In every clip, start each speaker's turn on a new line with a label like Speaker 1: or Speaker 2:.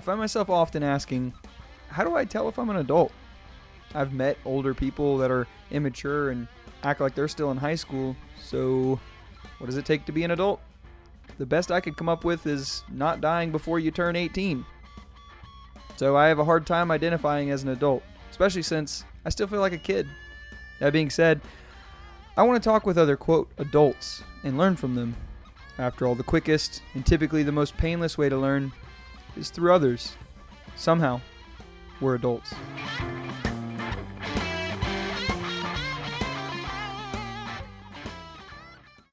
Speaker 1: find myself often asking, how do I tell if I'm an adult? I've met older people that are immature and act like they're still in high school, so what does it take to be an adult? The best I could come up with is not dying before you turn 18. So I have a hard time identifying as an adult, especially since I still feel like a kid. That being said, I want to talk with other quote adults and learn from them. After all, the quickest and typically the most painless way to learn is through others. Somehow, we're adults.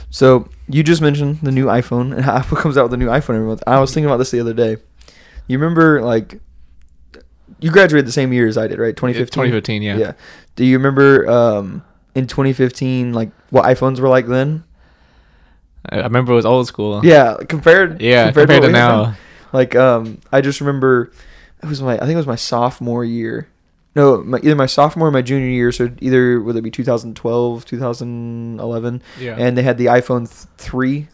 Speaker 1: So you just mentioned the new iPhone and how Apple comes out with a new iPhone every month. I was thinking about this the other day. You remember like you graduated the same year as I did, right? 2015.
Speaker 2: 2015, yeah.
Speaker 1: Yeah. Do you remember um, in 2015 like what iPhones were like then?
Speaker 2: I I remember it was old school.
Speaker 1: Yeah, compared
Speaker 2: Yeah, compared
Speaker 1: what
Speaker 2: to
Speaker 1: we have
Speaker 2: now.
Speaker 1: Like um, I just remember it was my I think it was my sophomore year. No, my, either my sophomore or my junior year. So either whether it be 2012, 2011,
Speaker 2: Yeah.
Speaker 1: and they had the iPhone th- three.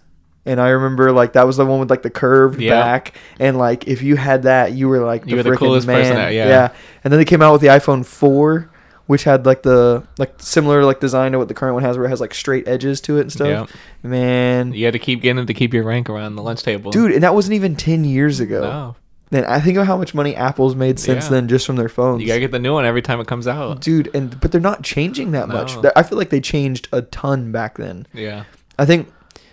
Speaker 1: And I remember like that was the one with like the curved
Speaker 2: Yeah.
Speaker 1: back, and like if you had that, you were like
Speaker 2: You were the
Speaker 1: frickin'
Speaker 2: coolest person
Speaker 1: man.
Speaker 2: at- yeah.
Speaker 1: And then they came out with the iPhone four, which had like the like similar like design to what the current one has, where it has like straight edges to it and stuff. Man,
Speaker 2: You had to keep getting it to keep your rank around the lunch table.
Speaker 1: dude and that wasn't even 10 years ago
Speaker 2: No.
Speaker 1: then i think of how much money apple's made since
Speaker 2: Yeah.
Speaker 1: then just from their phones
Speaker 2: You gotta get the new one every time it comes out.
Speaker 1: dude and but they're not changing that much
Speaker 2: No.
Speaker 1: They're- i feel like they changed a ton back then
Speaker 2: Yeah.
Speaker 1: i think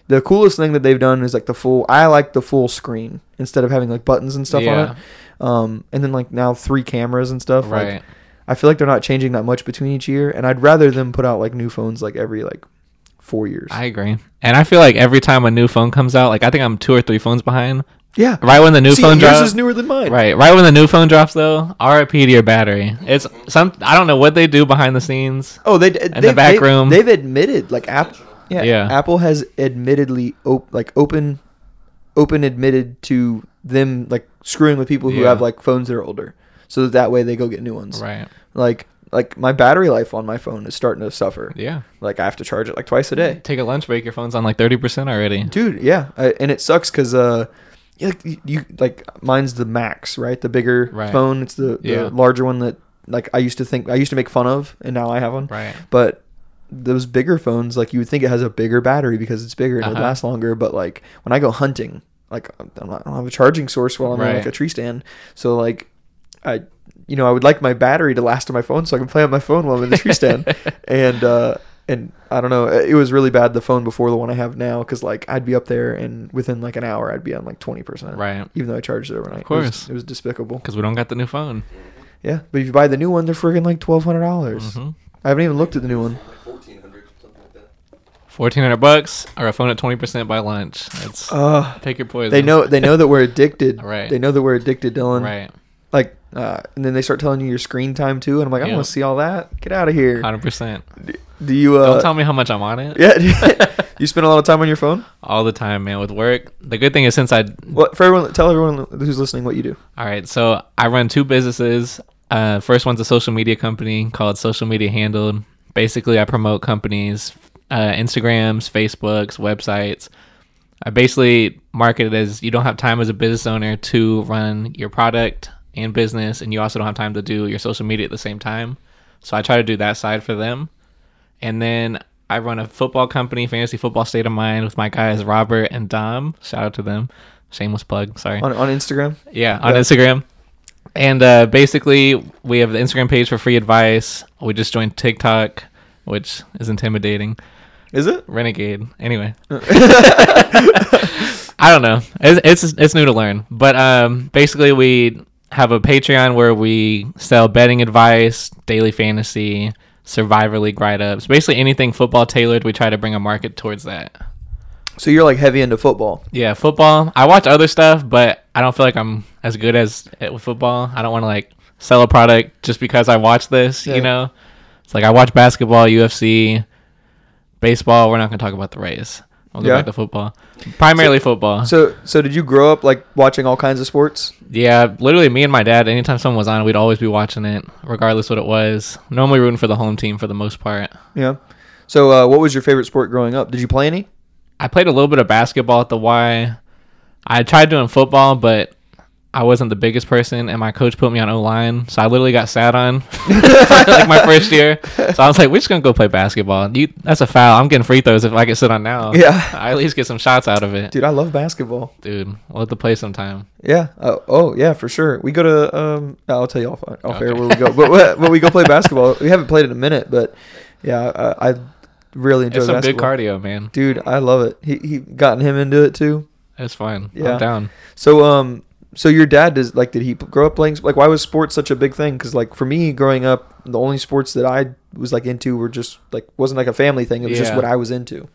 Speaker 1: the coolest thing that they've done is like the full i like the full screen instead of having like buttons and stuff on
Speaker 2: Yeah.
Speaker 1: it um and then like now three cameras and stuff like,
Speaker 2: Right.
Speaker 1: i feel like they're not changing that much between each year and i'd rather them put out like new phones like every like four years
Speaker 2: I agree. And I feel like every time a new phone comes out, like I think I'm two or three phones behind.
Speaker 1: yeah
Speaker 2: Right when the new
Speaker 1: See,
Speaker 2: phone
Speaker 1: yours
Speaker 2: drops.
Speaker 1: is newer than mine
Speaker 2: Right, right when the new phone drops though, RIP to your battery. It's some I don't know what they do behind the scenes.
Speaker 1: Oh, they in
Speaker 2: the back room.
Speaker 1: They've admitted like Apple. Yeah,
Speaker 2: Yeah.
Speaker 1: Apple has admittedly op- like open, open admitted to them like screwing with people who
Speaker 2: Yeah.
Speaker 1: have like phones that are older, so that, that way they go get new ones.
Speaker 2: Right.
Speaker 1: Like like my battery life on my phone is starting to suffer.
Speaker 2: Yeah.
Speaker 1: Like I have to charge it like twice a day,
Speaker 2: Take a lunch break, your phone's on like thirty percent already.
Speaker 1: dude. Yeah, I, and it sucks because uh. yeah, Like you- you like mine's the max, right? The bigger
Speaker 2: Right.
Speaker 1: phone. It's the, the
Speaker 2: Yeah.
Speaker 1: larger one that like I used to think I used to make fun of, and now I have one
Speaker 2: Right.
Speaker 1: but those bigger phones like you would think it has a bigger battery because it's bigger and it
Speaker 2: Uh-huh.
Speaker 1: lasts longer but like when i go hunting like i'm not, i don't have a charging source while i'm in like
Speaker 2: Right.
Speaker 1: a tree stand so like i you know i would like my battery to last on my phone so i can play on my phone while i'm in the tree stand and uh and i don't know it was really bad the phone before the one i have now because like i'd be up there and within like an hour i'd be on like 20%
Speaker 2: Right.
Speaker 1: even though i charged it overnight It was- it was,
Speaker 2: course.
Speaker 1: despicable
Speaker 2: Because we don't got the new phone.
Speaker 1: yeah but if you buy the new one they're friggin' like $1200 dollars
Speaker 2: Mhm.
Speaker 1: i haven't even looked at the new one
Speaker 3: Like 1400, something like that.
Speaker 2: Fourteen hundred bucks or a phone at twenty percent by lunch. That's
Speaker 1: Ugh.
Speaker 2: take your poison.
Speaker 1: Uh, They know they know that we're addicted.
Speaker 2: Right.
Speaker 1: They know that we're addicted, Dylan.
Speaker 2: Right.
Speaker 1: Like, uh, and then they start telling you your screen time too, and I'm like, I
Speaker 2: Yeah.
Speaker 1: want to see all that. Get out of here.
Speaker 2: Hundred percent.
Speaker 1: Do you? Uh,
Speaker 2: Don't tell me how much I'm on it.
Speaker 1: Yeah. you spend a lot of time on your phone.
Speaker 2: All the time, man, with work. The good thing is since I
Speaker 1: What for everyone? Tell everyone who's listening what you do.
Speaker 2: All right, so I run two businesses. Uh, first one's a social media company called Social Media Handled. Basically, I promote companies, uh, Instagrams, Facebooks, websites. I basically market it as you don't have time as a business owner to run your product and business, and you also don't have time to do your social media at the same time. So I try to do that side for them. And then I run a football company, Fantasy Football State of Mind, with my guys Robert and Dom. Shout out to them. Shameless plug. Sorry.
Speaker 1: On, on Instagram,
Speaker 2: Yeah, on Instagram. And uh, basically, we have the Instagram page for free advice. We just joined TikTok, which is intimidating.
Speaker 1: is it?
Speaker 2: Renegade. Anyway, I don't know. It's, it's it's new to learn. But um, basically, we have a Patreon where we sell betting advice, daily fantasy, Survivor League write-ups, basically anything football tailored. We try to bring a market towards that.
Speaker 1: So you're like heavy into football.
Speaker 2: Yeah, football. I watch other stuff, but I don't feel like I'm as good as at with football. I don't want to like sell a product just because I watch this.
Speaker 1: Yeah.
Speaker 2: You know, it's like I watch basketball, UFC, baseball. We're not gonna talk about the Rays. We'll go
Speaker 1: Yeah.
Speaker 2: back to football. Primarily football.
Speaker 1: So so did you grow up like watching all kinds of sports?
Speaker 2: yeah, literally, me and my dad. Anytime someone was on, we'd always be watching it, regardless what it was. Normally rooting for the home team for the most part.
Speaker 1: Yeah. So uh, what was your favorite sport growing up? Did you play any?
Speaker 2: I played a little bit of basketball at the Y. I tried doing football, but I wasn't the biggest person, and my coach put me on O line, so I literally got sat on like my first year. So I was like, "We're just gonna go play basketball." You, that's a foul. I'm getting free throws if I get sit on now.
Speaker 1: Yeah.
Speaker 2: I at least get some shots out of it, dude.
Speaker 1: Dude, I love basketball.
Speaker 2: we'll have to play sometime.
Speaker 1: Yeah. Oh, oh, yeah, for sure. We go to um. I'll tell you off off air where we go, but we- but we go play basketball. We haven't played in a minute, but yeah, I, I really enjoy
Speaker 2: It's some good
Speaker 1: basketball.
Speaker 2: cardio, man.
Speaker 1: Dude, I love it. He he gotten him into it too.
Speaker 2: It's fun.
Speaker 1: Yeah.
Speaker 2: I'm down.
Speaker 1: So um, so your dad does like did he p- grow up playing like why was sports such a big thing? Because like for me growing up, the only sports that I was like into were just like wasn't like a family thing. It was just
Speaker 2: Yeah.
Speaker 1: what I was into.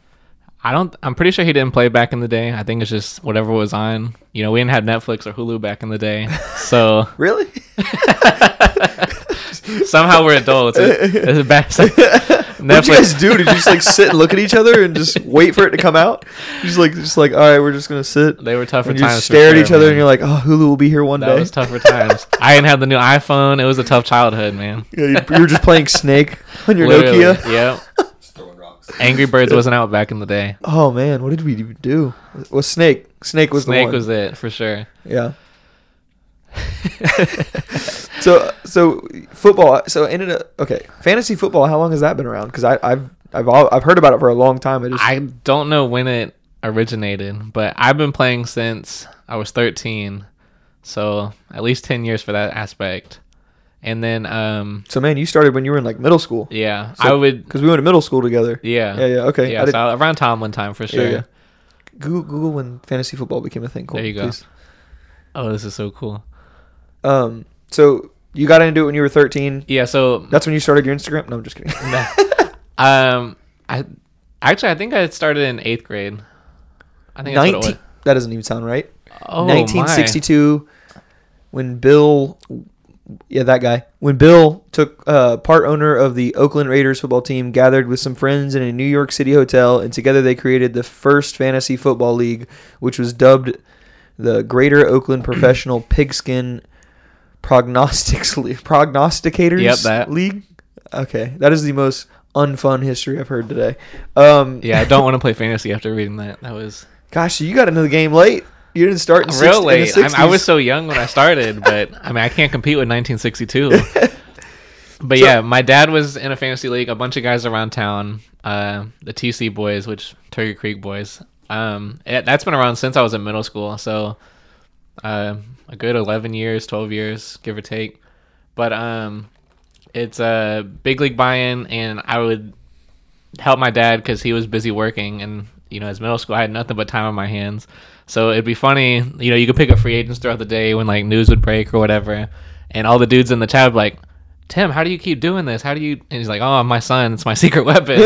Speaker 2: I don't. I'm pretty sure he didn't play back in the day. I think it's just whatever was on. You know, we didn't have Netflix or Hulu back in the day, so
Speaker 1: Really?
Speaker 2: somehow we're adults. It- it's a bad-
Speaker 1: What
Speaker 2: Netflix.
Speaker 1: you guys do? Did you just like sit and look at each other and just wait for it to come out? Just like just like all right, we're just gonna sit.
Speaker 2: They were tougher
Speaker 1: and you
Speaker 2: times.
Speaker 1: just
Speaker 2: for
Speaker 1: stare at
Speaker 2: sure,
Speaker 1: each other
Speaker 2: man.
Speaker 1: and you're like, oh, Hulu will be here one
Speaker 2: that
Speaker 1: day.
Speaker 2: was tougher times. I didn't have the new iPhone. It was a tough childhood, man.
Speaker 1: Yeah, you, you were just playing Snake on your
Speaker 2: Literally,
Speaker 1: Nokia.
Speaker 2: Yep.
Speaker 4: Just throwing rocks.
Speaker 2: Angry Birds wasn't out back in the day.
Speaker 1: Oh man, what did we do? Was Snake? Snake was the
Speaker 2: Snake
Speaker 1: one.
Speaker 2: was it for sure.
Speaker 1: yeah. So so football. So ended up okay. Fantasy football. How long has that been around? Because I I've I've all, I've heard about it for a long time. I just
Speaker 2: I don't know when it originated, but I've been playing since I was 13. So at least 10 years for that aspect. And then, um,
Speaker 1: so man, you started when you were in like middle school.
Speaker 2: yeah, I would,
Speaker 1: Because we went to middle school together.
Speaker 2: yeah.
Speaker 1: Yeah, yeah, okay. I
Speaker 2: Yeah,
Speaker 1: did-
Speaker 2: so around Tomlin time for sure.
Speaker 1: yeah. Google Google when fantasy football became a thing. Cool.
Speaker 2: There you go. Oh, this is so cool.
Speaker 1: Um. So you got into it when you were 13.
Speaker 2: Yeah, so
Speaker 1: That's when you started your Instagram. No, I'm just kidding.
Speaker 2: um, I actually I think I started in eighth grade. I think that's what it
Speaker 1: 19 that doesn't even sound right
Speaker 2: was. Oh,
Speaker 1: 1962 when bill yeah that guy when bill took uh, part owner of the oakland raiders football team gathered with some friends in a new york city hotel and together they created the first fantasy football league which was dubbed the greater oakland professional pigskin prognostics Le- prognosticators
Speaker 2: Yep, that.
Speaker 1: league okay that is the most unfun history i've heard today um
Speaker 2: My. Yeah, I don't want to play fantasy after reading that. That was
Speaker 1: Gosh, you got into the game late. You didn't start in the
Speaker 2: real
Speaker 1: 60s, in the
Speaker 2: late. I, I was
Speaker 1: 60s.
Speaker 2: so young when I started, but I mean I can't compete with 1962. But yeah, my dad was in a fantasy league. A bunch of guys around town, uh, the TC boys, which Turkey Creek boys. Um, it, that's been around since I was in middle school, so uh, a good eleven years, twelve years, give or take. But um, it's a big league buy-in, and I would help my dad because he was busy working, and you know, as middle school, I had nothing but time on my hands. So it'd be funny, you know, you could pick up free agents throughout the day when like news would break or whatever, and all the dudes in the chat would be like. Tim, how do you keep doing this? How do you? And he's like, "Oh, my son, it's my secret weapon."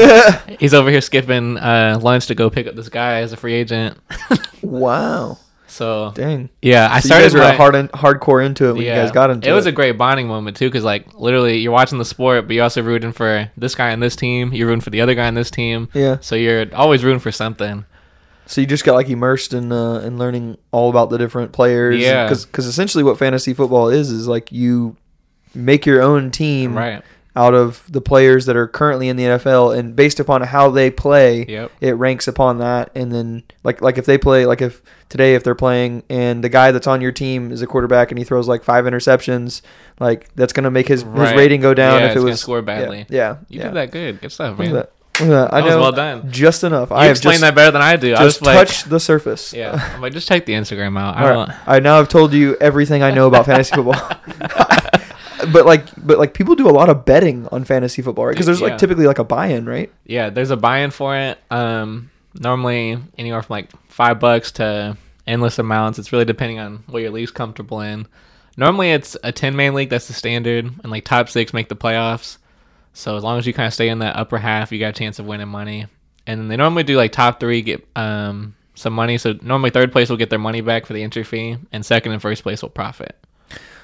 Speaker 2: he's over here skipping uh, lunch to go pick up this guy as a free agent.
Speaker 1: wow,
Speaker 2: so
Speaker 1: dang.
Speaker 2: yeah, I
Speaker 1: So
Speaker 2: started
Speaker 1: you guys were
Speaker 2: my-
Speaker 1: hard in, hardcore into it when you guys got into it.
Speaker 2: it was a great bonding moment too, because like literally, you're watching the sport, but you're also rooting for this guy on this team. You're rooting for the other guy on this team.
Speaker 1: Yeah.
Speaker 2: So you're always rooting for something.
Speaker 1: so you just got like immersed in uh, in learning all about the different players.
Speaker 2: Yeah.
Speaker 1: because essentially what fantasy football is is like you make your own team
Speaker 2: Right.
Speaker 1: out of the players that are currently in the NFL, and based upon how they play,
Speaker 2: Yep.
Speaker 1: it ranks upon that. And then like like if they play like if today if they're playing and the guy that's on your team is a quarterback and he throws like five interceptions, like that's gonna make his, his
Speaker 2: Right.
Speaker 1: rating go down if
Speaker 2: Yeah, it's
Speaker 1: it
Speaker 2: gonna
Speaker 1: was
Speaker 2: score badly.
Speaker 1: Yeah, yeah,
Speaker 2: You
Speaker 1: yeah.
Speaker 2: did that good. Good stuff,
Speaker 1: Look
Speaker 2: man.
Speaker 1: at that. Look at that. I
Speaker 2: That was
Speaker 1: know
Speaker 2: well done.
Speaker 1: Just enough. I
Speaker 2: You
Speaker 1: have just,
Speaker 2: explained that better than I do. I was
Speaker 1: just
Speaker 2: like,
Speaker 1: touched the surface.
Speaker 2: yeah. I'm like, just check the Instagram out. I
Speaker 1: All
Speaker 2: don't.
Speaker 1: right. I now have told you everything I know about fantasy football. but like but like people do a lot of betting on fantasy football, right? Because there's
Speaker 2: Yeah.
Speaker 1: like typically like a buy-in, right?
Speaker 2: Yeah, there's a buy-in for it. Um, normally anywhere from like five bucks to endless amounts. It's really depending on what you're least comfortable in. Normally it's a ten man league. That's the standard, and like top six make the playoffs. So as long as you kind of stay in that upper half, you got a chance of winning money. And then they normally do like top three get um some money. So normally third place will get their money back for the entry fee, and second and first place will profit.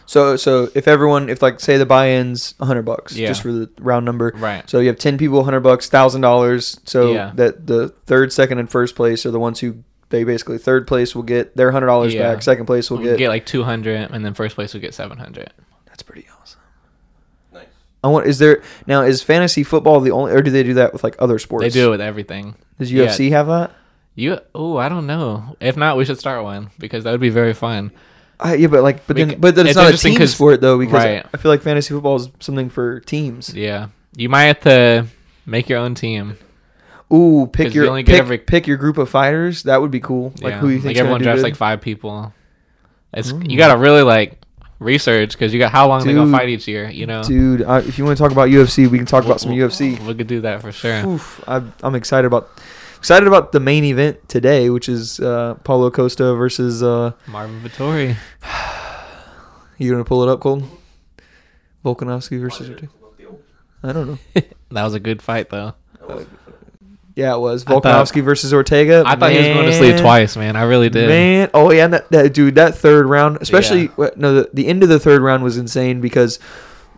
Speaker 1: So so if everyone if like say the buy-ins 100 bucks
Speaker 2: Yeah.
Speaker 1: just for the round number.
Speaker 2: Right.
Speaker 1: So you have 10 people 100 bucks, $1000. So
Speaker 2: Yeah.
Speaker 1: that the third, second and first place are the ones who they basically third place will get their $100
Speaker 2: Yeah.
Speaker 1: back, second place will
Speaker 2: We'll get,
Speaker 1: get
Speaker 2: like two hundred, and then first place will get seven hundred.
Speaker 1: That's pretty awesome.
Speaker 4: Nice.
Speaker 1: I want is there now is fantasy football the only or do they do that with like other sports?
Speaker 2: They do it with everything.
Speaker 1: Does
Speaker 2: Yeah.
Speaker 1: UFC have that?
Speaker 2: You oh, I don't know. If not, we should start one because that would be very fun.
Speaker 1: I, yeah, but like, but then,
Speaker 2: Bec-
Speaker 1: but then
Speaker 2: it's
Speaker 1: it's, not a
Speaker 2: interesting
Speaker 1: team
Speaker 2: 'cause-
Speaker 1: sport though, because
Speaker 2: right.
Speaker 1: I feel like fantasy football is something for teams.
Speaker 2: Yeah, you might have to make your own team.
Speaker 1: Ooh, pick
Speaker 2: 'Cause
Speaker 1: your
Speaker 2: you only get
Speaker 1: pick,
Speaker 2: every-
Speaker 1: pick your group of fighters. That would be cool. Like
Speaker 2: yeah.
Speaker 1: who you think?
Speaker 2: like everyone drafts
Speaker 1: good?
Speaker 2: like five people. It's you gotta really like research because you got how long they gonna
Speaker 1: Dude.
Speaker 2: fight each year. You know,
Speaker 1: Dude, I, if you want to talk about UFC, we can talk about some
Speaker 2: We'll-
Speaker 1: UFC.
Speaker 2: We could do that for sure.
Speaker 1: Oof, I, I'm excited about excited about the main event today, which is uh, Paulo Costa versus. Uh,
Speaker 2: Marvin Vittori.
Speaker 1: you gonna pull it up, Colton? Volkanovski versus. I don't know.
Speaker 2: That was a good fight though.
Speaker 1: Yeah, it was
Speaker 2: I thought-
Speaker 1: Volkanovski versus Ortega.
Speaker 2: I thought he was going to sleep
Speaker 1: Man.
Speaker 2: twice, man. I really did.
Speaker 1: Man, oh yeah, and that, that dude, that third round, especially wh- no, the, the end of the third round was insane because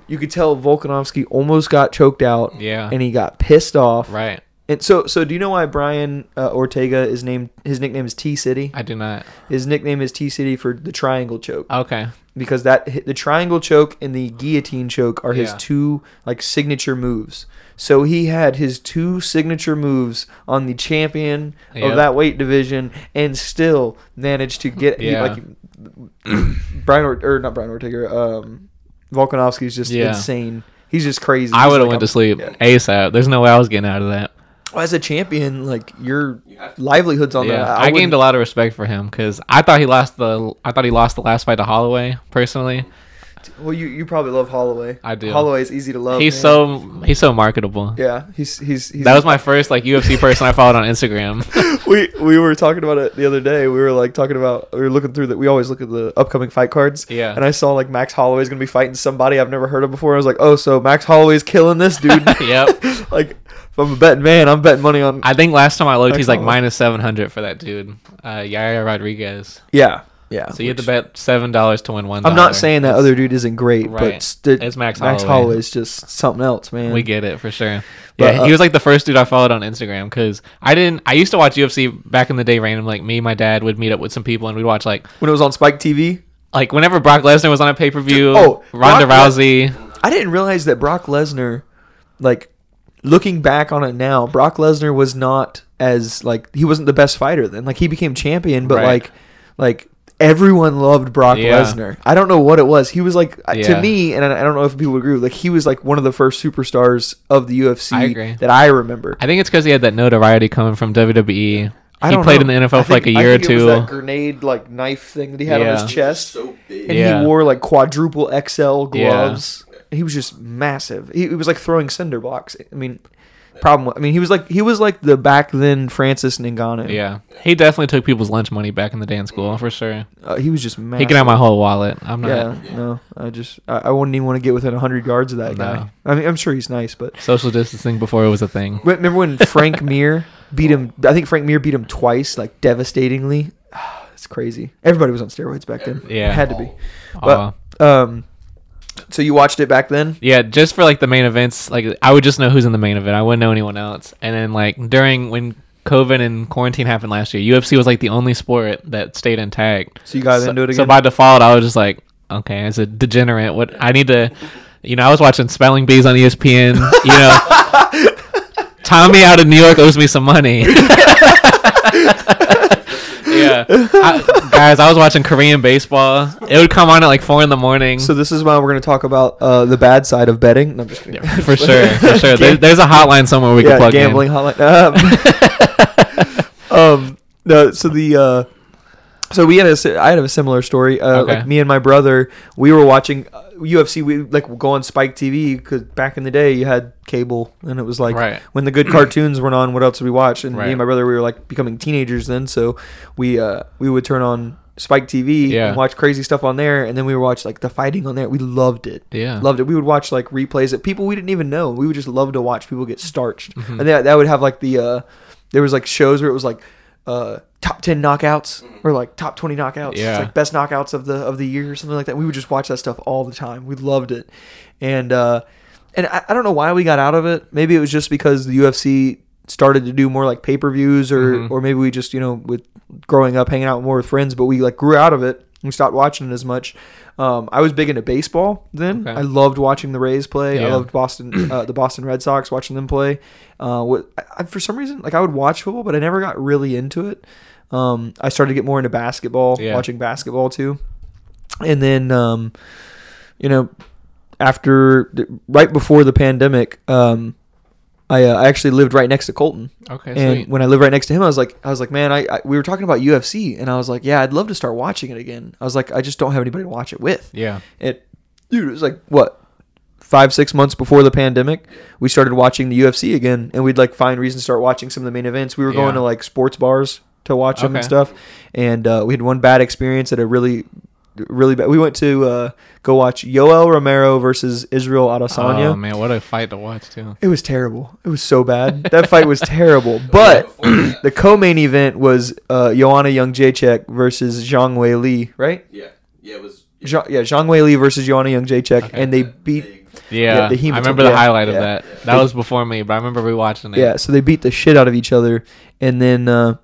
Speaker 1: you could tell Volkanovski almost got choked out,
Speaker 2: Yeah.
Speaker 1: and he got pissed off.
Speaker 2: Right.
Speaker 1: And so, so do you know why Brian uh, Ortega is named? His nickname is T City.
Speaker 2: I do not.
Speaker 1: His nickname is T City for the triangle choke
Speaker 2: Okay.
Speaker 1: because that hit- the triangle choke and the guillotine choke are his
Speaker 2: Yeah.
Speaker 1: two like signature moves. So he had his two signature moves on the champion
Speaker 2: Yep.
Speaker 1: of that weight division, and still managed to get he-
Speaker 2: Yeah.
Speaker 1: like Brian or, or not Brian Ortega. Um, Volkanovski is just
Speaker 2: Yeah.
Speaker 1: insane. He's just crazy.
Speaker 2: I
Speaker 1: He's
Speaker 2: would have
Speaker 1: like, I'm-
Speaker 2: went to sleep
Speaker 1: yeah.
Speaker 2: ASAP. There's no way I was getting out of that.
Speaker 1: Well, as a champion, like your
Speaker 5: You have to-
Speaker 1: livelihoods on
Speaker 2: Yeah.
Speaker 1: that.
Speaker 2: I, gained
Speaker 1: Oh, wouldn't-
Speaker 2: a lot of respect for him because I thought he lost the. I thought he lost the last fight to Holloway. Personally,
Speaker 1: Well, you, you probably love Holloway.
Speaker 2: I do.
Speaker 1: Holloway's easy to love.
Speaker 2: he's
Speaker 1: Oh, man.
Speaker 2: so he's so marketable.
Speaker 1: yeah. He's he's, he's
Speaker 2: That was my first like UFC person I followed on Instagram.
Speaker 1: we we were talking about it the other day. We were like talking about we were looking through that. We always look at the upcoming fight cards.
Speaker 2: Yeah.
Speaker 1: And I saw like Max Holloway's gonna be fighting somebody I've never heard of before. I was like, oh, so Max Holloway's killing this dude.
Speaker 2: Yep.
Speaker 1: like, if I'm a betting man, I'm betting money on.
Speaker 2: I think last time I looked, he's like
Speaker 1: Excellent.
Speaker 2: minus seven hundred for that dude, uh, Yair Rodriguez.
Speaker 1: yeah. Yeah.
Speaker 2: So you had to
Speaker 1: which-
Speaker 2: bet seven dollars to win one.
Speaker 1: I'm not saying that other dude isn't great,
Speaker 2: Right.
Speaker 1: but st-
Speaker 2: It's Max Holloway.
Speaker 1: Holloway's just something else, man.
Speaker 2: We get it for sure.
Speaker 1: But,
Speaker 2: yeah,
Speaker 1: uh,
Speaker 2: he was like the first dude I followed on Instagram because I didn't. I used to watch UFC back in the day. Random, like me, and my dad would meet up with some people and we'd watch like
Speaker 1: when it was on Spike TV,
Speaker 2: like whenever Brock Lesnar was on a pay per view.
Speaker 1: Oh,
Speaker 2: Ronda
Speaker 1: Brock Le-
Speaker 2: Rousey.
Speaker 1: I didn't realize that Brock Lesnar, like looking back on it now, Brock Lesnar was not as like he wasn't the best fighter then. Like he became champion, but
Speaker 2: Right.
Speaker 1: like like everyone loved Brock
Speaker 2: Yeah.
Speaker 1: Lesnar. I don't know what it was. He was like uh
Speaker 2: Yeah.
Speaker 1: to me, and I I don't know if people agree. Like he was like one of the first superstars of the UFC
Speaker 2: I agree.
Speaker 1: that I remember.
Speaker 2: I think it's because he had that notoriety coming from WWE.
Speaker 1: I
Speaker 2: he
Speaker 1: don't
Speaker 2: played
Speaker 1: know.
Speaker 2: in the
Speaker 1: I
Speaker 2: NFL for like a
Speaker 1: think- I
Speaker 2: year or
Speaker 1: think it was
Speaker 2: two.
Speaker 1: that grenade like knife thing that he had on
Speaker 2: Yeah.
Speaker 1: his chest.
Speaker 5: So big.
Speaker 1: and
Speaker 2: Yeah.
Speaker 1: he wore like quadruple XL
Speaker 2: Yeah.
Speaker 1: gloves. He was just massive. He, he was like throwing cinder blocks. I mean, problem. I mean, he was like he was like the back then Francis Ngannou.
Speaker 2: yeah, he definitely took people's lunch money back in the day in school for sure.
Speaker 1: uh, he was just massive.
Speaker 2: He can have my whole wallet. I'm not.
Speaker 1: yeah, no, I just I, I wouldn't even want to get within hundred yards of that guy. I mean, I'm sure he's nice, but
Speaker 2: Social distancing before it was a thing.
Speaker 1: Re- remember when Frank Mir beat him? I think Frank Mir beat him twice, like devastatingly. it's crazy. Everybody was on steroids back then.
Speaker 2: Yeah.
Speaker 1: had to be.
Speaker 2: Aw.
Speaker 1: But um, so you watched it back then?
Speaker 2: Yeah, just for like the main events, like I would just know who's in the main event. I wouldn't know anyone else. And then like during when COVID and quarantine happened last year, UFC was like the only sport that stayed intact.
Speaker 1: So you got into it
Speaker 2: So
Speaker 1: again?
Speaker 2: by default, I was just like, okay, as a degenerate, what I need to, you know, I was watching spelling bees on E ESPN. You know, Tommy out of New York owes me some money. yeah, I, guys, I was watching Korean baseball. It would come on at like four in the morning.
Speaker 1: So this is why we're going to talk about uh, the bad side of betting. No, I'm just kidding.
Speaker 2: for sure, for sure. There,
Speaker 1: Gam-
Speaker 2: there's a hotline somewhere we
Speaker 1: yeah,
Speaker 2: can plug
Speaker 1: gambling
Speaker 2: in.
Speaker 1: hotline. Um, um, no, so the uh, so we had a si- I had a similar story. Uh,
Speaker 2: Okay.
Speaker 1: Like me and my brother, we were watching uh, UFC. We like would go on Spike TV because back in the day you had cable, and it was like
Speaker 2: Right.
Speaker 1: when the good cartoons weren't on. What else did we watch? And
Speaker 2: Right.
Speaker 1: me and my brother, we were like becoming teenagers then, so we uh, we would turn on. Spike TV
Speaker 2: Yeah.
Speaker 1: and watch crazy stuff on there, and then we would watch like the fighting on there. We loved it.
Speaker 2: Yeah.
Speaker 1: loved it. We would watch like replays that people we didn't even know. We would just love to watch people get starched,
Speaker 2: Mm-hmm.
Speaker 1: and that that would have like the uh, there was like shows where it was like uh, top ten knockouts or like top twenty knockouts. It's,
Speaker 2: Yeah.
Speaker 1: like best knockouts of the of the year or something like that. We would just watch that stuff all the time. We loved it, and uh, and I, I don't know why we got out of it. Maybe it was just because the UFC started to do more like pay per views, or
Speaker 2: Mm-hmm.
Speaker 1: or maybe we just you know with growing up hanging out more with friends, but we like grew out of it. We stopped watching it as much. Um, I was big into baseball then.
Speaker 2: Okay.
Speaker 1: I loved watching the Rays play. I
Speaker 2: Yeah.
Speaker 1: loved Boston, uh, the Boston Red Sox, watching them play. Uh, what, I, I- for some reason, like I would watch football, but I never got really into it. Um, I started to get more into basketball,
Speaker 2: Yeah.
Speaker 1: watching basketball too. and then um, you know after right before the pandemic um, I, uh, I actually lived right next to Colton
Speaker 2: Okay,
Speaker 1: and
Speaker 2: sweet.
Speaker 1: when I lived right next to him, I was like, I was like, man, I, I we were talking about UFC, and I was like, yeah, I'd love to start watching it again. I was like, I just don't have anybody to watch it with.
Speaker 2: yeah.
Speaker 1: It, dude, it was like what, five six months before the pandemic, we started watching the UFC again, and we'd like find reason to start watching some of the main events. We were
Speaker 2: Yeah.
Speaker 1: going to like sports bars to watch them and
Speaker 2: Okay.
Speaker 1: stuff, and uh, we had one bad experience at a really. Really bad. We went to uh, go watch Yoel Romero versus Israel Adesanya.
Speaker 2: Oh man, what a fight to watch too.
Speaker 1: It was terrible. It was so bad. That fight was terrible. But the co-main event was uh, Joanna Young Jacek versus Zhang Wei Li, right?
Speaker 6: Yeah. Yeah, it was. Yeah.
Speaker 1: Zha- yeah, Zhang Wei Li versus Joanna Young Jacek, and they beat.
Speaker 2: Yeah,
Speaker 1: the
Speaker 2: I
Speaker 1: hematoma-
Speaker 2: remember the
Speaker 1: yeah,
Speaker 2: highlight
Speaker 1: yeah.
Speaker 2: of that. That was before me, but I remember rewatching it.
Speaker 1: Yeah, so they beat the shit out of each other, and then uh,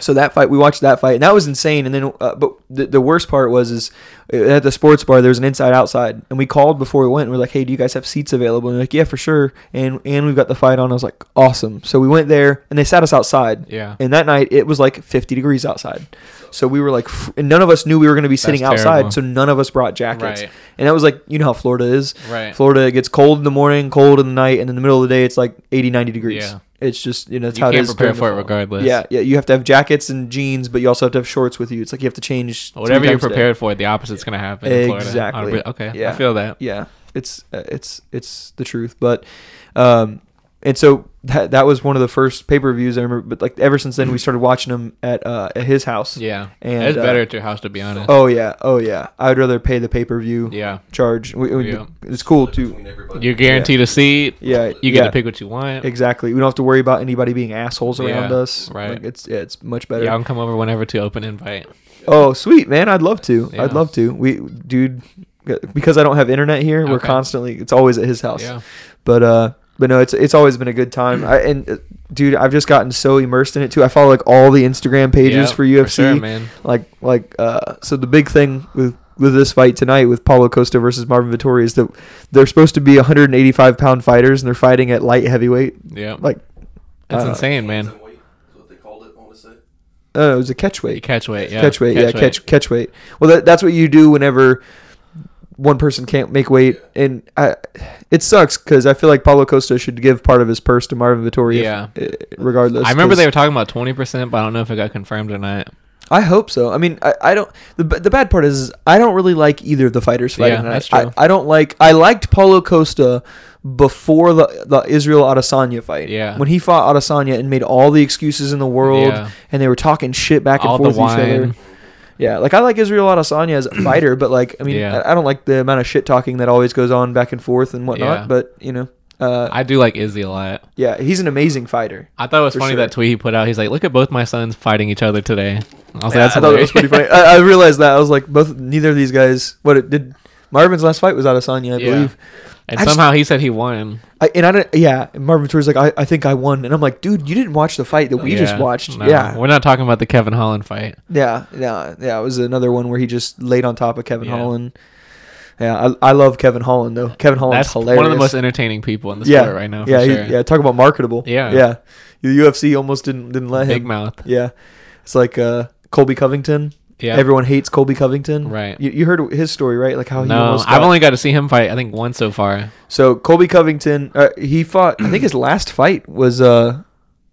Speaker 1: so that fight we watched that fight, and that was insane. And then, uh, but the, the worst part was is uh, at the sports bar there was an inside outside, and we called before we went. And we're like, hey, do you guys have seats available? And they're like, yeah, for sure. And and we've got the fight on. I was like, awesome. So we went there, and they sat us outside.
Speaker 2: Yeah.
Speaker 1: And that night it was like 50 degrees outside, so we were like, f- and none of us knew we were going to be sitting
Speaker 2: terrible.
Speaker 1: outside, so none of us brought jackets.
Speaker 2: Right.
Speaker 1: And that was like, you know how Florida is.
Speaker 2: Right.
Speaker 1: Florida it gets cold in the morning, cold in the night, and in the middle of the day it's like 80, 90 degrees.
Speaker 2: Yeah.
Speaker 1: It's just you know that's
Speaker 2: you
Speaker 1: how it
Speaker 2: can't
Speaker 1: is.
Speaker 2: prepare
Speaker 1: during
Speaker 2: for it
Speaker 1: the fall.
Speaker 2: regardless.
Speaker 1: Yeah, yeah. You have to have jackets and jeans, but you also have to have shorts with you. It's like you have to change three
Speaker 2: whatever you're
Speaker 1: times a day.
Speaker 2: prepared for, the opposite's gonna happen. in Florida.
Speaker 1: uh, Exactly.
Speaker 2: Honestly, Okay, I
Speaker 1: Yeah.
Speaker 2: feel that.
Speaker 1: Yeah, it's uh, it's it's the truth. But, um, and so that that was one of the first pay per views I remember. But like ever since then, we started watching them at uh, at his house.
Speaker 2: Yeah,
Speaker 1: And,
Speaker 2: it's
Speaker 1: uh,
Speaker 2: better at your house to be honest.
Speaker 1: Oh yeah, oh yeah. I'd rather pay the pay per view
Speaker 2: yeah,
Speaker 1: charge. We, we-
Speaker 2: Yeah.
Speaker 1: It's cool
Speaker 6: Between
Speaker 1: too.
Speaker 6: everybody.
Speaker 2: you're guaranteed a seat.
Speaker 1: Yeah,
Speaker 2: you get
Speaker 1: yeah.
Speaker 2: to pick what you want.
Speaker 1: Exactly. We don't have to worry about anybody being assholes around
Speaker 2: Yeah,
Speaker 1: us.
Speaker 2: right.
Speaker 1: Like it's yeah, it's much better.
Speaker 2: Y'all can come over whenever to open invite.
Speaker 1: Oh, sweet man! I'd love to.
Speaker 2: Yeah.
Speaker 1: I'd love to. We, dude, because I don't have internet here, we're
Speaker 2: Okay.
Speaker 1: constantly. It's always at his house.
Speaker 2: Yeah.
Speaker 1: But uh, but no, it's it's always been a good time. I and uh, dude, I've just gotten so immersed in it too. I follow like all the Instagram pages
Speaker 2: Yeah,
Speaker 1: for UFC.
Speaker 2: sure, man.
Speaker 1: Like like uh, so the big thing with with this fight tonight with Paulo Costa versus Marvin Vittori is that they're supposed to be 185 pound fighters and they're fighting at light heavyweight.
Speaker 2: Yeah,
Speaker 1: Like
Speaker 2: that's
Speaker 1: uh,
Speaker 2: insane, man.
Speaker 6: Some weight is what they called it, I want to say.
Speaker 1: Uh, it was a catch weight.
Speaker 2: You catch weight. Yeah,
Speaker 1: catch weight, yeah,
Speaker 2: weight.
Speaker 1: catch catch weight. Well, that, that's what you do whenever one person can't make weight, and I, it sucks because I feel like Paulo Costa should give part of his purse to Marvin Vittori. if-
Speaker 2: Yeah.
Speaker 1: eh, regardless.
Speaker 2: I remember
Speaker 1: 'cause
Speaker 2: they were talking about twenty percent, but I don't know if it got confirmed or not.
Speaker 1: I hope so. I mean, I, I don't. The, b- the bad part is, is I don't really like either of the fighters fighting.
Speaker 2: Yeah,
Speaker 1: tonight.
Speaker 2: that's true.
Speaker 1: I, I don't like. I liked Paulo Costa before the, the Israel Adesanya fight.
Speaker 2: Yeah.
Speaker 1: When he fought Adesanya and made all the excuses in the world,
Speaker 2: Yeah.
Speaker 1: and they were talking shit back and
Speaker 2: All the
Speaker 1: forth with each
Speaker 2: wine.
Speaker 1: other. Yeah, like I like Israel Adesanya as a fighter, but like I mean,
Speaker 2: Yeah.
Speaker 1: I, I don't like the amount of shit talking that always goes on back and forth and whatnot.
Speaker 2: Yeah.
Speaker 1: But you know, uh,
Speaker 2: I do like Izzy a lot.
Speaker 1: yeah, he's an amazing fighter.
Speaker 2: I thought it was
Speaker 1: For
Speaker 2: funny
Speaker 1: sure.
Speaker 2: that tweet he put out. He's like, "Look at both my sons fighting each other today." I was
Speaker 1: Yeah,
Speaker 2: like, "That's
Speaker 1: I thought it was
Speaker 2: hilarious."
Speaker 1: pretty funny. I, I realized that I was like, both neither of these guys. What it did? Marvin's last fight was Adesanya, I
Speaker 2: Yeah.
Speaker 1: believe.
Speaker 2: and
Speaker 1: I just-
Speaker 2: someha he said he won.
Speaker 1: I, and I don't. Yeah, and Marvin Vittori's like, I, I think I won, and I'm like, dude, you didn't watch the fight that we just
Speaker 2: Yeah,
Speaker 1: watched.
Speaker 2: no,
Speaker 1: yeah,
Speaker 2: we're not talking about the Kevin Holland fight.
Speaker 1: yeah, yeah, yeah. It was another one where he just laid on top of Kevin
Speaker 2: Yeah.
Speaker 1: Holland. Yeah, I, I love Kevin Holland though. Kevin Holland's
Speaker 2: That's
Speaker 1: hilarious.
Speaker 2: one of the most entertaining people in the
Speaker 1: yeah,
Speaker 2: sport right now. For
Speaker 1: yeah, he-
Speaker 2: sure.
Speaker 1: yeah. Talk about marketable.
Speaker 2: Yeah.
Speaker 1: yeah. The UFC almost didn't didn't let
Speaker 2: Big
Speaker 1: him.
Speaker 2: mouth.
Speaker 1: Yeah, it's like uh, Colby Covington.
Speaker 2: Yeah.
Speaker 1: everyone hates Colby Covington.
Speaker 2: Right.
Speaker 1: You, you heard his story, right? Like how he
Speaker 2: no,
Speaker 1: almost.
Speaker 2: I've
Speaker 1: got-
Speaker 2: only got to see him fight. I think once so far.
Speaker 1: so Colby Covington. Uh, he fought. I think his last fight was uh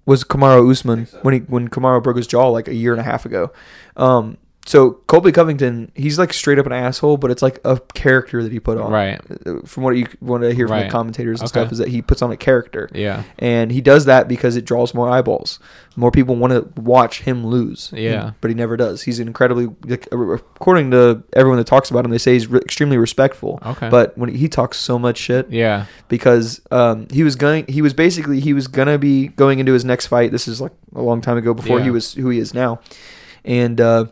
Speaker 1: was Kamaro Usman when he when Kamaro broke his jaw like a year and a half ago. Um. So Colby Covington, he's like straight up an asshole, but it's like a character that he put on.
Speaker 2: Right.
Speaker 1: Uh, From what you want to hear from
Speaker 2: Right.
Speaker 1: the commentators and
Speaker 2: Okay.
Speaker 1: stuff is that he puts on a character.
Speaker 2: Yeah.
Speaker 1: And he does that because it draws more eyeballs. More people want to watch him lose.
Speaker 2: Yeah.
Speaker 1: But he never does. He's incredibly, like, according to everyone that talks about him, they say he's re- extremely respectful.
Speaker 2: Okay.
Speaker 1: But when he talks so much shit,
Speaker 2: Yeah.
Speaker 1: because um, he was going, he was basically he was gonna be going into his next fight. This is like a long time ago before he
Speaker 2: Yeah.
Speaker 1: was who he is now, and. Uh,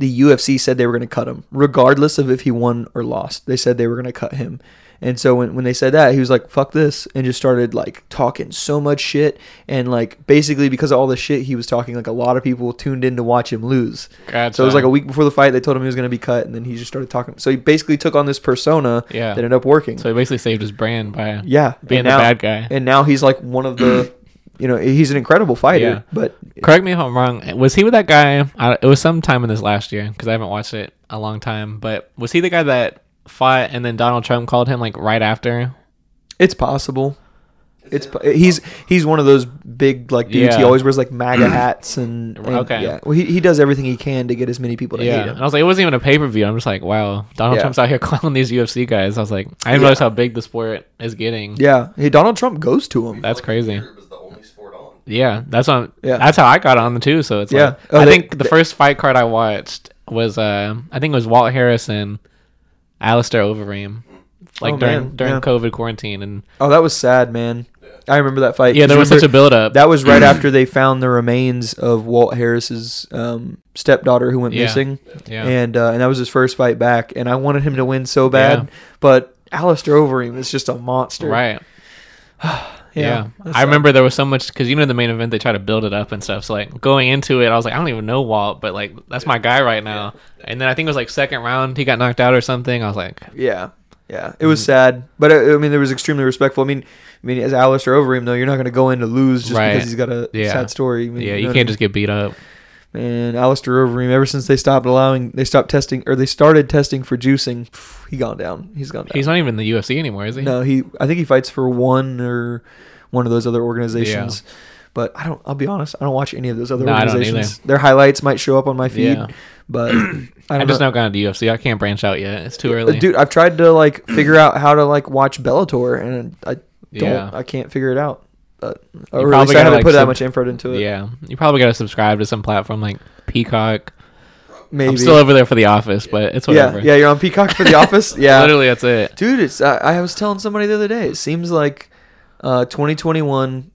Speaker 1: the UFC said they were going to cut him, regardless of if he won or lost. They said they were going to cut him. And so when, when they said that, he was like, fuck this, and just started like talking so much shit. And like basically because of all the shit he was talking, like a lot of people tuned in to watch him lose. So it was
Speaker 2: Gotcha.
Speaker 1: like a week before the fight, they told him he was going to be cut, and then he just started talking. So he basically took on this persona
Speaker 2: Yeah.
Speaker 1: that ended up working.
Speaker 2: So he basically saved his brand by
Speaker 1: yeah.
Speaker 2: being
Speaker 1: and
Speaker 2: the
Speaker 1: now-
Speaker 2: bad guy.
Speaker 1: And now he's like one of the you know, he's an incredible fighter,
Speaker 2: Yeah.
Speaker 1: but
Speaker 2: Correct me if I'm wrong. Was he with that guy? I, it was sometime in this last year because I haven't watched it a long time. But was he the guy that fought and then Donald Trump called him like right after?
Speaker 1: it's possible. It's po- he's he's one of those big like dudes. He
Speaker 2: Yeah.
Speaker 1: always wears like MAGA hats and, and
Speaker 2: Okay.
Speaker 1: yeah. Well, he, he does everything he can to get as many people to hate
Speaker 2: Yeah,
Speaker 1: him.
Speaker 2: and I was like, it wasn't even a pay per view. I'm just like, wow, Donald
Speaker 1: Yeah.
Speaker 2: Trump's out here clowning these UFC guys. I was like, I didn't realize how big the sport is getting.
Speaker 1: Yeah, hey, Donald Trump goes to him.
Speaker 2: That's crazy.
Speaker 6: It was the only sport on.
Speaker 2: Yeah, that's on.
Speaker 1: Yeah.
Speaker 2: that's how I got on the two. So it's
Speaker 1: Yeah.
Speaker 2: like,
Speaker 1: Oh,
Speaker 2: I
Speaker 1: they-
Speaker 2: think the
Speaker 1: they-
Speaker 2: first fight card I watched was uh, I think it was Walt Harrison, Alistair Overeem, like
Speaker 1: Oh,
Speaker 2: during
Speaker 1: man.
Speaker 2: during
Speaker 1: Yeah.
Speaker 2: COVID quarantine, and
Speaker 1: Oh, that was sad, man. I remember that fight.
Speaker 2: yeah, there
Speaker 1: You
Speaker 2: was such a
Speaker 1: remember-
Speaker 2: build up.
Speaker 1: That was right after they found the remains of Walt Harris's um, stepdaughter who went
Speaker 2: Yeah.
Speaker 1: missing,
Speaker 2: Yeah.
Speaker 1: and uh, and that was his first fight back. And I wanted him to win so bad,
Speaker 2: Yeah.
Speaker 1: but Alistair Overeem is just a monster,
Speaker 2: right. Yeah,
Speaker 1: that's
Speaker 2: I
Speaker 1: sad.
Speaker 2: remember there was so much because you know the main event they try to build it up and stuff. So like going into it, I was like, I don't even know Walt, but like that's my guy right now. And then I think it was like second round, he got knocked out or something. I was like,
Speaker 1: Yeah, yeah, it
Speaker 2: Mm.
Speaker 1: was sad, but uh, I, I mean, there was extremely respectful. I mean, I mean, as Alistair Overeem though, you're not going to go in to lose just
Speaker 2: Right.
Speaker 1: because he's got a
Speaker 2: Yeah.
Speaker 1: sad story. I mean,
Speaker 2: yeah,
Speaker 1: know
Speaker 2: you
Speaker 1: what
Speaker 2: can't
Speaker 1: I
Speaker 2: just get beat up.
Speaker 1: mean? man, Alistair Overeem. Ever since they stopped allowing, they stopped testing, or they started testing for juicing. pff, He gone down. He's gone down.
Speaker 2: He's not even in the UFC anymore, is he?
Speaker 1: No, he. I think he fights for one or one of those other organizations. But I don't. I'll be honest. I don't watch any of those other
Speaker 2: No, I don't
Speaker 1: organizations. Their highlights might show up on my feed,
Speaker 2: Yeah.
Speaker 1: but I don't
Speaker 2: I,
Speaker 1: know.
Speaker 2: just not gone to UFC. I can't branch out yet. It's too
Speaker 1: Uh,
Speaker 2: early.
Speaker 1: Dude, I've tried to like figure out how to like watch Bellator, and I don't.
Speaker 2: Yeah.
Speaker 1: I can't figure it out. But or at
Speaker 2: probably
Speaker 1: least I
Speaker 2: gotta,
Speaker 1: haven't
Speaker 2: like,
Speaker 1: put that
Speaker 2: sub-
Speaker 1: much effort into it.
Speaker 2: yeah, you probably gotta subscribe to some platform like Peacock.
Speaker 1: maybe.
Speaker 2: I'm still over there for The Office, but it's
Speaker 1: yeah,
Speaker 2: whatever.
Speaker 1: yeah. You're on Peacock for The Office. Yeah,
Speaker 2: literally that's it.
Speaker 1: dude it's I, I was telling somebody the other day it seems like uh 2021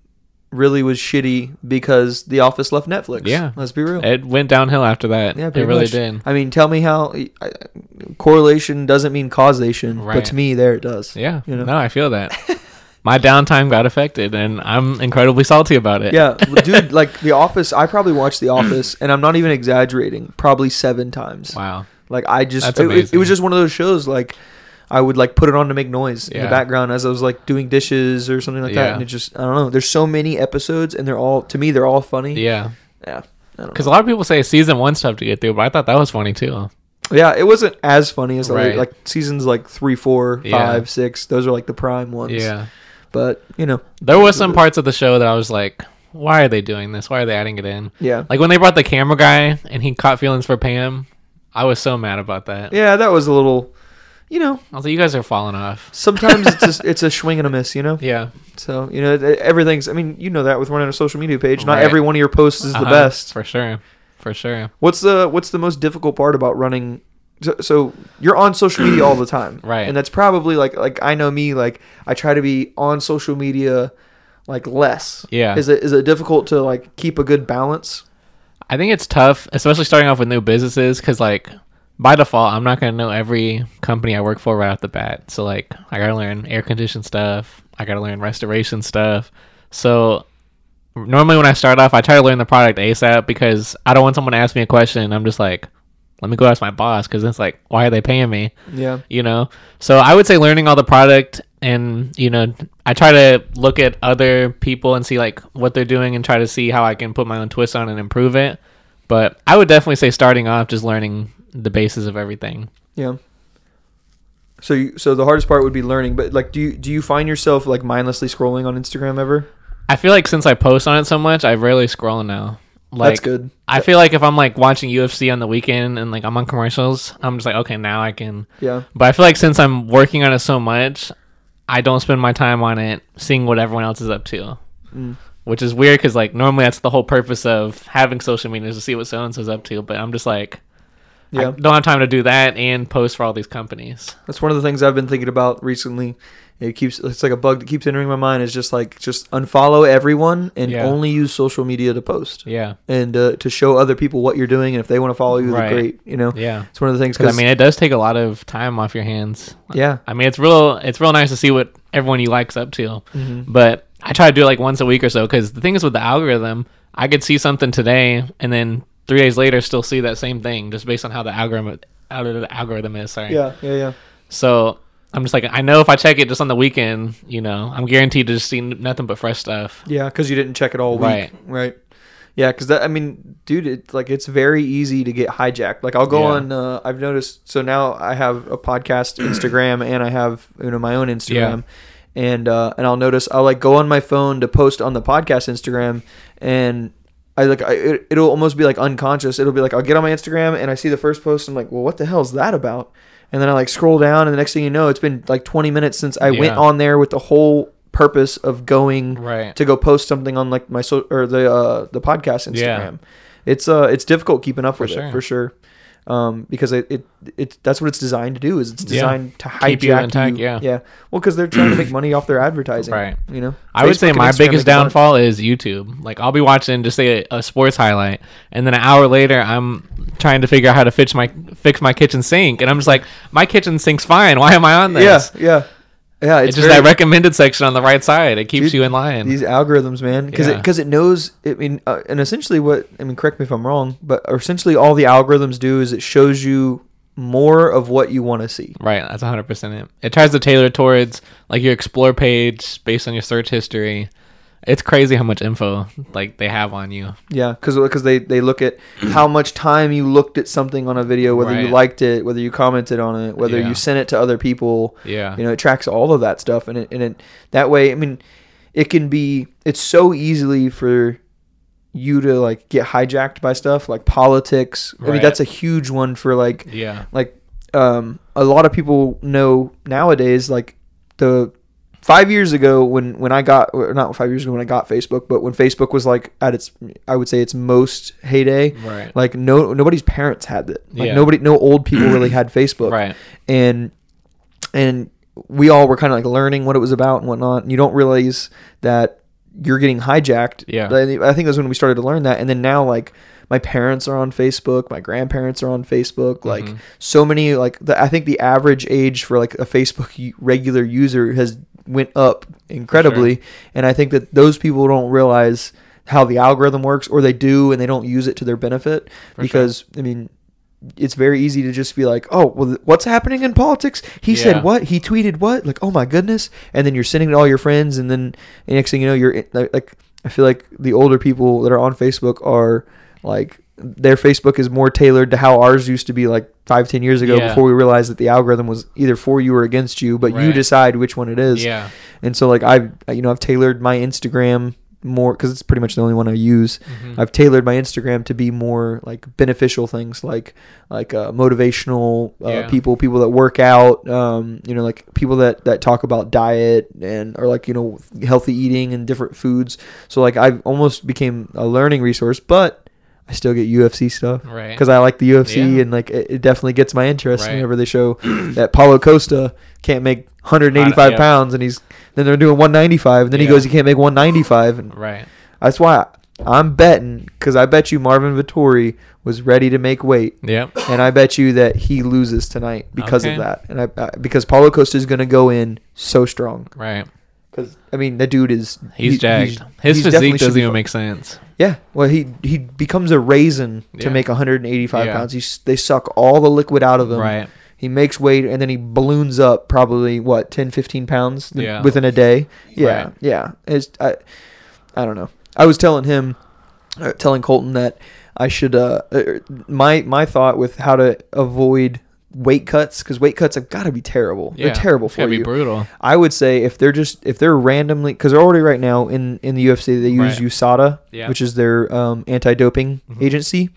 Speaker 1: really was shitty because the office left netflix
Speaker 2: Yeah.
Speaker 1: let's be real
Speaker 2: It went downhill after that.
Speaker 1: yeah
Speaker 2: it
Speaker 1: pretty
Speaker 2: really
Speaker 1: much.
Speaker 2: did.
Speaker 1: i mean tell me how I, correlation doesn't mean causation but
Speaker 2: Right.
Speaker 1: to me there it does
Speaker 2: Yeah,
Speaker 1: you know?
Speaker 2: no, I feel that. My downtime got affected, and I'm incredibly salty about it.
Speaker 1: yeah dude like the office i probably watched the office and i'm not even exaggerating probably seven times
Speaker 2: Wow.
Speaker 1: Like I just
Speaker 2: That's
Speaker 1: it, it, it was
Speaker 2: amazing.
Speaker 1: just one of those shows like I would like put it on to make noise in the
Speaker 2: Yeah.
Speaker 1: background as I was like doing dishes or something like that
Speaker 2: Yeah.
Speaker 1: and it just I don't know. There's so many episodes and they're all to me they're all funny.
Speaker 2: Yeah.
Speaker 1: Yeah. I don't
Speaker 2: Because
Speaker 1: know.
Speaker 2: a lot of people say season one's tough to get through, but I thought that was funny too.
Speaker 1: Yeah, it wasn't as funny as the late-
Speaker 2: Right.
Speaker 1: like seasons like three, four, five, six.
Speaker 2: Yeah.
Speaker 1: Those are like the prime ones.
Speaker 2: Yeah.
Speaker 1: But you know.
Speaker 2: There was some parts of the show that I was like, why are they doing this? Why are they adding it in?
Speaker 1: Yeah.
Speaker 2: Like when they brought the camera guy and he caught feelings for Pam, I was so mad about that.
Speaker 1: Yeah, that was a little you know,
Speaker 2: I was like, you guys are falling off.
Speaker 1: sometimes it's just it's a swing and a miss, you know?
Speaker 2: Yeah.
Speaker 1: So, you know, th- everything's I mean, you know that with running a social media page. Not
Speaker 2: Right.
Speaker 1: every one of your posts is the
Speaker 2: Uh-huh.
Speaker 1: best.
Speaker 2: For sure. For sure.
Speaker 1: What's the what's the most difficult part about running? So, so you're on social media all the time,
Speaker 2: Right.
Speaker 1: And that's probably like like I know me like I try to be on social media like less.
Speaker 2: Yeah.
Speaker 1: Is it is it difficult to like keep a good balance?
Speaker 2: I think it's tough, especially starting off with new businesses, because like by default, I'm not gonna know every company I work for right off the bat. So like, I gotta learn air conditioned stuff. I gotta learn restoration stuff. So normally when I start off, I try to learn the product ASAP because I don't want someone to ask me a question. And I'm just like, let me go ask my boss because it's like, why are they paying me?
Speaker 1: Yeah.
Speaker 2: you know so i would say learning all the product and you know i try to look at other people and see like what they're doing and try to see how i can put my own twist on and improve it but i would definitely say starting off just learning the basis of everything
Speaker 1: Yeah. So you, so the hardest part would be learning, but like do you do you find yourself like mindlessly scrolling on Instagram ever?
Speaker 2: i feel like since i post on it so much i rarely scroll now like
Speaker 1: that's good.
Speaker 2: i feel like if i'm like watching ufc on the weekend and like i'm on commercials i'm just like okay now i can
Speaker 1: Yeah.
Speaker 2: But I feel like since I'm working on it so much, I don't spend my time on it seeing what everyone else is up to,
Speaker 1: Mm.
Speaker 2: which is weird because like normally that's the whole purpose of having social media is to see what so and so's up to. But I'm just like, I
Speaker 1: Yeah.
Speaker 2: don't have time to do that and post for all these companies.
Speaker 1: That's one of the things I've been thinking about recently. It keeps it's like a bug that keeps entering my mind is just like just unfollow everyone and
Speaker 2: Yeah.
Speaker 1: only use social media to post
Speaker 2: Yeah,
Speaker 1: and uh, to show other people what you're doing and if they want to follow you,
Speaker 2: Right.
Speaker 1: they're great. You know,
Speaker 2: yeah.
Speaker 1: it's one of the things.
Speaker 2: Because
Speaker 1: Cause,
Speaker 2: I mean, it does take a lot of time off your hands.
Speaker 1: yeah,
Speaker 2: I mean, it's real. It's real nice to see what everyone you likes up to.
Speaker 1: Mm-hmm.
Speaker 2: But I try to do it like once a week or so because the thing is with the algorithm, I could see something today and then three days later still see that same thing just based on how the algorithm out of the algorithm is. Sorry.
Speaker 1: yeah, yeah, yeah.
Speaker 2: So I'm just like, I know if I check it just on the weekend, you know, I'm guaranteed to just see nothing but fresh stuff.
Speaker 1: Yeah, because you didn't check it all week.
Speaker 2: Right.
Speaker 1: Right. Yeah, because I mean, dude, it's like it's very easy to get hijacked. Like I'll go
Speaker 2: Yeah.
Speaker 1: on. Uh, I've noticed. So now I have a podcast Instagram, and I have you know my own Instagram, and uh, and I'll notice I'll like go on my phone to post on the podcast Instagram, and I like I, it, it'll almost be like unconscious. It'll be like I'll get on my Instagram and I see the first post. I'm like, well, what the hell is that about? And then I like scroll down, and the next thing you know, it's been like 20 minutes since I went
Speaker 2: Yeah.
Speaker 1: on there with the whole purpose of going
Speaker 2: Right.
Speaker 1: to go post something on like my so or the uh the podcast Instagram. It's uh it's difficult keeping up with
Speaker 2: sure.
Speaker 1: it for sure. Um, because it, it it that's what it's designed to do is it's
Speaker 2: Yeah.
Speaker 1: designed to hijack
Speaker 2: Keep you in tech,
Speaker 1: you.
Speaker 2: yeah.
Speaker 1: yeah. Well, because they're trying to make money off their advertising,
Speaker 2: Right.
Speaker 1: You know,
Speaker 2: I would
Speaker 1: Facebook
Speaker 2: say
Speaker 1: and
Speaker 2: my
Speaker 1: Instagram
Speaker 2: biggest
Speaker 1: make money.
Speaker 2: downfall is YouTube. Like I'll be watching just say a, a sports highlight, and then an hour later I'm trying to figure out how to fix my fix my kitchen sink, and I'm just like, my kitchen sink's fine. Why am I on this?
Speaker 1: Yeah, yeah, yeah.
Speaker 2: it's, just
Speaker 1: very-
Speaker 2: that recommended section on the right side. It keeps
Speaker 1: Dude,
Speaker 2: you in line.
Speaker 1: These algorithms, man, because
Speaker 2: Yeah.
Speaker 1: it because it knows. I mean, uh, and essentially, what I mean, correct me if I'm wrong, but essentially, all the algorithms do is it shows you more of what you want to see.
Speaker 2: Right, that's 100% it. It tries to tailor towards like your explore page based on your search history. It's crazy how much info like they have on you.
Speaker 1: Yeah, because they they look at how much time you looked at something on a video, whether you
Speaker 2: Right.
Speaker 1: liked it, whether you commented on it, whether
Speaker 2: Yeah. Uh-huh.
Speaker 1: you sent it to other people.
Speaker 2: Yeah.
Speaker 1: you know, it tracks all of that stuff, and it and it that way. I mean, it can be. It's so easily for you to like get hijacked by stuff like politics. I mean,
Speaker 2: Right.
Speaker 1: that's a huge one for like
Speaker 2: Yeah.
Speaker 1: like um, a lot of people know nowadays like the five years ago when when i got or not five years ago when i got facebook but when facebook was like at its i would say its most heyday
Speaker 2: Right.
Speaker 1: like no nobody's parents had it like
Speaker 2: Mm. Yeah.
Speaker 1: nobody no old people really had facebook
Speaker 2: Right.
Speaker 1: and and we all were kind of like learning what it was about and whatnot. And you don't realize that you're getting hijacked.
Speaker 2: Yeah.
Speaker 1: But I think- I think that's when we started to learn that. And then now, like, my parents are on Facebook. My grandparents are on Facebook. Like, so many, like, the, I think the average age for like a Facebook u- regular user has went up incredibly. And I think that those people don't realize how the algorithm works, or they do and they don't use it to their benefit. because I mean, it's very easy to just be like, oh, well, th- what's happening in politics? He
Speaker 2: Yeah.
Speaker 1: said what? He tweeted what? Like, oh my goodness! And then you're sending it to all your friends, and then the next thing you know, you're in- like, like, I feel like the older people that are on Facebook are like their Facebook is more tailored to how ours used to be like five, ten years ago
Speaker 2: Yeah.
Speaker 1: before we realized that the algorithm was either for you or against you, but you
Speaker 2: Right.
Speaker 1: decide which one it is.
Speaker 2: Yeah.
Speaker 1: And so like I've uh, you know I've tailored my Instagram more because it's pretty much the only one I use.
Speaker 2: Mm-hmm.
Speaker 1: I've tailored my Instagram to be more like beneficial things like like uh, motivational uh,
Speaker 2: Yeah.
Speaker 1: people, people that work out, um, you know, like people that that talk about diet and or like you know healthy eating and different foods. So like I almost became a learning resource, but I still get UFC stuff
Speaker 2: Right.
Speaker 1: because I like the UFC
Speaker 2: Yeah.
Speaker 1: and like it, it definitely gets my interest
Speaker 2: Right.
Speaker 1: whenever they show that Paulo Costa can't make 185
Speaker 2: Yeah.
Speaker 1: pounds and he's then they're doing 195 and then he
Speaker 2: Yeah.
Speaker 1: goes he can't make 195 and
Speaker 2: Right.
Speaker 1: that's why I'm betting because I bet you Marvin Vittori was ready to make weight
Speaker 2: Yep.
Speaker 1: and I bet you that he loses tonight because
Speaker 2: Okay.
Speaker 1: of that and I, I because Paulo Costa is going to go in so strong
Speaker 2: Right.
Speaker 1: because I mean the dude is
Speaker 2: He's
Speaker 1: he-
Speaker 2: jacked.
Speaker 1: he's
Speaker 2: His
Speaker 1: definitely
Speaker 2: physique
Speaker 1: should
Speaker 2: doesn't
Speaker 1: be
Speaker 2: even
Speaker 1: fi-
Speaker 2: make sense.
Speaker 1: yeah, well, he he becomes a raisin
Speaker 2: Yeah.
Speaker 1: to make 185
Speaker 2: Yeah.
Speaker 1: pounds. He's, they suck all the liquid out of him.
Speaker 2: Right.
Speaker 1: He makes weight and then he balloons up probably what 10, 15 pounds th-
Speaker 2: Yeah.
Speaker 1: within a day. Yeah,
Speaker 2: Right.
Speaker 1: yeah. It's I, I don't know. I was telling him, uh, telling Colton that I should. Uh, uh, my my thought with how to avoid weight cuts because weight cuts have got to be terrible.
Speaker 2: Yeah.
Speaker 1: They're terrible
Speaker 2: It's
Speaker 1: for
Speaker 2: gotta
Speaker 1: you.
Speaker 2: be brutal.
Speaker 1: I would say if they're just if they're randomly because they're already right now in in the UFC they use
Speaker 2: Right.
Speaker 1: USADA,
Speaker 2: Yeah. Mm-hmm.
Speaker 1: which is their um, anti-doping agency,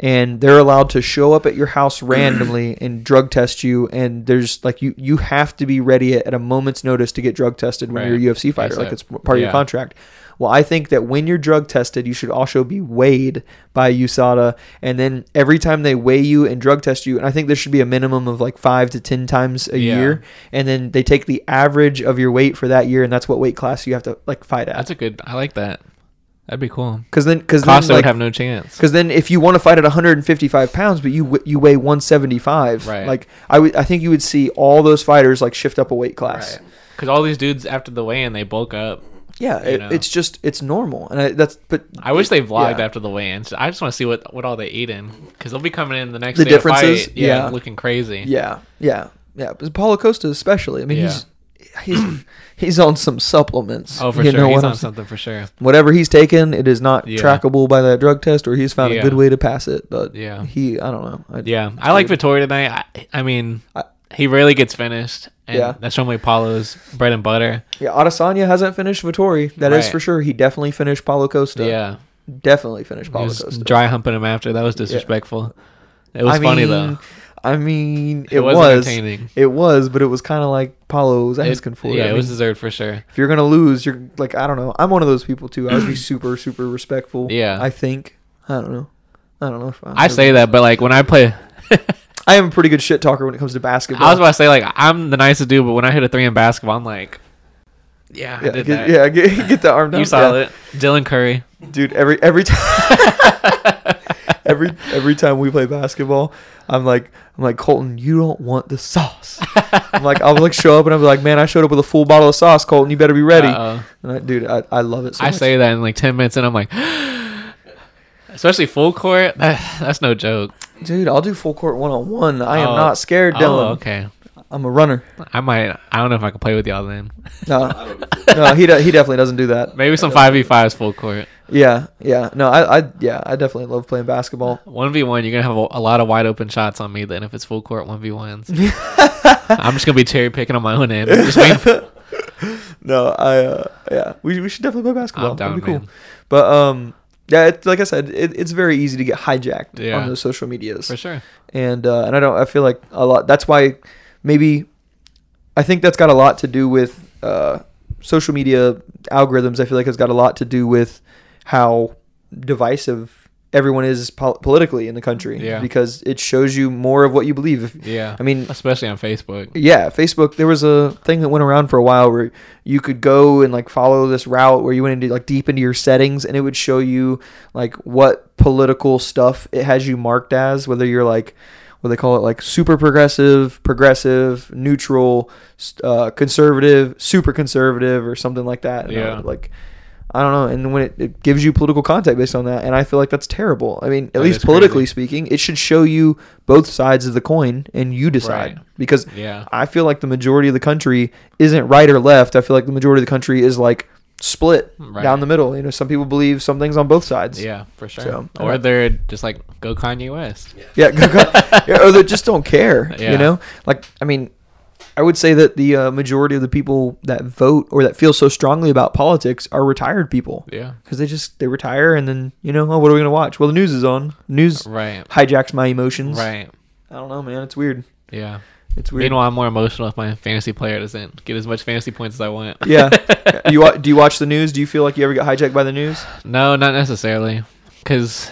Speaker 1: and they're allowed to show up at your house randomly and drug test you. And there's like you you have to be ready at, at a moment's notice to get drug tested when
Speaker 2: Right.
Speaker 1: you're a UFC fighter,
Speaker 2: Exact-
Speaker 1: like it's part of your
Speaker 2: yeah.
Speaker 1: contract. Well, I think that when you're drug tested, you should also be weighed by USADA, and then every time they weigh you and drug test you, and I think there should be a minimum of like five to ten times a
Speaker 2: Yeah.
Speaker 1: year and then they take the average of your weight for that year, and that's what weight class you have to like fight at.
Speaker 2: That's a good. I like that. That'd be cool.
Speaker 1: Because then, because then,
Speaker 2: Costa would
Speaker 1: like,
Speaker 2: have no chance.
Speaker 1: because then, if you want to fight at 155 pounds, but you w- you weigh 175,
Speaker 2: Right.
Speaker 1: Like I would, I think you would see all those fighters like shift up a weight class.
Speaker 2: Right. Because all these dudes after the weigh-in, they bulk up.
Speaker 1: Yeah,
Speaker 2: You
Speaker 1: it,
Speaker 2: know.
Speaker 1: it's just it's normal, and I, that's but
Speaker 2: I wish they vlogged
Speaker 1: yeah.
Speaker 2: after the weigh-in. So I just want to see what, what all they eat in because they'll be coming in the next
Speaker 1: The
Speaker 2: day to fight,
Speaker 1: differences?
Speaker 2: yeah,
Speaker 1: Yeah.
Speaker 2: looking crazy.
Speaker 1: yeah, yeah. Yeah, but Paulo Costa especially. I mean,
Speaker 2: Yeah.
Speaker 1: he's he's he's on some supplements.
Speaker 2: Oh, for
Speaker 1: You
Speaker 2: sure.
Speaker 1: know
Speaker 2: He's
Speaker 1: what
Speaker 2: on
Speaker 1: I'm saying?
Speaker 2: something for sure.
Speaker 1: Whatever he's taken, it is not
Speaker 2: Yeah.
Speaker 1: trackable by that drug test, or he's found
Speaker 2: Yeah.
Speaker 1: a good way to pass it. But
Speaker 2: Yeah.
Speaker 1: he, I don't know. I,
Speaker 2: Yeah, I like Vittoria tonight. I, I mean,
Speaker 1: I-
Speaker 2: he rarely gets finished. And
Speaker 1: Yeah.
Speaker 2: that's normally Paulo's bread and butter.
Speaker 1: yeah, Adesanya hasn't finished Vittori. That is
Speaker 2: Right.
Speaker 1: for sure. He definitely finished Paulo Costa.
Speaker 2: Yeah,
Speaker 1: definitely finished
Speaker 2: he
Speaker 1: Paulo
Speaker 2: was
Speaker 1: Costa.
Speaker 2: dry humping him after. That was disrespectful. It was
Speaker 1: I
Speaker 2: funny
Speaker 1: mean,
Speaker 2: though.
Speaker 1: I mean, it,
Speaker 2: It was
Speaker 1: was,
Speaker 2: entertaining.
Speaker 1: It was, but it was kind of like Paulo was asking
Speaker 2: It-
Speaker 1: for it.
Speaker 2: yeah,
Speaker 1: I
Speaker 2: it was
Speaker 1: mean,
Speaker 2: deserved for sure.
Speaker 1: if you're gonna lose, you're like I don't know. I'm one of those people too. I would be super, super respectful.
Speaker 2: Yeah.
Speaker 1: I think I don't know. I don't know. If
Speaker 2: I say that, but like when I play,
Speaker 1: I am a pretty good shit talker when it comes to basketball.
Speaker 2: I was about to say like I'm the nicest dude, but when I hit a three in basketball, I'm like, yeah, I
Speaker 1: yeah,
Speaker 2: did
Speaker 1: get,
Speaker 2: that.
Speaker 1: yeah, get, get the arm down.
Speaker 2: you saw
Speaker 1: Yeah.
Speaker 2: it, Dylan Curry.
Speaker 1: dude. Every every time, every every time we play basketball, I'm like, I'm like Colton, you don't want the sauce. I'm like, I'll like show up and I'm like, man, I showed up with a full bottle of sauce, Colton. You better be ready.
Speaker 2: Uh-oh.
Speaker 1: And I, dude, I, I love it. So
Speaker 2: I
Speaker 1: much.
Speaker 2: say that in like ten minutes, and I'm like, especially full court. That, that's no joke.
Speaker 1: dude, I'll do full court one on one. I am
Speaker 2: Oh.
Speaker 1: not scared, Dylan.
Speaker 2: Oh, okay.
Speaker 1: I'm a runner.
Speaker 2: I might. I don't know if I can play with y'all then.
Speaker 6: I
Speaker 1: No,
Speaker 6: don't know.
Speaker 1: no, he de- he definitely doesn't do that.
Speaker 2: Maybe some five v fives full court.
Speaker 1: Yeah, yeah. No, I, I yeah, I definitely love playing basketball.
Speaker 2: One v one, you're gonna have a, a lot of wide open shots on me. Then if it's full court one v ones, I'm just gonna be cherry picking on my own end. Just waiting for-
Speaker 1: No, I uh, yeah, we, we should definitely play basketball.
Speaker 2: I'm
Speaker 1: That'd
Speaker 2: down,
Speaker 1: be cool.
Speaker 2: man.
Speaker 1: But um, yeah, it, like I said, it, it's very easy to get hijacked
Speaker 2: Yeah.
Speaker 1: on those social medias,
Speaker 2: for sure.
Speaker 1: and uh, and I don't, I feel like a lot. That's why maybe I think that's got a lot to do with uh, social media algorithms. I feel like it's got a lot to do with how divisive everyone is pol- politically in the country
Speaker 2: Yeah.
Speaker 1: because it shows you more of what you believe. If,
Speaker 2: Yeah.
Speaker 1: I mean,
Speaker 2: especially on Facebook.
Speaker 1: yeah, Facebook. There was a thing that went around for a while where you could go and like follow this route where you went into like deep into your settings and it would show you like what political stuff it has you marked as, whether you're like what they call it like super progressive, progressive, neutral, s- uh, conservative, super conservative, or something like that. And I
Speaker 2: Yeah.
Speaker 1: would, like I don't know. And when it, it gives you political content based on that, and I feel like that's terrible. I mean, at
Speaker 2: That
Speaker 1: least
Speaker 2: is crazy.
Speaker 1: politically speaking, it should show you both sides of the coin and you decide
Speaker 2: Right.
Speaker 1: because
Speaker 2: Yeah.
Speaker 1: I feel like the majority of the country isn't right or left. I feel like the majority of the country is like split
Speaker 2: Right.
Speaker 1: down the middle. You know, some people believe some things on both sides.
Speaker 2: Yeah, for sure.
Speaker 1: So,
Speaker 2: or
Speaker 1: yeah.
Speaker 2: they're just like go Kanye West.
Speaker 1: Yeah, go- go- yeah, or they just don't care.
Speaker 2: Yeah.
Speaker 1: You know, like I mean, I would say that the uh, majority of the people that vote or that feel so strongly about politics are retired people
Speaker 2: Yeah.
Speaker 1: because they just they retire and then you know, oh, what are we gonna watch? Well, the news is on. News
Speaker 2: Right.
Speaker 1: hijacks my emotions.
Speaker 2: Right.
Speaker 1: I don't know, man. It's weird.
Speaker 2: Yeah.
Speaker 1: It's weird.
Speaker 2: Meanwhile, I'm more emotional if my fantasy player doesn't get as much fantasy points as I want.
Speaker 1: yeah. you wa- do you watch the news? Do you feel like you ever get hijacked by the news?
Speaker 2: No, not necessarily, because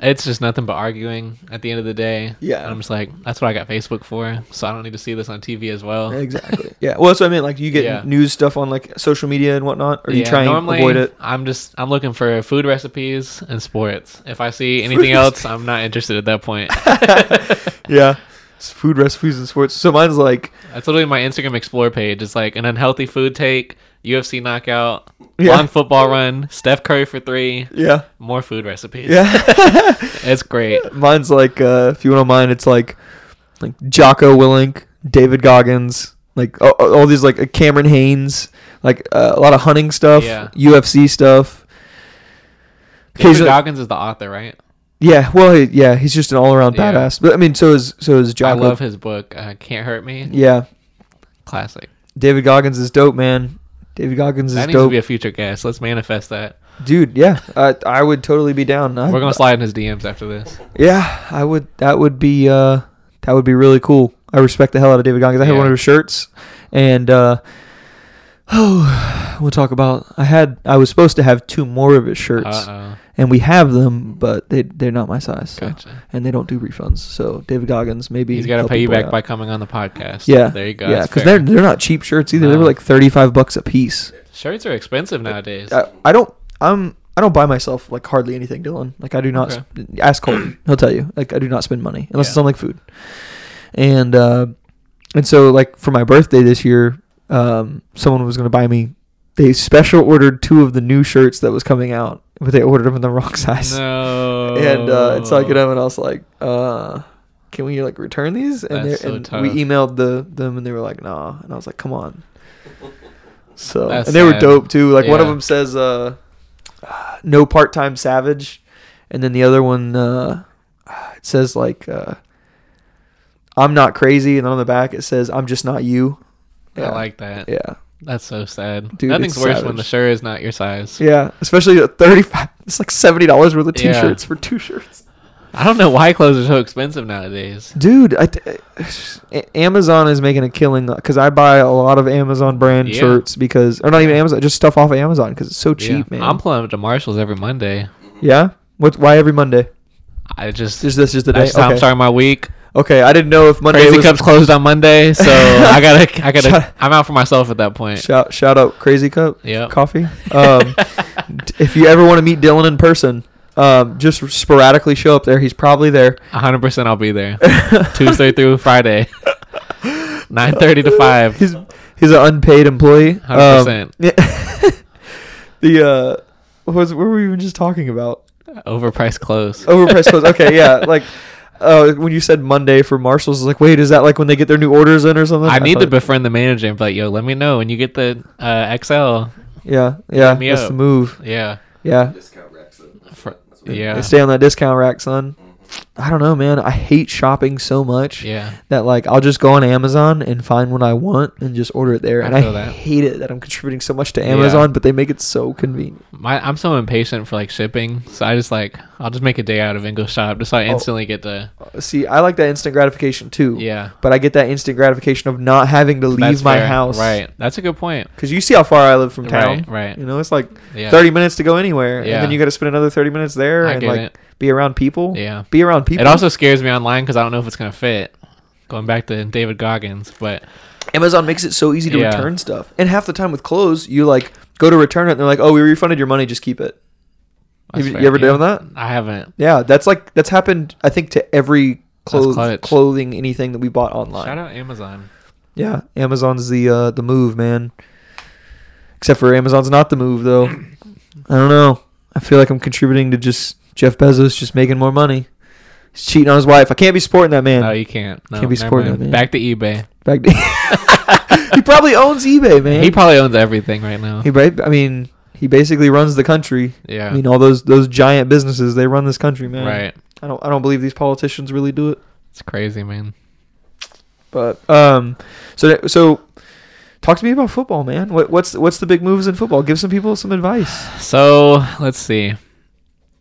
Speaker 2: it's just nothing but arguing at the end of the day.
Speaker 1: Yeah.
Speaker 2: And I'm just like, that's what I got Facebook for, so I don't need to see this on TV as well.
Speaker 1: Exactly. Yeah. Well, that's what I meant. Like, you get
Speaker 2: Yeah.
Speaker 1: news stuff on like social media and whatnot, or you
Speaker 2: Yeah,
Speaker 1: try and avoid it.
Speaker 2: I'm just I'm looking for food recipes and sports. If I see anything else, I'm not interested at that point.
Speaker 1: Yeah. It's food recipes and sports. So mine's like,
Speaker 2: That's literally my Instagram Explore page. It's like an unhealthy food take, UFC knockout,
Speaker 1: Yeah.
Speaker 2: long football run, Steph Curry for three,
Speaker 1: yeah,
Speaker 2: more food recipes.
Speaker 1: yeah.
Speaker 2: it's great.
Speaker 1: mine's like, uh, if you want to mine, it's like, like Jocko Willink, David Goggins, like all, all these like uh, Cameron Haynes, like uh, a lot of hunting stuff,
Speaker 2: Yeah.
Speaker 1: UFC stuff.
Speaker 2: David
Speaker 1: Occasionally-
Speaker 2: Goggins is the author, right?
Speaker 1: yeah, well, he, yeah, he's just an all-around
Speaker 2: Yeah.
Speaker 1: badass. But I mean, so is so is Jocko.
Speaker 2: I love his book, uh, Can't Hurt Me.
Speaker 1: Yeah,
Speaker 2: Classic.
Speaker 1: David Goggins is dope, man. David Goggins
Speaker 2: That
Speaker 1: is
Speaker 2: needs to
Speaker 1: dope.
Speaker 2: be a future guest. Let's manifest that.
Speaker 1: dude yeah I, I would totally be down I,
Speaker 2: We're gonna slide in his DMs after this.
Speaker 1: yeah i would that would be uh that would be really cool i respect the hell out of david goggins i had
Speaker 2: Yeah.
Speaker 1: one of his shirts and uh oh we'll talk about i had i was supposed to have two more of his shirts
Speaker 2: Uh oh.
Speaker 1: and we have them but they, they're not my size so-
Speaker 2: Gotcha.
Speaker 1: and they don't do refunds so david goggins maybe
Speaker 2: He's gotta
Speaker 1: help
Speaker 2: pay you
Speaker 1: people
Speaker 2: back
Speaker 1: out.
Speaker 2: by coming on the podcast.
Speaker 1: yeah
Speaker 2: There you go.
Speaker 1: yeah
Speaker 2: That's
Speaker 1: because
Speaker 2: fair.
Speaker 1: they're they're not cheap shirts either they were
Speaker 2: No.
Speaker 1: like 35 bucks a piece
Speaker 2: shirts are expensive nowadays.
Speaker 1: I, Uh, I don't I'm I don't buy myself like hardly anything, Dylan. Like I do not
Speaker 2: Okay.
Speaker 1: sp- ask Colton. He'll tell you. Like I do not spend money unless it's
Speaker 2: Yeah.
Speaker 1: on like food. And uh and so like for my birthday this year, um someone was going to buy me they special ordered two of the new shirts that was coming out, but they ordered them in the wrong size.
Speaker 2: no.
Speaker 1: And uh and so I get them and I was like, uh can we like return these? And,
Speaker 2: That's
Speaker 1: they're-
Speaker 2: so
Speaker 1: and
Speaker 2: tough.
Speaker 1: we emailed the them and they were like, nah. And I was like, come on. So
Speaker 2: That's
Speaker 1: and they were
Speaker 2: sad.
Speaker 1: dope too. Like one of
Speaker 2: Yeah.
Speaker 1: them says, uh, no part time savage, and then the other one uh, it says like, uh, I'm not crazy, and on the back it says, I'm just not you.
Speaker 2: I like that.
Speaker 1: Yeah.
Speaker 2: That's so sad.
Speaker 1: Dude,
Speaker 2: Nothing's
Speaker 1: it's
Speaker 2: worse
Speaker 1: savage.
Speaker 2: when the shirt is not your size.
Speaker 1: Yeah, especially at 35. It's like $70 worth of
Speaker 2: Yeah.
Speaker 1: t-shirts for two shirts.
Speaker 2: I don't know why clothes are so expensive nowadays.
Speaker 1: Dude, I th- A- Amazon is making a killing cuz I buy a lot of Amazon brand
Speaker 2: Yeah.
Speaker 1: shirts because or not even Amazon, just stuff off of Amazon cuz it's so cheap,
Speaker 2: Yeah.
Speaker 1: man.
Speaker 2: I'm pulling up to Marshalls every Monday.
Speaker 1: yeah? What why every Monday?
Speaker 2: I just
Speaker 1: Is this just the day?
Speaker 2: that's how I'm
Speaker 1: Okay.
Speaker 2: starting my week.
Speaker 1: Okay, I didn't know if Monday
Speaker 2: Crazy
Speaker 1: was
Speaker 2: Cup's closed on Monday, so I gotta, I
Speaker 1: Shut-
Speaker 2: gotta, I'm out for myself at that point.
Speaker 1: Shout shout out Crazy Cup
Speaker 2: Yep.
Speaker 1: Coffee. Um, d- if you ever want to meet Dylan in person, um, just sporadically show up there. He's probably there.
Speaker 2: 100 percent I'll be there Tuesday through Friday, 9:30 to 5.
Speaker 1: He's he's an unpaid employee.
Speaker 2: 100%.
Speaker 1: Um, the uh, what was what were we even just talking about?
Speaker 2: Overpriced clothes.
Speaker 1: Overpriced clothes. Okay, yeah, like. Uh, when you said Monday for Marshalls, I was like, wait, is that like when they get their new orders in or something?
Speaker 2: I need to
Speaker 1: thought-
Speaker 2: befriend the manager and be like, yo, let me know when you get the uh, XL.
Speaker 1: Yeah, yeah,
Speaker 2: me
Speaker 1: that's
Speaker 2: up.
Speaker 1: the move.
Speaker 2: Yeah.
Speaker 1: Yeah,
Speaker 6: Discount racks. Up. That's
Speaker 2: For-
Speaker 6: what- Mm-hmm. that's what-
Speaker 2: yeah.
Speaker 1: stay on that discount rack, son. I don't know, man. I hate shopping so much.
Speaker 2: Yeah.
Speaker 1: that like I'll just go on Amazon and find what I want and just order it there.
Speaker 2: I
Speaker 1: and I
Speaker 2: feel that.
Speaker 1: hate it that I'm contributing so much to
Speaker 2: Yeah.
Speaker 1: Amazon, but they make it so convenient.
Speaker 2: My, I'm so impatient for like shipping, so I just like I'll just make a day out of and go shop, just so
Speaker 1: Oh.
Speaker 2: I instantly get to
Speaker 1: Uh, See, I like that instant gratification too.
Speaker 2: yeah.
Speaker 1: But I get that instant gratification of not having to leave
Speaker 2: That's
Speaker 1: my
Speaker 2: fair.
Speaker 1: house.
Speaker 2: Right. That's a good point.
Speaker 1: Because you see how far I live from town.
Speaker 2: Right, right.
Speaker 1: You know, it's like
Speaker 2: Yeah.
Speaker 1: 30 minutes to go anywhere.
Speaker 2: Yeah.
Speaker 1: And then you got to spend another 30 minutes there
Speaker 2: I
Speaker 1: and
Speaker 2: get
Speaker 1: like
Speaker 2: it.
Speaker 1: be around people.
Speaker 2: Yeah.
Speaker 1: Be around people.
Speaker 2: It also scares me online because I don't know if it's gonna fit. Going back to David Goggins, but
Speaker 1: Amazon makes it so easy to
Speaker 2: Yeah.
Speaker 1: return stuff. And half the time with clothes, you like go to return it and they're like, oh, we refunded your money. Just keep it.
Speaker 2: that's
Speaker 1: you
Speaker 2: fair.
Speaker 1: ever
Speaker 2: Yeah.
Speaker 1: done that?
Speaker 2: I haven't.
Speaker 1: Yeah, that's like that's happened. I think to every clothes,
Speaker 2: clutch.
Speaker 1: clothing, anything that we bought online.
Speaker 2: Shout out Amazon.
Speaker 1: Yeah, Amazon's the uh, the move, man. Except for Amazon's not the move though. I don't know. I feel like I'm contributing to just Jeff Bezos just making more money. He's cheating on his wife. I can't be supporting that man.
Speaker 2: No, you can't. No,
Speaker 1: Can't be
Speaker 2: never
Speaker 1: supporting
Speaker 2: mind.
Speaker 1: that, man.
Speaker 2: Back to eBay.
Speaker 1: Back to- he probably owns eBay, man.
Speaker 2: He probably owns everything right now.
Speaker 1: He ba- I mean, he basically runs the country.
Speaker 2: Yeah.
Speaker 1: I mean, all those those giant businesses, they run this country, man.
Speaker 2: Right.
Speaker 1: I don't I don't believe these politicians really do it.
Speaker 2: It's crazy, man.
Speaker 1: But um, so so, talk to me about football, man. What, what's what's the big moves in football? Give some people some advice.
Speaker 2: So let's see.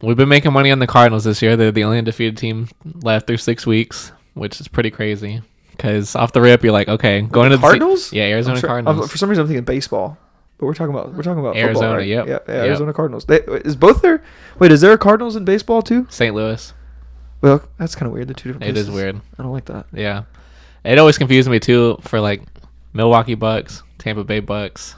Speaker 2: We've been making money on the Cardinals this year. They're the only undefeated team left through six weeks, which is pretty crazy. Because off the rip, you're like, okay, going to the se-
Speaker 1: Cardinals?
Speaker 2: yeah, Arizona
Speaker 1: I'm sure- I'm-
Speaker 2: Cardinals.
Speaker 1: for some reason, I'm thinking baseball, but we're talking about we're talking about Football,
Speaker 2: Arizona,
Speaker 1: right?
Speaker 2: yep,
Speaker 1: Yeah, yeah,
Speaker 2: yep.
Speaker 1: Arizona Cardinals. They, is both there? Wait, is there a Cardinals in baseball too?
Speaker 2: St. Louis.
Speaker 1: Well, that's kind of weird. The two different.
Speaker 2: It is
Speaker 1: places.
Speaker 2: weird.
Speaker 1: I don't like that.
Speaker 2: Yeah, it always confused me too for like Milwaukee Bucks, Tampa Bay Bucks.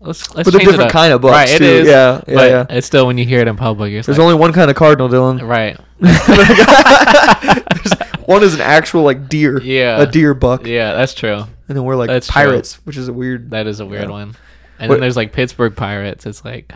Speaker 2: Let's let's
Speaker 1: But they're
Speaker 2: change it
Speaker 1: different
Speaker 2: up.
Speaker 1: kind of Bucks,
Speaker 2: Right, it
Speaker 1: too.
Speaker 2: is.
Speaker 1: Yeah, yeah,
Speaker 2: but
Speaker 1: yeah.
Speaker 2: it's still when you hear it in public, you're just
Speaker 1: There's
Speaker 2: like,
Speaker 1: only one kind of cardinal, Dylan.
Speaker 2: right.
Speaker 1: There's- one is an actual like deer.
Speaker 2: Yeah.
Speaker 1: A deer buck.
Speaker 2: Yeah, that's true.
Speaker 1: And then we're like
Speaker 2: That's true.
Speaker 1: pirates, which is a weird.
Speaker 2: That is a weird one. And
Speaker 1: What-
Speaker 2: then there's like Pittsburgh Pirates. It's like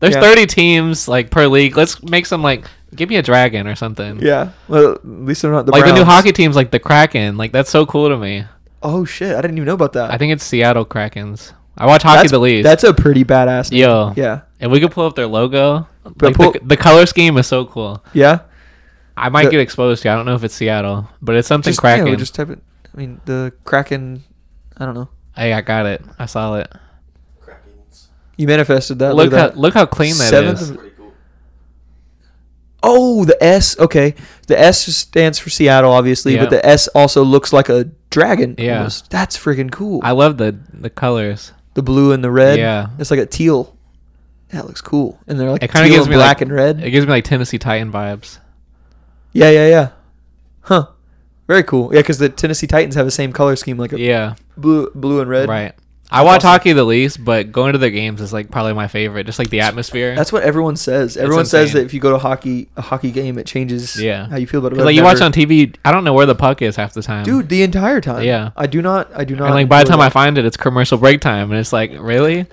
Speaker 2: there's
Speaker 1: Yeah.
Speaker 2: 30 teams like per league. Let's make some like give me a dragon or something.
Speaker 1: Yeah. Well, at least they're not the
Speaker 2: Like the new
Speaker 1: Browns.
Speaker 2: hockey team's like the Kraken. Like that's so cool to me.
Speaker 1: Oh shit! I didn't even know about that.
Speaker 2: I think it's Seattle Krakens. I watch hockey
Speaker 1: that's,
Speaker 2: the least.
Speaker 1: That's a pretty badass. Name.
Speaker 2: Yo.
Speaker 1: Yeah.
Speaker 2: and we could pull up their logo. Like,
Speaker 1: pull-
Speaker 2: the, the color scheme is so cool.
Speaker 1: Yeah.
Speaker 2: I might
Speaker 1: The-
Speaker 2: get exposed to. it. I don't know if it's Seattle, but it's something
Speaker 1: Just, yeah,
Speaker 2: Kraken.
Speaker 1: we just type it. I mean, the Kraken. I don't know.
Speaker 2: Hey, I got it. I saw it.
Speaker 6: Krakens.
Speaker 1: You manifested that.
Speaker 2: Look,
Speaker 1: Look,
Speaker 2: how
Speaker 1: at that.
Speaker 2: look how clean that is.
Speaker 1: Seventh
Speaker 6: That's
Speaker 1: of-
Speaker 6: pretty cool.
Speaker 1: Oh, the S. Okay, the S stands for Seattle, obviously,
Speaker 2: Yeah.
Speaker 1: but the S also looks like a dragon.
Speaker 2: Yeah.
Speaker 1: almost. That's freaking cool.
Speaker 2: I love the the colors.
Speaker 1: the blue and the red.
Speaker 2: Yeah.
Speaker 1: It's like a teal. That looks cool. And they're like
Speaker 2: It
Speaker 1: it
Speaker 2: kind of gives me
Speaker 1: black
Speaker 2: like,
Speaker 1: and red.
Speaker 2: It gives me like Tennessee Titan vibes.
Speaker 1: yeah, yeah, yeah. Huh. Very cool. Yeah, because the Tennessee Titans have the same color scheme, like a
Speaker 2: Yeah,
Speaker 1: blue, blue and red.
Speaker 2: right. I watch hockey the least, but going to their games is like probably my favorite. Just like the atmosphere.
Speaker 1: That's what everyone says. Everyone says
Speaker 2: insane.
Speaker 1: that if you go to hockey, a hockey game, it changes
Speaker 2: Yeah.
Speaker 1: how you feel about it.
Speaker 2: 'Cause,
Speaker 1: But
Speaker 2: like
Speaker 1: I've
Speaker 2: you watch
Speaker 1: never-
Speaker 2: on TV. I don't know where the puck is half the time,
Speaker 1: dude, the entire time.
Speaker 2: Yeah.
Speaker 1: I do not. I do not.
Speaker 2: And like by the
Speaker 1: enjoy
Speaker 2: time I
Speaker 1: that.
Speaker 2: find it, it's commercial break time, and it's like really.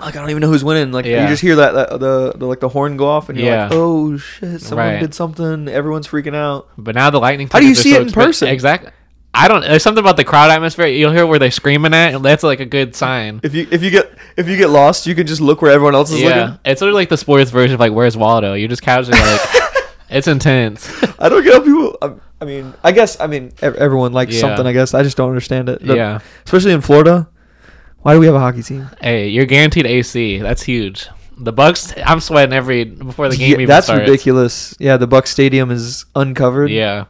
Speaker 1: like I don't even know who's winning. Like you
Speaker 2: Yeah.
Speaker 1: just hear that, that- the, the like the horn go off and you're like,
Speaker 2: Yeah.
Speaker 1: oh shit, someone
Speaker 2: Right.
Speaker 1: did something. Everyone's freaking out.
Speaker 2: But now the lightning.
Speaker 1: How do you
Speaker 2: tickets are
Speaker 1: see
Speaker 2: so
Speaker 1: it in
Speaker 2: expen-
Speaker 1: person?
Speaker 2: Exactly. I don't. There's something about the crowd atmosphere. You'll hear where they're screaming at, and that's like a good sign.
Speaker 1: If you if you get if you get lost, you can just look where everyone else is
Speaker 2: yeah,
Speaker 1: looking.
Speaker 2: it's sort of like the sports version of like, "Where's Waldo?" You're just casually like, "It's intense."
Speaker 1: I don't get how people. I, I mean, I guess I mean ev- everyone likes
Speaker 2: Yeah.
Speaker 1: something. I guess I just don't understand it. The-
Speaker 2: Yeah.
Speaker 1: especially in Florida. Why do we have a hockey team?
Speaker 2: Hey, you're guaranteed AC. That's huge. The Bucks. I'm sweating every before the game.
Speaker 1: Yeah,
Speaker 2: even
Speaker 1: that's
Speaker 2: starts.
Speaker 1: ridiculous. Yeah, the Buck Stadium is uncovered.
Speaker 2: Yeah.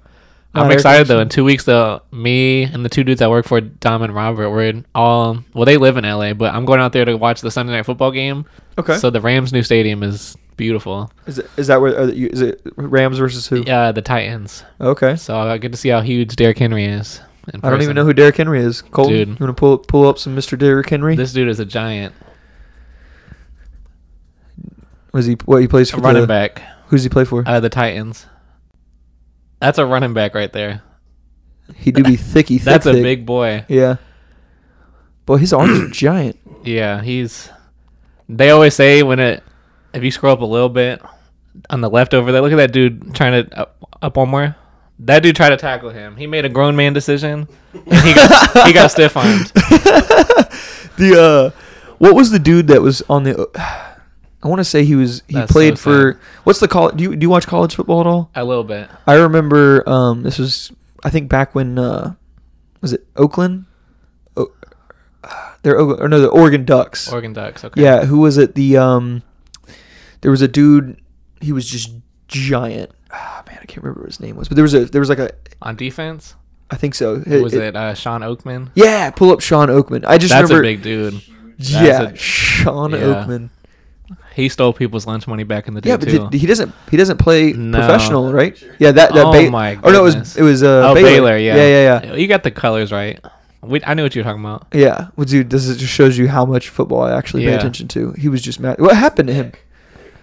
Speaker 1: Not
Speaker 2: I'm
Speaker 1: air
Speaker 2: excited though.
Speaker 1: conditioned.
Speaker 2: In two weeks, though, me and the two dudes I work for, Dom and Robert, we're in all. Well, they live in LA, but I'm going out there to watch the Sunday night football game.
Speaker 1: Okay.
Speaker 2: So the Rams' new stadium is beautiful.
Speaker 1: Is, it, is that where? Are you, is it Rams versus who?
Speaker 2: Yeah, the Titans.
Speaker 1: Okay.
Speaker 2: So I get to see how huge Derrick Henry is. in
Speaker 1: I don't even
Speaker 2: person.
Speaker 1: know who Derrick Henry is. Colton,
Speaker 2: Dude.
Speaker 1: you want to pull pull up some Mr. Derrick Henry?
Speaker 2: This dude is a giant
Speaker 1: Was he what he plays for?
Speaker 2: running
Speaker 1: the,
Speaker 2: back.
Speaker 1: Who's he play for?
Speaker 2: Uh, the Titans. That's a running back right there.
Speaker 1: he do be thicky. Thick,
Speaker 2: That's a
Speaker 1: thick.
Speaker 2: big boy.
Speaker 1: Yeah. Boy, his arms are giant.
Speaker 2: Yeah, he's. They always say when it, if you scroll up a little bit, on the left over there, look at that dude trying to up, up one more. That dude tried to tackle him. He made a grown man decision, and he got, he got stiff armed.
Speaker 1: The uh, what was the dude that was on the? I want to say he was he
Speaker 2: That's so
Speaker 1: played for
Speaker 2: sad.
Speaker 1: what's the college? Do you do you watch college football at all?
Speaker 2: A little bit.
Speaker 1: I remember um, this was I think back when uh, was it Oakland? Oh, they're Oak- or no, the Oregon Ducks.
Speaker 2: Oregon Ducks. Okay.
Speaker 1: Yeah, who was it? The um, there was a dude. He was just giant. Ah, man, I can't remember what his name was, but there was a there was like a
Speaker 2: On defense,
Speaker 1: I think so.
Speaker 2: was it, uh, Sean Oakman?
Speaker 1: Yeah, pull up Sean Oakman. I just
Speaker 2: That's a
Speaker 1: remember.
Speaker 2: big dude. that's
Speaker 1: yeah,
Speaker 2: a-
Speaker 1: Sean
Speaker 2: yeah.
Speaker 1: Oakman.
Speaker 2: He stole people's lunch money back in the day
Speaker 1: Yeah, but
Speaker 2: too.
Speaker 1: did, he doesn't. He doesn't play
Speaker 2: No.
Speaker 1: professional, right? Yeah, that. that
Speaker 2: Oh
Speaker 1: Bay-
Speaker 2: my
Speaker 1: Oh no, it
Speaker 2: goodness.
Speaker 1: was it was uh,
Speaker 2: oh, Baylor. Yeah.
Speaker 1: yeah, yeah, yeah.
Speaker 2: You got the colors right. We, I knew what you were talking about.
Speaker 1: Yeah, well, dude, this is, just shows you how much football I actually pay
Speaker 2: Yeah.
Speaker 1: attention to. He was just mad. What happened to him?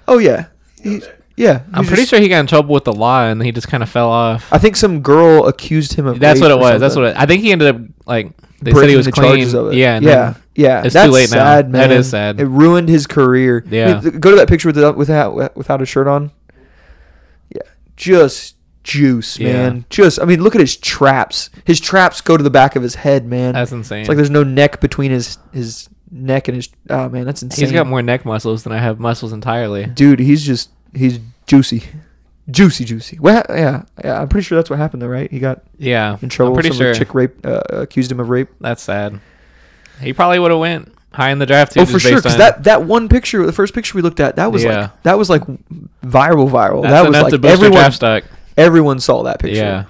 Speaker 1: Oh yeah, He-
Speaker 6: Nick.
Speaker 1: yeah. he
Speaker 2: I'm
Speaker 1: was
Speaker 2: pretty
Speaker 1: just-
Speaker 2: sure he got in trouble with the law, and he just kind of fell off.
Speaker 1: I think some girl accused him of.
Speaker 2: That's
Speaker 1: rape
Speaker 2: what it
Speaker 1: or
Speaker 2: was. That's
Speaker 1: something.
Speaker 2: what it, I think he ended up like. They said he
Speaker 1: breaking
Speaker 2: was
Speaker 1: the
Speaker 2: clean.
Speaker 1: charges of it.
Speaker 2: Yeah, and
Speaker 1: yeah,
Speaker 2: then-
Speaker 1: yeah.
Speaker 2: It's too
Speaker 1: That's
Speaker 2: late now.
Speaker 1: sad, Man.
Speaker 2: That is sad.
Speaker 1: It ruined his career. I mean,
Speaker 2: Yeah.
Speaker 1: th- go to that picture with the, without without a shirt on. Yeah, just juice,
Speaker 2: Yeah.
Speaker 1: man. Just I mean, look at his traps. His traps go to the back of his head, man.
Speaker 2: That's insane.
Speaker 1: It's like there's no neck between his his neck and his. Oh man, that's insane.
Speaker 2: He's got more neck muscles than I have muscles entirely.
Speaker 1: Dude, he's just he's juicy, juicy, juicy. Well, yeah, yeah. I'm pretty sure that's what happened though, right? He got
Speaker 2: yeah,
Speaker 1: in trouble.
Speaker 2: I'm pretty
Speaker 1: Some
Speaker 2: sure.
Speaker 1: chick rape uh, accused him of rape.
Speaker 2: That's sad. He probably would have went high in the draft too.
Speaker 1: oh,
Speaker 2: just
Speaker 1: for sure,
Speaker 2: based
Speaker 1: because
Speaker 2: on-
Speaker 1: that, that one picture, the first picture we looked at, that was
Speaker 2: Yeah.
Speaker 1: like that was like viral, viral.
Speaker 2: that's
Speaker 1: that was
Speaker 2: enough
Speaker 1: like
Speaker 2: to boost your
Speaker 1: everyone,
Speaker 2: draft stock.
Speaker 1: everyone saw that picture.
Speaker 2: Yeah,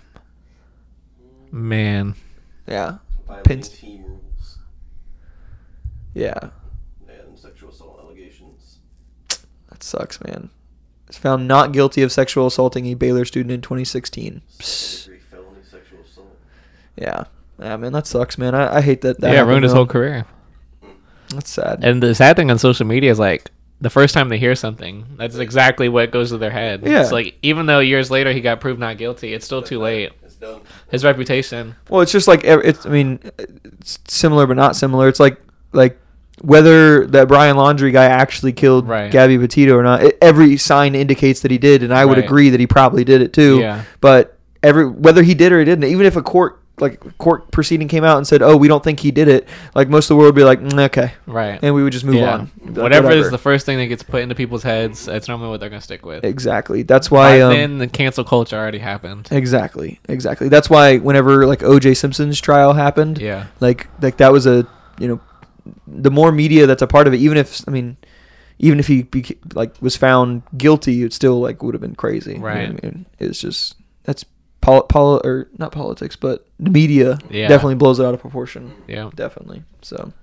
Speaker 2: man.
Speaker 1: yeah,
Speaker 6: Violating
Speaker 1: Pins-
Speaker 6: team rules
Speaker 1: yeah.
Speaker 6: and sexual assault allegations.
Speaker 1: That sucks, man. It's found not guilty of sexual assaulting a Baylor student in 2016. Psst.
Speaker 6: Second degree felony sexual assault.
Speaker 1: Yeah, yeah, man, that sucks, man. I, I hate that. that
Speaker 2: yeah,
Speaker 1: happened
Speaker 2: ruined his
Speaker 1: to
Speaker 2: whole
Speaker 1: him.
Speaker 2: career.
Speaker 1: That's sad.
Speaker 2: And the sad thing on social media is like the first time they hear something, that's exactly what goes to their head.
Speaker 1: Yeah.
Speaker 2: It's like even though years later he got proved not guilty, it's still too late.
Speaker 6: It's done.
Speaker 2: His reputation.
Speaker 1: Well, it's just like ev- it's. I mean, it's similar but not similar. It's like like whether that Brian Laundry guy actually killed
Speaker 2: Right.
Speaker 1: Gabby Petito or not. e- every sign indicates that he did, and I would
Speaker 2: Right.
Speaker 1: agree that he probably did it too.
Speaker 2: Yeah.
Speaker 1: But every whether he did or he didn't, even if a court like court proceeding came out and said, "Oh, we don't think he did it," like most of the world would be like, mm, "Okay,"
Speaker 2: Right.
Speaker 1: and we would just move
Speaker 2: yeah.
Speaker 1: on. Like,
Speaker 2: whatever, is the first thing that gets put into people's heads, that's normally what they're gonna stick with.
Speaker 1: exactly. That's
Speaker 2: By
Speaker 1: why. Um,
Speaker 2: then the cancel culture already happened.
Speaker 1: Exactly, exactly. That's why whenever like O.J. Simpson's trial happened,
Speaker 2: Yeah.
Speaker 1: like like that was a you know, the more media that's a part of it, even if I mean, even if he beca- like was found guilty, it still like would have been crazy. You know what
Speaker 2: Right.
Speaker 1: I mean, it's just that's pol- pol- or not politics, but the media
Speaker 2: Yeah.
Speaker 1: definitely blows it out of proportion.
Speaker 2: Yeah.
Speaker 1: Definitely. So,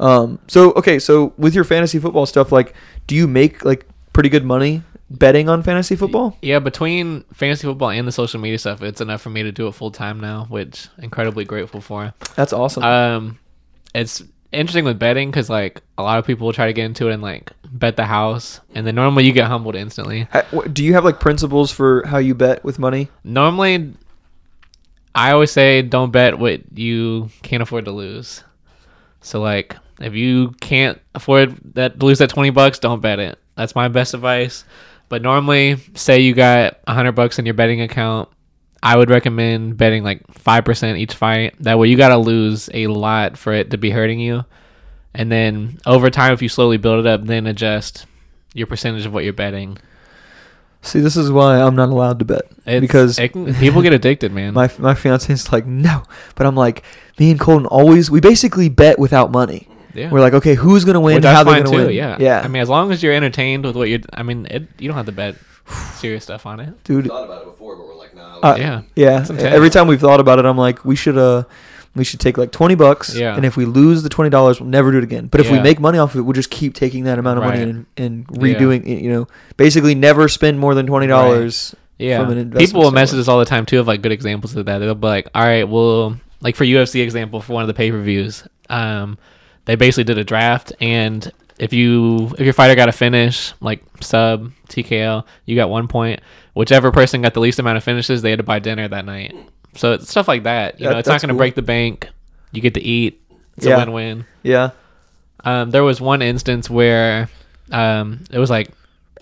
Speaker 1: um, so okay, so with your fantasy football stuff, like, do you make like pretty good money betting on fantasy football?
Speaker 2: Yeah, between fantasy football and the social media stuff, it's enough for me to do it full time now, which incredibly grateful for.
Speaker 1: That's awesome.
Speaker 2: Um, it's interesting with betting because like a lot of people will try to get into it and like bet the house, and then normally you get humbled instantly.
Speaker 1: I- wh- Do you have like principles for how you bet with money?
Speaker 2: Normally, I always say don't bet what you can't afford to lose. So like, if you can't afford that to lose that twenty bucks, don't bet it. That's my best advice. But normally, say you got hundred bucks in your betting account, I would recommend betting like five percent each fight. That way, you got to lose a lot for it to be hurting you. And then over time, if you slowly build it up, then adjust your percentage of what you're betting.
Speaker 1: See, this is why I'm not allowed to bet
Speaker 2: It's-
Speaker 1: because
Speaker 2: it can- people get addicted, man.
Speaker 1: my my fiance's like no, but I'm like me and Colton always we basically bet without money.
Speaker 2: Yeah.
Speaker 1: We're like okay, who's gonna win?
Speaker 2: Which
Speaker 1: how
Speaker 2: I
Speaker 1: they're
Speaker 2: find
Speaker 1: gonna
Speaker 2: too.
Speaker 1: win?
Speaker 2: Yeah.
Speaker 1: yeah.
Speaker 2: I mean, as long as you're entertained with what you're. I mean, it, you don't have to bet serious stuff on it.
Speaker 1: dude,
Speaker 6: thought about it before, but we're like, nah.
Speaker 1: Uh,
Speaker 2: yeah.
Speaker 1: Yeah.
Speaker 2: That's intense.
Speaker 1: Every time we've thought about it, I'm like, we should uh we should take like twenty bucks.
Speaker 2: Yeah.
Speaker 1: And if we lose the twenty dollars, we'll never do it again. But if we
Speaker 2: Yeah.
Speaker 1: make money off of it, we'll just keep taking that amount of money
Speaker 2: Right.
Speaker 1: and, and
Speaker 2: Yeah.
Speaker 1: redoing it, you know, basically never spend more than twenty dollars.
Speaker 2: Yeah.
Speaker 1: From an investment
Speaker 2: People will
Speaker 1: standpoint.
Speaker 2: message us all the time too of like good examples of that. They'll be like, "All right, well, like for UFC example, for one of the pay per views, um, they basically did a draft, and if you if your fighter got a finish like sub TKO, you got one point. Whichever person got the least amount of finishes, they had to buy dinner that night. So it's stuff like that. You
Speaker 1: That-
Speaker 2: know, it's not
Speaker 1: that's
Speaker 2: going to
Speaker 1: cool.
Speaker 2: break the bank. You get to eat. It's
Speaker 1: Yeah.
Speaker 2: a win-win.
Speaker 1: Yeah.
Speaker 2: um, there was one instance where um, it was like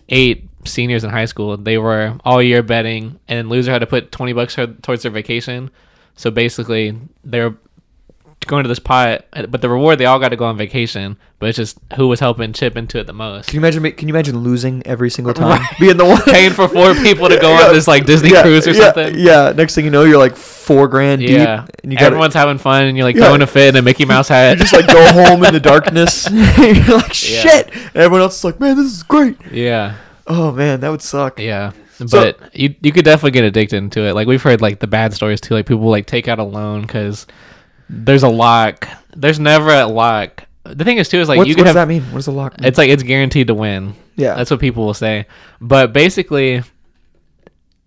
Speaker 2: eight seniors in high school. They were all year betting, and loser had to put twenty bucks her- towards their vacation. So basically, they were going to this pot, but the reward they all got to go on vacation. But it's just who was helping chip into it the most.
Speaker 1: Can you imagine? ma- Can you imagine losing every single time? Being the one
Speaker 2: Paying for four people to go on this like Disney
Speaker 1: Yeah,
Speaker 2: cruise or
Speaker 1: yeah,
Speaker 2: something.
Speaker 1: Yeah. Next thing you know, you're like four grand deep.
Speaker 2: Yeah,
Speaker 1: And you got
Speaker 2: everyone's having fun, and you're like
Speaker 1: Yeah.
Speaker 2: throwing a fit in a Mickey Mouse hat.
Speaker 1: You just like go home in the darkness. you're like shit. And everyone else is like, man, this is great.
Speaker 2: yeah.
Speaker 1: Oh man, that would suck.
Speaker 2: Yeah, but you you could definitely get addicted to it. Like we've heard like the bad stories too. Like people like take out a loan because there's a lock. There's never a lock. The thing is too is like
Speaker 1: What's-
Speaker 2: you
Speaker 1: what
Speaker 2: could
Speaker 1: does
Speaker 2: have
Speaker 1: that mean? What does a lock mean?
Speaker 2: it's like it's guaranteed to win.
Speaker 1: Yeah.
Speaker 2: that's what people will say. But basically,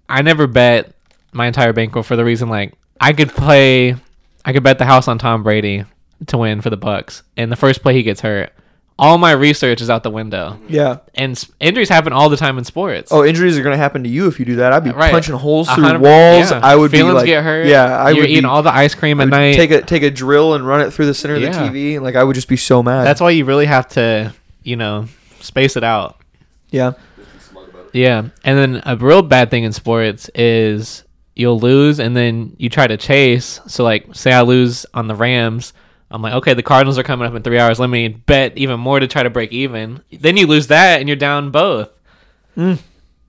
Speaker 2: I never bet my entire bankroll for the reason like I could play, I could bet the house on Tom Brady to win for the Bucks, and the first play he gets hurt. All my research is out the window,
Speaker 1: yeah.
Speaker 2: and s- injuries happen all the time in sports.
Speaker 1: Oh, injuries are gonna happen to you if you do that. I'd be
Speaker 2: Right.
Speaker 1: punching holes
Speaker 2: A
Speaker 1: through
Speaker 2: hundred-
Speaker 1: walls.
Speaker 2: yeah.
Speaker 1: I would
Speaker 2: feelings
Speaker 1: be like,
Speaker 2: get hurt.
Speaker 1: Yeah, I
Speaker 2: you're
Speaker 1: would
Speaker 2: eating
Speaker 1: be,
Speaker 2: all the ice cream
Speaker 1: I
Speaker 2: at
Speaker 1: would
Speaker 2: night.
Speaker 1: Take a take a drill and run it through the center of the
Speaker 2: Yeah.
Speaker 1: TV, and like I would just be so mad.
Speaker 2: That's why you really have to, you know, space it out.
Speaker 1: yeah.
Speaker 6: Just be smart about it.
Speaker 2: Yeah, and then a real bad thing in sports is you'll lose and then you try to chase. So like, say I lose on the Rams. I'm like, okay, the Cardinals are coming up in three hours. Let me bet even more to try to break even. Then you lose that, and you're down both.
Speaker 1: Mm.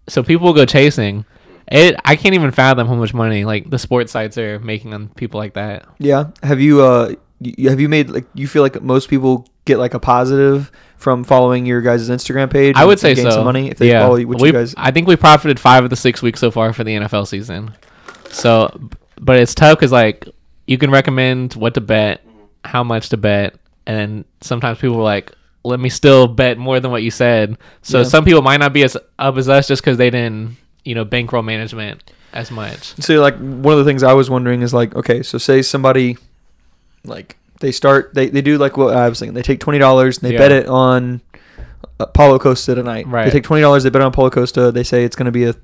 Speaker 2: So people go chasing. It, I can't even fathom how much money like the sports sites are making on people like that.
Speaker 1: Yeah. Have you uh you, have you made like you feel like most people get like a positive from following your guys' Instagram page?
Speaker 2: I
Speaker 1: and-
Speaker 2: would say
Speaker 1: and gain
Speaker 2: so.
Speaker 1: some money if they
Speaker 2: yeah.
Speaker 1: follow you, what
Speaker 2: we,
Speaker 1: you guys.
Speaker 2: I think we profited five of the six weeks so far for the NFL season. So, b- but it's tough because like you can recommend what to bet, how much to bet, and then sometimes people are like, "Let me still bet more than what you said." So
Speaker 1: Yeah.
Speaker 2: some people might not be as up as us just because they didn't, you know, bankroll management as much.
Speaker 1: So like one of the things I was wondering is like, okay, so say somebody like they start they, they do like what I was thinking. They take twenty dollars and they
Speaker 2: Yeah.
Speaker 1: bet it on uh, Paulo Costa tonight. They
Speaker 2: Right.
Speaker 1: take twenty dollars, they bet on Paulo Costa, they say it's gonna be a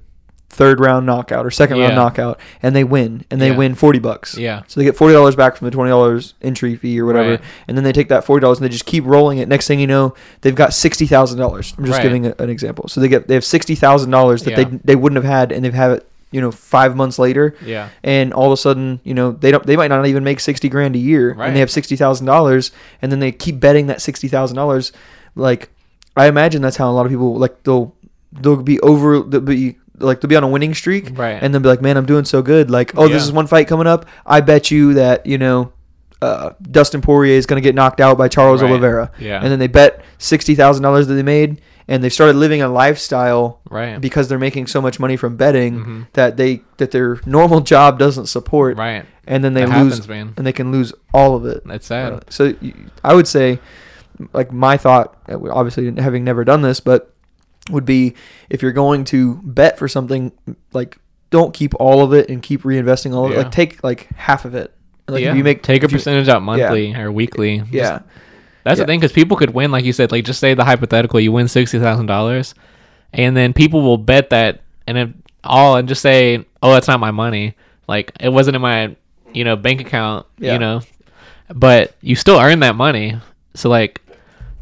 Speaker 1: third round knockout or second round
Speaker 2: Yeah.
Speaker 1: knockout, and they win. And they
Speaker 2: Yeah.
Speaker 1: win forty bucks.
Speaker 2: Yeah.
Speaker 1: So they get forty dollars back from the twenty dollars entry fee or whatever.
Speaker 2: Right.
Speaker 1: And then they take that forty dollars and they just keep rolling it. Next thing you know, they've got sixty thousand dollars. I'm just
Speaker 2: Right.
Speaker 1: giving a, an example. So they get they have sixty thousand dollars that
Speaker 2: Yeah.
Speaker 1: they they wouldn't have had and they've had it you know five months later
Speaker 2: Yeah.
Speaker 1: and all of a sudden you know they don't they might not even make 60 grand a year
Speaker 2: Right.
Speaker 1: and they have $60000 and then they keep betting that $60000 like i imagine that's how a lot of people like they'll they'll be over they'll be like they'll be on a winning streak
Speaker 2: Right.
Speaker 1: and they'll be like man i'm doing so good like oh
Speaker 2: Yeah.
Speaker 1: this is one fight coming up i bet you that you know uh, Dustin Poirier is going to get knocked out by Charles
Speaker 2: Right.
Speaker 1: Oliveira,
Speaker 2: Yeah.
Speaker 1: and then they bet sixty thousand dollars that they made, and they started living a lifestyle
Speaker 2: Right.
Speaker 1: because they're making so much money from betting that they that their normal job doesn't support
Speaker 2: Mm-hmm. Right.
Speaker 1: and then they
Speaker 2: That
Speaker 1: lose
Speaker 2: happens, man.
Speaker 1: and they can lose all of it
Speaker 2: That's sad.
Speaker 1: Uh, so y- i would say like my thought uh, we- obviously having never done this but would be if you're going to bet for something like don't keep all of it and keep reinvesting all of
Speaker 2: Yeah.
Speaker 1: it like take like half of it like
Speaker 2: yeah.
Speaker 1: if you make
Speaker 2: take a
Speaker 1: if you-
Speaker 2: percentage out monthly or weekly. Just
Speaker 1: yeah
Speaker 2: That's
Speaker 1: Yeah.
Speaker 2: the thing, because people could win, like you said, like just say the hypothetical, you win sixty thousand dollars, and then people will bet that, and if all, and just say, oh, that's not my money, like it wasn't in my, you know, bank account,
Speaker 1: Yeah.
Speaker 2: you know, but you still earn that money. So like,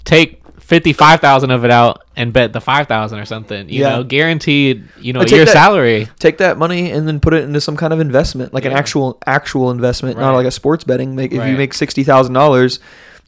Speaker 2: take fifty five thousand of it out and bet the five thousand or something. You
Speaker 1: Yeah.
Speaker 2: know, guaranteed. You know,
Speaker 1: Or
Speaker 2: a
Speaker 1: take
Speaker 2: year's
Speaker 1: that-
Speaker 2: salary.
Speaker 1: Take that money and then put it into some kind of investment, like an
Speaker 2: Yeah.
Speaker 1: actual actual investment, not
Speaker 2: Right.
Speaker 1: like a sports betting. Like if you
Speaker 2: Right.
Speaker 1: make sixty thousand dollars,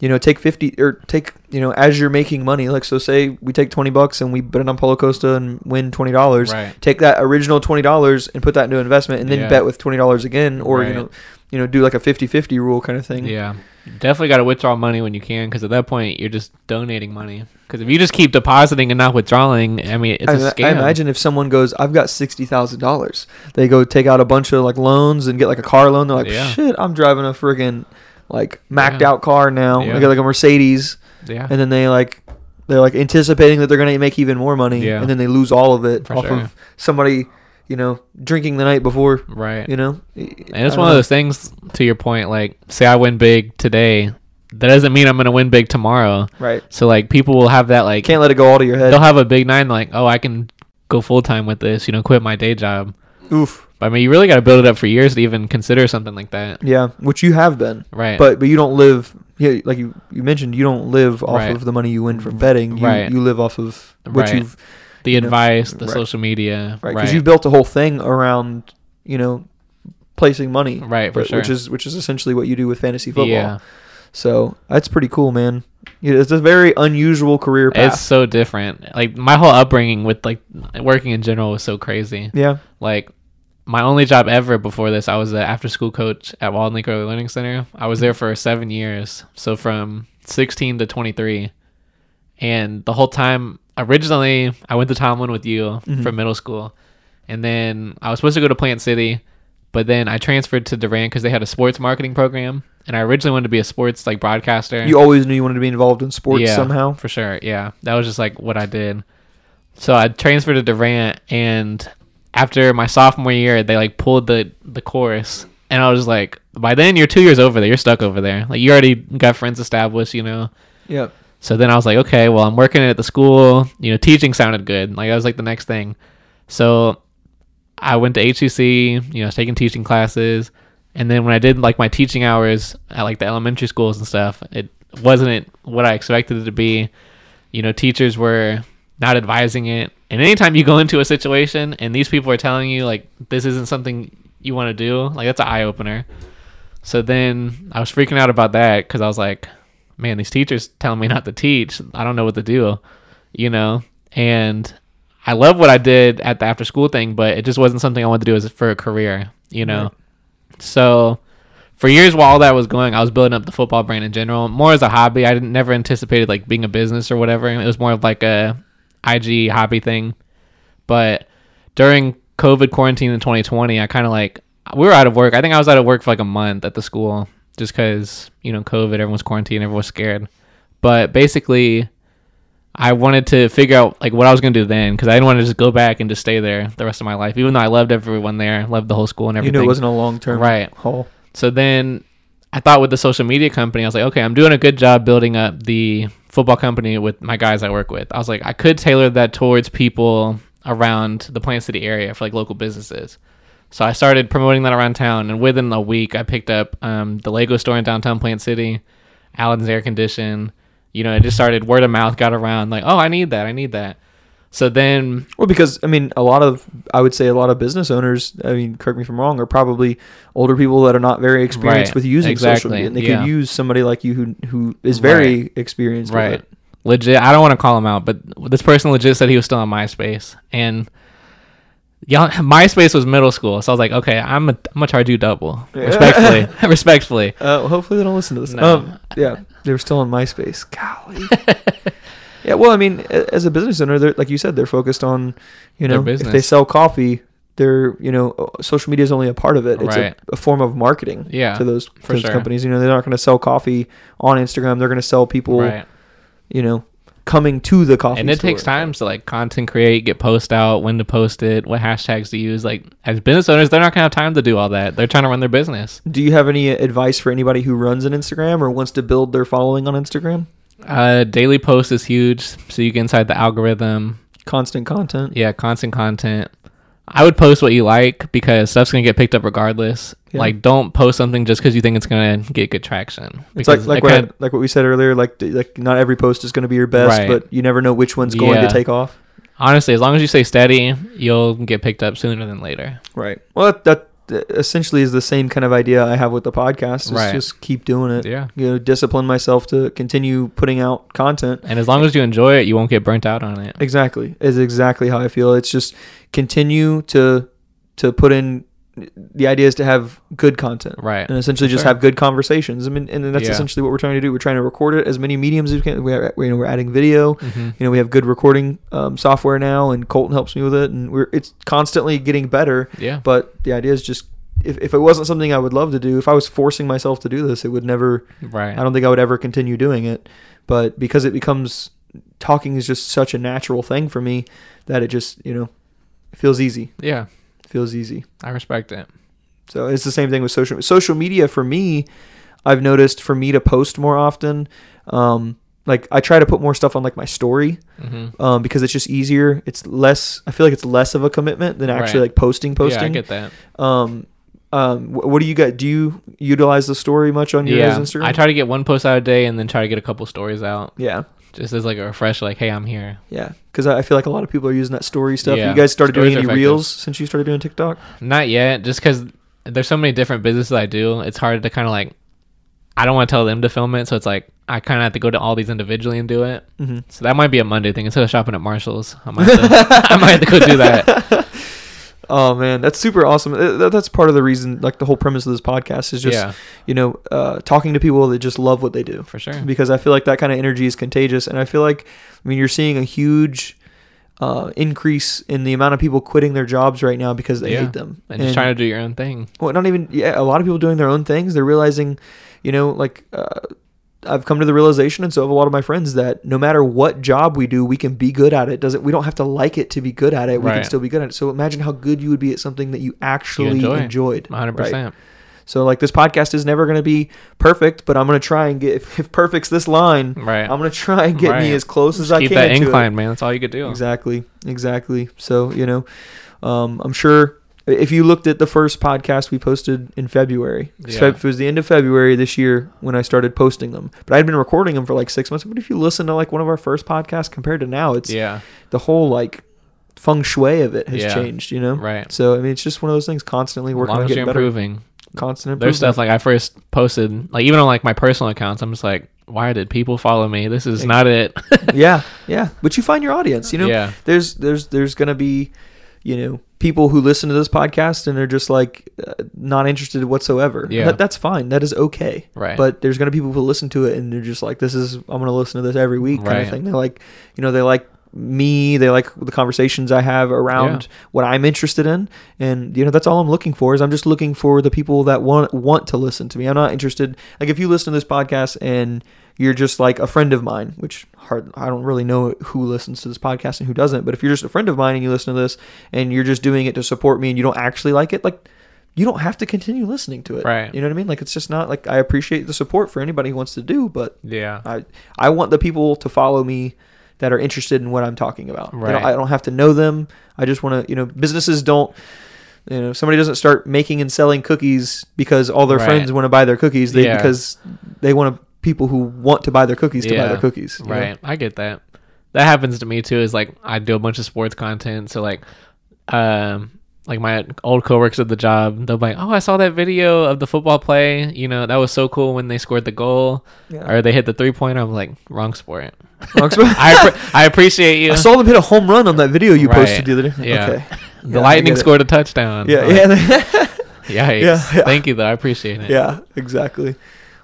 Speaker 1: you know, take fifty or take you know as you're making money. Like so, say we take twenty bucks and we bet it on Polo Costa and win twenty dollars.
Speaker 2: Right.
Speaker 1: Take that original twenty dollars and put that into investment, and then
Speaker 2: Yeah.
Speaker 1: bet with twenty dollars again, or you
Speaker 2: Right.
Speaker 1: know, you know, do like a 50-50 rule kind of thing.
Speaker 2: Yeah, definitely got to withdraw money when you can because at that point you're just donating money. Because if you just keep depositing and not withdrawing, I mean, it's
Speaker 1: I,
Speaker 2: a
Speaker 1: ima-
Speaker 2: scam.
Speaker 1: I imagine if someone goes, I've got sixty thousand dollars, they go take out a bunch of like loans and get like a car loan. They're like,
Speaker 2: Yeah.
Speaker 1: shit, I'm driving a friggin' like macked
Speaker 2: Yeah.
Speaker 1: out car now.
Speaker 2: Yeah.
Speaker 1: They got like a Mercedes,
Speaker 2: Yeah.
Speaker 1: and then they like they're like anticipating that they're gonna make even more money,
Speaker 2: Yeah.
Speaker 1: and then they lose all of it
Speaker 2: For
Speaker 1: off
Speaker 2: sure.
Speaker 1: of somebody, you know, drinking the night before.
Speaker 2: right.
Speaker 1: You know,
Speaker 2: And it's one of those things to your point, like say I win big today, that doesn't mean I'm gonna win big tomorrow.
Speaker 1: right.
Speaker 2: So like people will have that like
Speaker 1: Can't let it go all to your head.
Speaker 2: they'll have a big nine like, oh I can go full time with this, you know, quit my day job.
Speaker 1: Oof.
Speaker 2: But I mean you really gotta build it up for years to even consider something like that.
Speaker 1: Yeah, which you have been.
Speaker 2: Right.
Speaker 1: But but you don't live. Yeah, like you, you mentioned, you don't live off
Speaker 2: Right.
Speaker 1: of the money you win from betting. You,
Speaker 2: Right.
Speaker 1: You live off of what
Speaker 2: Right.
Speaker 1: you've
Speaker 2: the
Speaker 1: you know,
Speaker 2: advice, the
Speaker 1: right.
Speaker 2: social media.
Speaker 1: right
Speaker 2: Right.
Speaker 1: because you built a whole thing around you know placing money
Speaker 2: Right, for
Speaker 1: but- which
Speaker 2: sure.
Speaker 1: is which is essentially what you do with fantasy football.
Speaker 2: Yeah.
Speaker 1: So that's pretty cool, man. Yeah, It's a very unusual career path.
Speaker 2: It's so different. Like my whole upbringing with like working in general was so crazy.
Speaker 1: yeah.
Speaker 2: like my only job ever before this, I was an after school coach at Walden Lake Early Learning Center. I was there for seven years, so from 16 to 23. And the whole time, originally, I went to Tomlin with you
Speaker 1: Mm-hmm.
Speaker 2: from middle school. And then I was supposed to go to Plant City, but then I transferred to Durant because they had a sports marketing program. And I originally wanted to be a sports like broadcaster
Speaker 1: You always knew you wanted to be involved in sports somehow.
Speaker 2: for sure. Yeah, that was just like what I did. So I transferred to Durant, and after my sophomore year, they like pulled the the course, and I was like, by then you're two years over there, you're stuck over there. Like you already got friends established, you know.
Speaker 1: Yeah.
Speaker 2: So then I was like, okay, well, I'm working at the school. You know, teaching sounded good. Like that was like the next thing. So I went to HCC. You know, I was taking teaching classes, and then when I did like my teaching hours at like the elementary schools and stuff, it wasn't it what I expected it to be. You know, teachers were not advising it. And anytime you go into a situation and these people are telling you like this isn't something you want to do, like that's an eye opener. So then I was freaking out about that because I was like, man, these teachers telling me not to teach. I don't know what to do, you know? And I love what I did at the after school thing, but it just wasn't something I wanted to do as for a career, you know? So for years while all that was going, I was building up the football brand in general, more as a hobby. I didn't never anticipated like being a business or whatever. It was more of like a IG hobby thing. But during COVID quarantine in 2020, I kind of like we were out of work. I think I was out of work for like a month at the school just because you know COVID, everyone's quarantined, everyone's scared. But basically, I wanted to figure out like what I was gonna do then because I didn't want to just go back and just stay there the rest of my life. Even though I loved everyone there, loved the whole school and
Speaker 1: You
Speaker 2: everything.
Speaker 1: knew it wasn't a long term
Speaker 2: Right.
Speaker 1: haul.
Speaker 2: So then I thought with the social media company, I was like, okay, I'm doing a good job building up the football company with my guys I work with. I was like, I could tailor that towards people around the Plant City area for like local businesses. So I started promoting that around town, and within a week, I picked up um, the Lego store in downtown Plant City, Allen's Air Condition. You know, it just started word of mouth got around like, oh, I need that, I need that. So then
Speaker 1: Well, because I mean, a lot of I would say a lot of business owners. I mean, correct me if I'm wrong, are probably older people that are not very experienced
Speaker 2: Right,
Speaker 1: with using social
Speaker 2: exactly,
Speaker 1: media, and they
Speaker 2: yeah.
Speaker 1: could use somebody like you who who is very experienced. With
Speaker 2: right
Speaker 1: it.
Speaker 2: legit i don't want to call him out but this person legit said he was still on myspace and y'all myspace was middle school so i was like okay i'm, a, I'm gonna charge you double respectfully respectfully
Speaker 1: Uh, hopefully they don't listen to this.
Speaker 2: No.
Speaker 1: Um, yeah, they were still on MySpace. Golly. yeah, well, I mean, a- as a business owner, they're, like you said, they're focused on, you
Speaker 2: Their
Speaker 1: know, if they
Speaker 2: business.
Speaker 1: sell coffee, they're, you know, uh, social media is only a part of it. It's
Speaker 2: Right.
Speaker 1: a, a form of marketing
Speaker 2: Yeah,
Speaker 1: to those,
Speaker 2: for
Speaker 1: those
Speaker 2: sure.
Speaker 1: companies. You know, they're not going to sell coffee on Instagram. They're going to sell people,
Speaker 2: right
Speaker 1: you know, coming to the coffee
Speaker 2: and it takes
Speaker 1: store.
Speaker 2: time to like content create get post out when to post it what hashtags to use like as business owners they're not gonna have time to do all that they're trying to run their business
Speaker 1: Do you have any advice for anybody who runs an Instagram or wants to build their following on Instagram?
Speaker 2: uh daily post is huge so you get inside the algorithm
Speaker 1: Constant content.
Speaker 2: yeah constant content i would post what you like because stuff's gonna get picked up regardless
Speaker 1: Yeah.
Speaker 2: Like, don't post something just because you think it's gonna get good traction.
Speaker 1: It's like
Speaker 2: Because
Speaker 1: like
Speaker 2: it
Speaker 1: what, I-
Speaker 2: kinda-
Speaker 1: like what we said earlier. Like th- like not every post is going to be your best,
Speaker 2: Right.
Speaker 1: but you never know which one's going
Speaker 2: Yeah.
Speaker 1: to take off.
Speaker 2: honestly, as long as you stay steady, you'll get picked up sooner than later.
Speaker 1: Right. Well, that, that uh, essentially is the same kind of idea I have with the podcast. Is
Speaker 2: Right.
Speaker 1: Just keep doing it.
Speaker 2: Yeah.
Speaker 1: You know, discipline myself to continue putting out content.
Speaker 2: And as long as you enjoy it, you won't get burnt out on it.
Speaker 1: Exactly. Is exactly how I feel. It's just continue to to put in the idea is to have good content.
Speaker 2: Right.
Speaker 1: And essentially just
Speaker 2: Sure.
Speaker 1: have good conversations. I mean and that's
Speaker 2: Yeah.
Speaker 1: essentially what we're trying to do. We're trying to record it as many mediums as we can. We are, you know, we're adding video.
Speaker 2: Mm-hmm.
Speaker 1: You know, we have good recording um, software now and Colton helps me with it and we're it's constantly getting better.
Speaker 2: Yeah.
Speaker 1: But the idea is just if, if it wasn't something I would love to do, if I was forcing myself to do this, it would never
Speaker 2: Right.
Speaker 1: I don't think I would ever continue doing it, but because it becomes talking is just such a natural thing for me that it just you know feels easy,
Speaker 2: yeah,
Speaker 1: feels easy.
Speaker 2: I respect it.
Speaker 1: So it's the same thing with social social media for me. I've noticed for me to post more often, um, like I try to put more stuff on like my story
Speaker 2: hmm
Speaker 1: um, because it's just easier. It's less. I feel like it's less of a commitment than actually
Speaker 2: Right.
Speaker 1: like posting posting.
Speaker 2: Yeah, I get that.
Speaker 1: Um, um, wh- what do you guys do? You utilize the story much on your
Speaker 2: Yeah,
Speaker 1: guys' Instagram?
Speaker 2: I try to get one post out a day and then try to get a couple stories out,
Speaker 1: yeah.
Speaker 2: just as like a refresh. Like, hey, I'm here.
Speaker 1: Yeah, because I I feel like a lot of people are using that story stuff.
Speaker 2: Yeah,
Speaker 1: You guys started
Speaker 2: stories
Speaker 1: doing
Speaker 2: are
Speaker 1: any
Speaker 2: effective.
Speaker 1: reels since you started doing TikTok?
Speaker 2: Not yet, just because there's so many different businesses I do. It's hard to kind of like, I don't want to tell them to film it, so it's like I kind of have to go to all these individually and do it.
Speaker 1: Mhm.
Speaker 2: So that might be a Monday thing instead of shopping at Marshalls. I might have to, I might have to go do that.
Speaker 1: Oh man, that's super awesome. Uh, that- That's part of the reason, like the whole premise of this podcast is just
Speaker 2: Yeah.
Speaker 1: you know uh, talking to people that just love what they do
Speaker 2: For sure.
Speaker 1: Because I feel like that kind of energy is contagious, and I feel like I mean you're seeing a huge uh, increase in the amount of people quitting their jobs right now because they
Speaker 2: Yeah.
Speaker 1: hate them
Speaker 2: and just trying to do your own thing.
Speaker 1: well, not even yeah. A lot of people doing their own things. They're realizing, you know, like uh, I've come to the realization, and so have a lot of my friends that no matter what job we do, we can be good at it. Doesn't we don't have to like it to be good at it. We can
Speaker 2: Right.
Speaker 1: still be good at it. So imagine how good you would be at something that you actually
Speaker 2: enjoy.
Speaker 1: enjoyed.
Speaker 2: 100.
Speaker 1: right?
Speaker 2: percent
Speaker 1: So like this podcast is never going to be perfect, but I'm going to try and get if, if perfect's this line,
Speaker 2: Right.
Speaker 1: I'm going to try and get me
Speaker 2: Right.
Speaker 1: as close as I
Speaker 2: Keep
Speaker 1: can.
Speaker 2: that
Speaker 1: to it.
Speaker 2: incline, man. That's all you could do.
Speaker 1: Exactly, exactly. So you know, um, I'm sure if you looked at the first podcast we posted in February, it's Feb-
Speaker 2: Yeah.
Speaker 1: it was the end of February this year when I started posting them. But I'd been recording them for like six months. But if you listen to like one of our first podcasts compared to now, it's
Speaker 2: Yeah.
Speaker 1: the whole like feng shui of it has
Speaker 2: Yeah.
Speaker 1: changed. You know,
Speaker 2: Right.
Speaker 1: So I mean, it's just one of those things constantly
Speaker 2: As
Speaker 1: working
Speaker 2: long
Speaker 1: on
Speaker 2: as
Speaker 1: getting
Speaker 2: you're
Speaker 1: better.
Speaker 2: improving.
Speaker 1: Constant improvement.
Speaker 2: There's stuff like I first posted, like even on like my personal accounts, I'm just like, why did people follow me? This is not it.
Speaker 1: yeah, yeah. But you find your audience. You know,
Speaker 2: Yeah.
Speaker 1: there's there's there's gonna be, you know, people who listen to this podcast and they're just like uh, not interested whatsoever.
Speaker 2: Yeah.
Speaker 1: that, that's fine. That is okay.
Speaker 2: Right.
Speaker 1: But there's gonna be people who listen to it and they're just like, this is I'm gonna listen to this every week kind of
Speaker 2: Right.
Speaker 1: thing. They like, you know, they like me they like the conversations i have around
Speaker 2: Yeah.
Speaker 1: what i'm interested in and you know that's all i'm looking for is i'm just looking for the people that want want to listen to me i'm not interested like if you listen to this podcast and you're just like a friend of mine which hard i don't really know who listens to this podcast and who doesn't but if you're just a friend of mine and you listen to this and you're just doing it to support me and you don't actually like it like you don't have to continue listening to it
Speaker 2: Right.
Speaker 1: you know what i mean like it's just not like i appreciate the support for anybody who wants to do but
Speaker 2: yeah.
Speaker 1: I I want the people to follow me that are interested in what I'm talking about. They don't-
Speaker 2: Right.
Speaker 1: I don't have to know them. I just want to, you know, businesses don't you know, somebody doesn't start making and selling cookies because all their
Speaker 2: Right.
Speaker 1: friends want to buy their cookies. They
Speaker 2: Yeah.
Speaker 1: because they want to, people who want to buy their cookies to buy
Speaker 2: Yeah.
Speaker 1: their cookies. you know?
Speaker 2: Right. I get that. That happens to me too. Is like I do a bunch of sports content, so like, um, like my old coworkers at the job, they'll be like, "Oh, I saw that video of the football play. You know, that was so cool when they scored the goal,
Speaker 1: Yeah.
Speaker 2: or they hit the three point." I'm like, "Wrong sport."
Speaker 1: Wrong sport.
Speaker 2: I appre- I appreciate you.
Speaker 1: I saw them hit a home run on that video you posted
Speaker 2: Right.
Speaker 1: the other day.
Speaker 2: Yeah.
Speaker 1: Okay.
Speaker 2: the
Speaker 1: Yeah, I
Speaker 2: Lightning
Speaker 1: get it.
Speaker 2: scored a touchdown.
Speaker 1: Yeah,
Speaker 2: Like,
Speaker 1: yeah,
Speaker 2: Yikes.
Speaker 1: Yeah, yeah.
Speaker 2: Thank you, though. I appreciate it.
Speaker 1: yeah, exactly.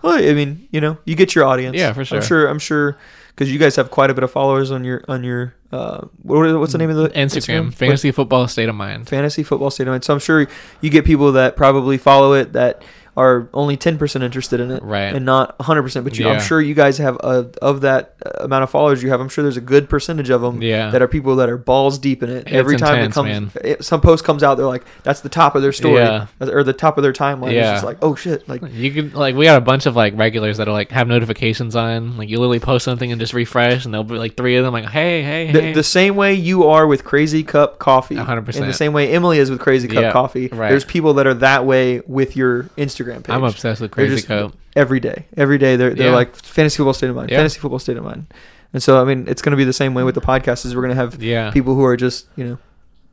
Speaker 1: Well, I mean, you know, you get your audience.
Speaker 2: Yeah, for sure.
Speaker 1: I'm sure. I'm sure because you guys have quite a bit of followers on your on your uh, what, what's the name of the
Speaker 2: Instagram,
Speaker 1: What-
Speaker 2: fantasy football state of mind.
Speaker 1: fantasy football stadium. So I'm sure you get people that probably follow it that are only 10% interested in it
Speaker 2: Right.
Speaker 1: and not 100%. But you, I'm
Speaker 2: Yeah.
Speaker 1: sure you guys have a, of that uh, amount of followers you have, I'm sure there's a good percentage of them
Speaker 2: Yeah.
Speaker 1: that are people that are balls deep in it.
Speaker 2: It's
Speaker 1: Every time it
Speaker 2: intense,
Speaker 1: comes,
Speaker 2: man.
Speaker 1: it- some post comes out, they're like, "That's the top of their story,"
Speaker 2: Yeah.
Speaker 1: or the top of their timeline.
Speaker 2: Yeah.
Speaker 1: It's just like, "Oh shit!" Like,
Speaker 2: You could like we got a bunch of like regulars that are like have notifications on. Like you literally post something and just refresh, and there'll be like three of them like, hey, hey,
Speaker 1: The,
Speaker 2: hey.
Speaker 1: the same way you are with Crazy Cup Coffee,
Speaker 2: A hundred
Speaker 1: and
Speaker 2: percent.
Speaker 1: the same way Emily is with Crazy Cup
Speaker 2: Yeah,
Speaker 1: Coffee.
Speaker 2: right.
Speaker 1: There's people that are that way with your Instagram page.
Speaker 2: I'm obsessed with
Speaker 1: They're
Speaker 2: Crazy
Speaker 1: just-
Speaker 2: Coat.
Speaker 1: every day. Every day they're they're
Speaker 2: Yeah.
Speaker 1: like fantasy football state of mind,
Speaker 2: Yeah.
Speaker 1: fantasy football state of mind. And so I mean, it's going to be the same way with the podcast. Is we're going to have
Speaker 2: Yeah.
Speaker 1: people who are just you know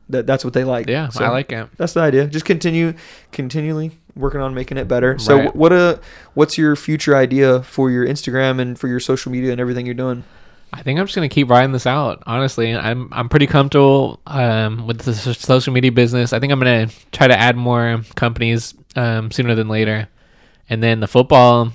Speaker 1: that that's what they like.
Speaker 2: Yeah,
Speaker 1: So
Speaker 2: I like it.
Speaker 1: That's the idea. Just continue, continually working on making it better. So
Speaker 2: Right.
Speaker 1: what a what's your future idea for your Instagram and for your social media and everything you're doing?
Speaker 2: I think I'm just gonna keep riding this out. Honestly, I'm I'm pretty comfortable um, with the s- social media business. I think I'm gonna try to add more companies um, sooner than later, and then the football.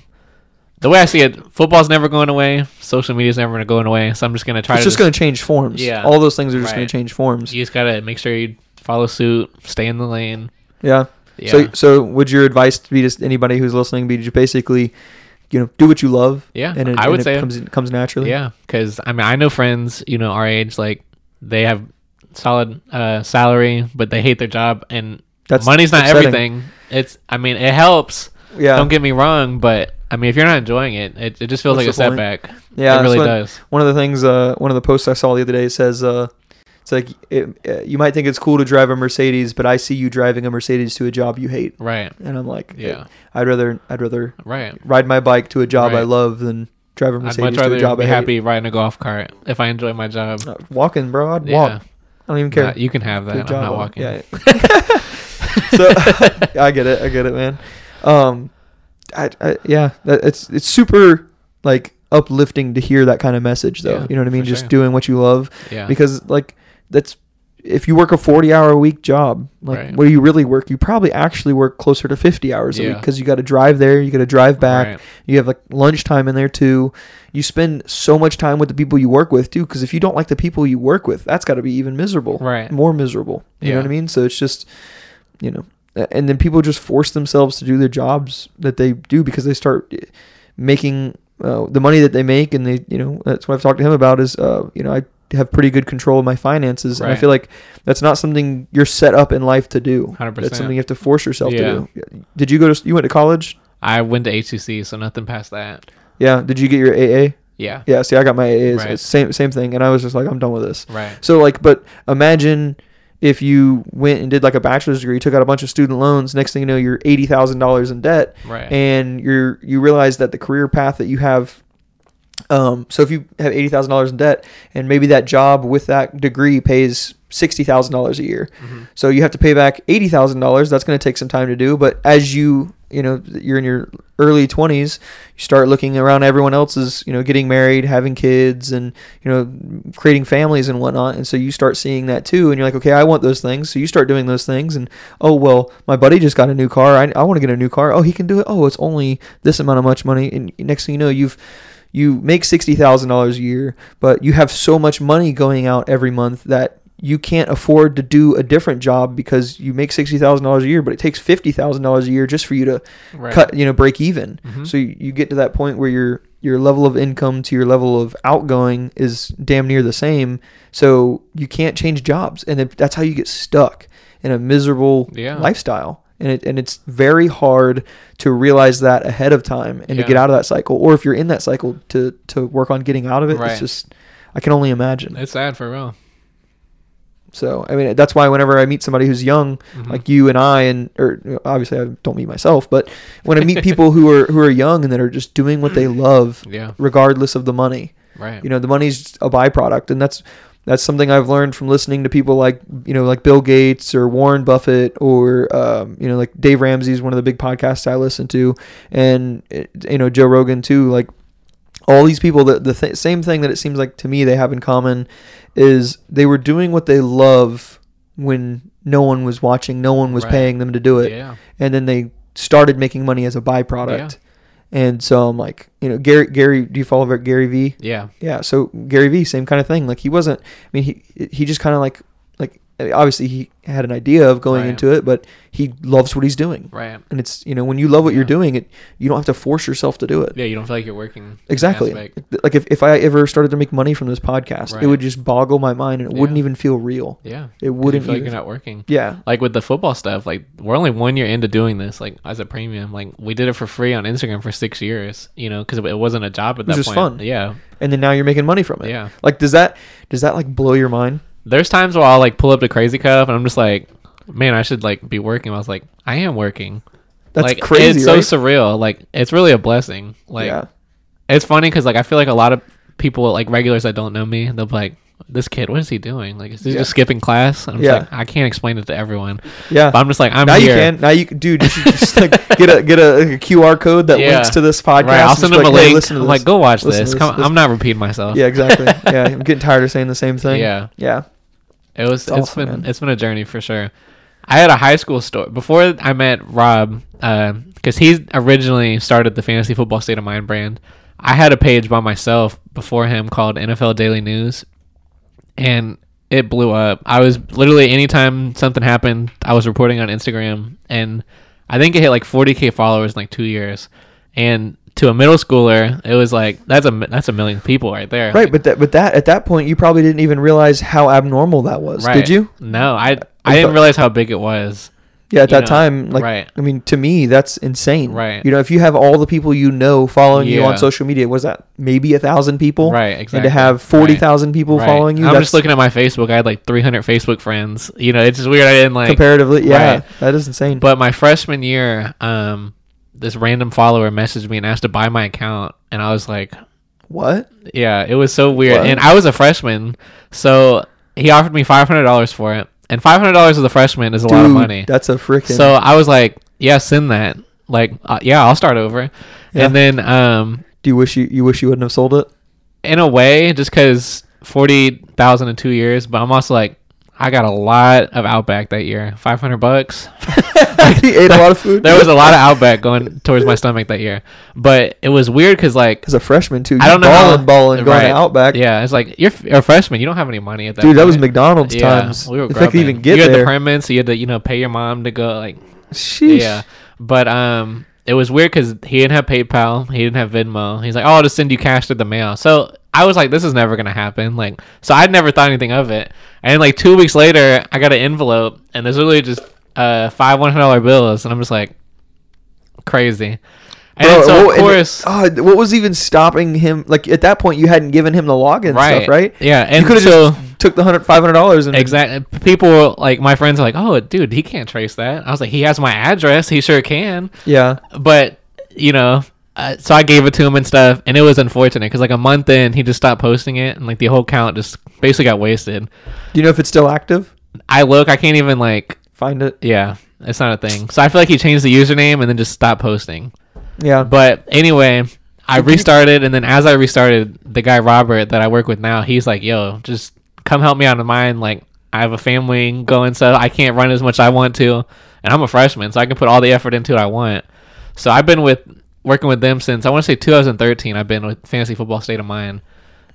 Speaker 2: The way I see it, football's never going away. Social media's never gonna going away. So I'm just gonna try
Speaker 1: it's
Speaker 2: to
Speaker 1: just going to change forms.
Speaker 2: Yeah.
Speaker 1: all those things are just going
Speaker 2: Right.
Speaker 1: to change forms.
Speaker 2: You just gotta make sure you follow suit, stay in the lane.
Speaker 1: Yeah.
Speaker 2: Yeah.
Speaker 1: So so would your advice be to anybody who's listening be just basically, you know, do what you love.
Speaker 2: Yeah,
Speaker 1: and it,
Speaker 2: I
Speaker 1: and
Speaker 2: would
Speaker 1: it
Speaker 2: say-
Speaker 1: comes comes naturally.
Speaker 2: Yeah, because I mean, I know friends, you know, our age, like they have solid uh, salary, but they hate their job, and
Speaker 1: That's
Speaker 2: money's not
Speaker 1: upsetting.
Speaker 2: everything. It's, I mean, it helps.
Speaker 1: Yeah.
Speaker 2: Don't get me wrong, but I mean, if you're not enjoying it, it, it just feels
Speaker 1: What's
Speaker 2: like a
Speaker 1: the point?
Speaker 2: setback.
Speaker 1: Yeah,
Speaker 2: it
Speaker 1: that's
Speaker 2: really
Speaker 1: what-
Speaker 2: does.
Speaker 1: One of the things, uh, one of the posts I saw the other day says, uh, it's like it, uh, you might think it's cool to drive a Mercedes, but I see you driving a Mercedes to a job you hate,
Speaker 2: Right.
Speaker 1: and I'm like,
Speaker 2: Yeah.
Speaker 1: I'd rather I'd rather
Speaker 2: Right.
Speaker 1: ride my bike to a job I
Speaker 2: Right.
Speaker 1: love than drive a
Speaker 2: I'd
Speaker 1: Mercedes
Speaker 2: much
Speaker 1: to a
Speaker 2: rather
Speaker 1: job
Speaker 2: be
Speaker 1: I
Speaker 2: happy
Speaker 1: hate.
Speaker 2: riding a golf cart if I enjoy my job.
Speaker 1: Uh, walking, bro, I'd
Speaker 2: Yeah.
Speaker 1: walk. I don't even care.
Speaker 2: Nah, you can have that.
Speaker 1: Good
Speaker 2: I'm
Speaker 1: job,
Speaker 2: not
Speaker 1: Owen.
Speaker 2: walking.
Speaker 1: Yeah. so I get it. I get it, man. Um, I, I yeah, that, it's it's super like uplifting to hear that kind of message, though.
Speaker 2: Yeah,
Speaker 1: you know what I mean?
Speaker 2: for
Speaker 1: Just
Speaker 2: sure.
Speaker 1: doing what you love,
Speaker 2: Yeah.
Speaker 1: because like that's if you work a forty-hour a week job, like
Speaker 2: Right.
Speaker 1: where you really work, you probably actually work closer to fifty hours a week
Speaker 2: Yeah.
Speaker 1: because you got to drive there, you got to drive back,
Speaker 2: Right.
Speaker 1: you have like lunchtime in there too. You spend so much time with the people you work with too, because if you don't like the people you work with, that's got to be even miserable,
Speaker 2: Right.
Speaker 1: More miserable. You know
Speaker 2: Yeah.
Speaker 1: what I mean? So it's just, you know, a- and then people just force themselves to do their jobs that they do because they start eh, making uh, the money that they make, and they, you know, that's what I've talked to him about is, uh, you know, I have pretty good control of my finances, and I
Speaker 2: Right.
Speaker 1: feel like that's not something you're set up in life to do.
Speaker 2: 100%.
Speaker 1: That's something you have to force yourself
Speaker 2: Yeah.
Speaker 1: to do. Did you go to? You went to college?
Speaker 2: I went to HCC, so nothing past that.
Speaker 1: Yeah. Did you get your AA?
Speaker 2: Yeah.
Speaker 1: Yeah, see, I got my AAs.
Speaker 2: Right.
Speaker 1: It's Same same thing, and I was just like, I'm done with this.
Speaker 2: Right.
Speaker 1: So like, but imagine if you went and did like a bachelor's degree, took out a bunch of student loans. Next thing you know, you're eighty thousand dollars in debt,
Speaker 2: Right.
Speaker 1: and you're you realize that the career path that you have. Um, so if you have eighty thousand dollars in debt, and maybe that job with that degree pays sixty thousand dollars a year, so you have to pay back eighty thousand dollars. That's going to take some time to do. But as you you know you're in your early 20s you start looking around everyone else's you know getting married having kids and you know creating families and whatnot and so you start seeing that too and you're like okay i want those things so you start doing those things and oh well my buddy just got a new car i, I want to get a new car oh he can do it oh it's only this amount of much money and next thing you know you've you make sixty thousand dollars a year but you have so much money going out every month that you can't afford to do a different job because you make sixty thousand dollars a year, but it takes fifty thousand dollars a year just for you to
Speaker 2: Right. Mm-hmm.
Speaker 1: cut, you know, break even. So you, you get to that point where your your level of income to your level of outgoing is damn near the same. So you can't change jobs, and then that's how you get stuck in a miserable
Speaker 2: Yeah.
Speaker 1: lifestyle. And it, and it's very hard to realize that ahead of time and to
Speaker 2: Yeah.
Speaker 1: get out of that cycle, or if you're in that cycle, to to work on getting out of it. It's
Speaker 2: Right.
Speaker 1: just I can only imagine.
Speaker 2: It's sad for real.
Speaker 1: So I mean, that's why whenever I meet somebody who's young,
Speaker 2: Mm-hmm.
Speaker 1: like you and I, and or you know, obviously I don't meet myself, but when I meet people who are who are young and that are just doing what they love,
Speaker 2: Yeah.
Speaker 1: regardless of the money,
Speaker 2: Right.
Speaker 1: you know, the money's a byproduct, and that's that's something I've learned from listening to people like you know like Bill Gates or Warren Buffett or um, you know like Dave Ramsey's one of the big podcasts I listen to, and eh, you know Joe Rogan too, like all these people that the th- same thing that it seems like to me they have in common is they were doing what they love when no one was watching no one was
Speaker 2: Right.
Speaker 1: paying them to do it
Speaker 2: Yeah.
Speaker 1: and then they started making money as a byproduct and so i'm like you know gary gary do you follow gary vee
Speaker 2: Yeah.
Speaker 1: yeah so gary vee same kind of thing like he wasn't i mean he he just kind of like like I mean, obviously he had an idea of going
Speaker 2: Right.
Speaker 1: into it, but he loves what he's doing.
Speaker 2: Right.
Speaker 1: And it's you know when you love what you're
Speaker 2: Yeah.
Speaker 1: doing, it you don't have to force yourself to do it.
Speaker 2: Yeah, you don't feel like you're working. that
Speaker 1: Exactly.
Speaker 2: aspect.
Speaker 1: Like if, if I ever started to make money from this podcast,
Speaker 2: Right.
Speaker 1: it would just boggle my mind and it
Speaker 2: Yeah.
Speaker 1: wouldn't even feel real.
Speaker 2: Yeah.
Speaker 1: It
Speaker 2: 'Cause you
Speaker 1: wouldn't
Speaker 2: feel like
Speaker 1: even-
Speaker 2: you're not working.
Speaker 1: Yeah.
Speaker 2: Like with the football stuff, like we're only one year into doing this, like as a premium. Like we did it for free on Instagram for six years, you know, because it wasn't a job at that
Speaker 1: was just
Speaker 2: point.
Speaker 1: fun.
Speaker 2: Yeah.
Speaker 1: And then now you're making money from it.
Speaker 2: Yeah.
Speaker 1: Like does that does that like blow your mind?
Speaker 2: There's times where I'll like pull up to Crazy Cup and I'm just like, man, I should like be working. I was like, I am working.
Speaker 1: That's
Speaker 2: like,
Speaker 1: crazy.
Speaker 2: It's
Speaker 1: right?
Speaker 2: so surreal. Like it's really a blessing. Like
Speaker 1: yeah.
Speaker 2: it's funny because like I feel like a lot of people like regulars that don't know me, they'll be like, "This kid, what is he doing? Like is he
Speaker 1: Yeah.
Speaker 2: just skipping class?" And I'm
Speaker 1: Yeah.
Speaker 2: just like, I can't explain it to everyone.
Speaker 1: Yeah.
Speaker 2: But I'm just like, I'm
Speaker 1: now
Speaker 2: here.
Speaker 1: you can. Now you can, dude. You should just like get a get a, a QR code that
Speaker 2: Yeah.
Speaker 1: links to this podcast.
Speaker 2: Right, I'll
Speaker 1: and
Speaker 2: send
Speaker 1: just
Speaker 2: him a
Speaker 1: like, hey,
Speaker 2: link.
Speaker 1: listen to
Speaker 2: I'm
Speaker 1: this.
Speaker 2: like, go watch
Speaker 1: Listen to
Speaker 2: this. Come,
Speaker 1: listen-
Speaker 2: I'm not repeating myself.
Speaker 1: Yeah, exactly. yeah, I'm getting tired of saying the same thing.
Speaker 2: Yeah.
Speaker 1: Yeah.
Speaker 2: It was. It's
Speaker 1: awesome,
Speaker 2: been.
Speaker 1: man.
Speaker 2: It's been a journey for sure. I had a high school story before I met Rob, because he originally started the Fantasy Football State of Mind brand. I had a page by myself before him called NFL Daily News, and it blew up. I was literally anytime something happened, I was reporting on Instagram, and I think it hit like 40k followers in like two years. And to a middle schooler, it was like that's a mi- that's a million people right there.
Speaker 1: Right, but that but that at that point you probably didn't even realize how abnormal that was. Did you?
Speaker 2: No, I I didn't realize how big it was.
Speaker 1: Yeah, at
Speaker 2: You
Speaker 1: that
Speaker 2: know,
Speaker 1: time, like
Speaker 2: right.
Speaker 1: I mean, to me, that's insane.
Speaker 2: Right.
Speaker 1: You know, if you have all the people you know following you
Speaker 2: Yeah.
Speaker 1: on social media, was that maybe a thousand people?
Speaker 2: Right,
Speaker 1: And to
Speaker 2: exactly.
Speaker 1: have forty thousand people
Speaker 2: Right.
Speaker 1: following you,
Speaker 2: I'm
Speaker 1: that's
Speaker 2: just looking at my Facebook. I had like 300 Facebook friends. You know, it's just weird. I didn't like.
Speaker 1: comparatively, yeah,
Speaker 2: Right.
Speaker 1: that is insane.
Speaker 2: But my freshman year, um, this random follower messaged me and asked to buy my account, and I was like,
Speaker 1: what?
Speaker 2: yeah, it was so weird.
Speaker 1: What?
Speaker 2: And I was a freshman, so he offered me $500 for it, and $500 as a freshman is a lot of
Speaker 1: Dude,
Speaker 2: money.
Speaker 1: That's a freaking.
Speaker 2: So I was like, yeah, send that. Like, uh, yeah, I'll start over.
Speaker 1: Yeah.
Speaker 2: And then, um,
Speaker 1: do you wish you you wish you wouldn't have sold it?
Speaker 2: in a way, just because forty thousand in two years. But I'm also like, I got a lot of Outback that year. Five hundred bucks.
Speaker 1: you ate a lot of food.
Speaker 2: There was a lot of Outback going towards my stomach that year. But it was weird because like
Speaker 1: as a freshman too.
Speaker 2: I
Speaker 1: you
Speaker 2: don't know
Speaker 1: balling,
Speaker 2: how-
Speaker 1: balling, going
Speaker 2: right.
Speaker 1: to Outback.
Speaker 2: Yeah, it's like you're, f- you're a freshman. You don't have any money at that.
Speaker 1: dude, that was
Speaker 2: point.
Speaker 1: McDonald's
Speaker 2: Yeah,
Speaker 1: times.
Speaker 2: we were
Speaker 1: if I could
Speaker 2: grubbing.
Speaker 1: even get
Speaker 2: you had
Speaker 1: there.
Speaker 2: the permits. So you had to you know pay your mom to go like
Speaker 1: Sheesh.
Speaker 2: Yeah, but um, it was weird because he didn't have PayPal, he didn't have Venmo. He's like, "Oh, I'll just send you cash through the mail." So I was like, "This is never gonna happen." Like, so I'd never thought anything of it. And like two weeks later, I got an envelope, and there's literally just uh five one hundred dollar bills, and I'm just like, crazy. And
Speaker 1: Bro, what-
Speaker 2: so of
Speaker 1: and-
Speaker 2: course,
Speaker 1: oh, what was even stopping him? Like at that point, you hadn't given him the login stuff,
Speaker 2: Right.
Speaker 1: right?
Speaker 2: Yeah,
Speaker 1: you
Speaker 2: and
Speaker 1: could have
Speaker 2: so-
Speaker 1: just took the hundred, five hundred dollars, and
Speaker 2: exactly. People were, like my friends are like, "Oh, dude, he can't trace that." I was like, "He has my address. He sure can."
Speaker 1: yeah,
Speaker 2: but you know uh, so i gave it to him and stuff and it was unfortunate because like a month in he just stopped posting it and like the whole count just basically got wasted
Speaker 1: do you know if it's still active?
Speaker 2: i look i can't even like
Speaker 1: Find it.
Speaker 2: yeah it's not a thing so i feel like he changed the username and then just stopped posting
Speaker 1: Yeah,
Speaker 2: but anyway i restarted and then as i restarted the guy robert that i work with now he's like yo just come help me out of mine like i have a family going so i can't run as much as i want to and i'm a freshman so i can put all the effort into it i want so i've been with working with them since i want to say 2013 i've been with fantasy football state of mind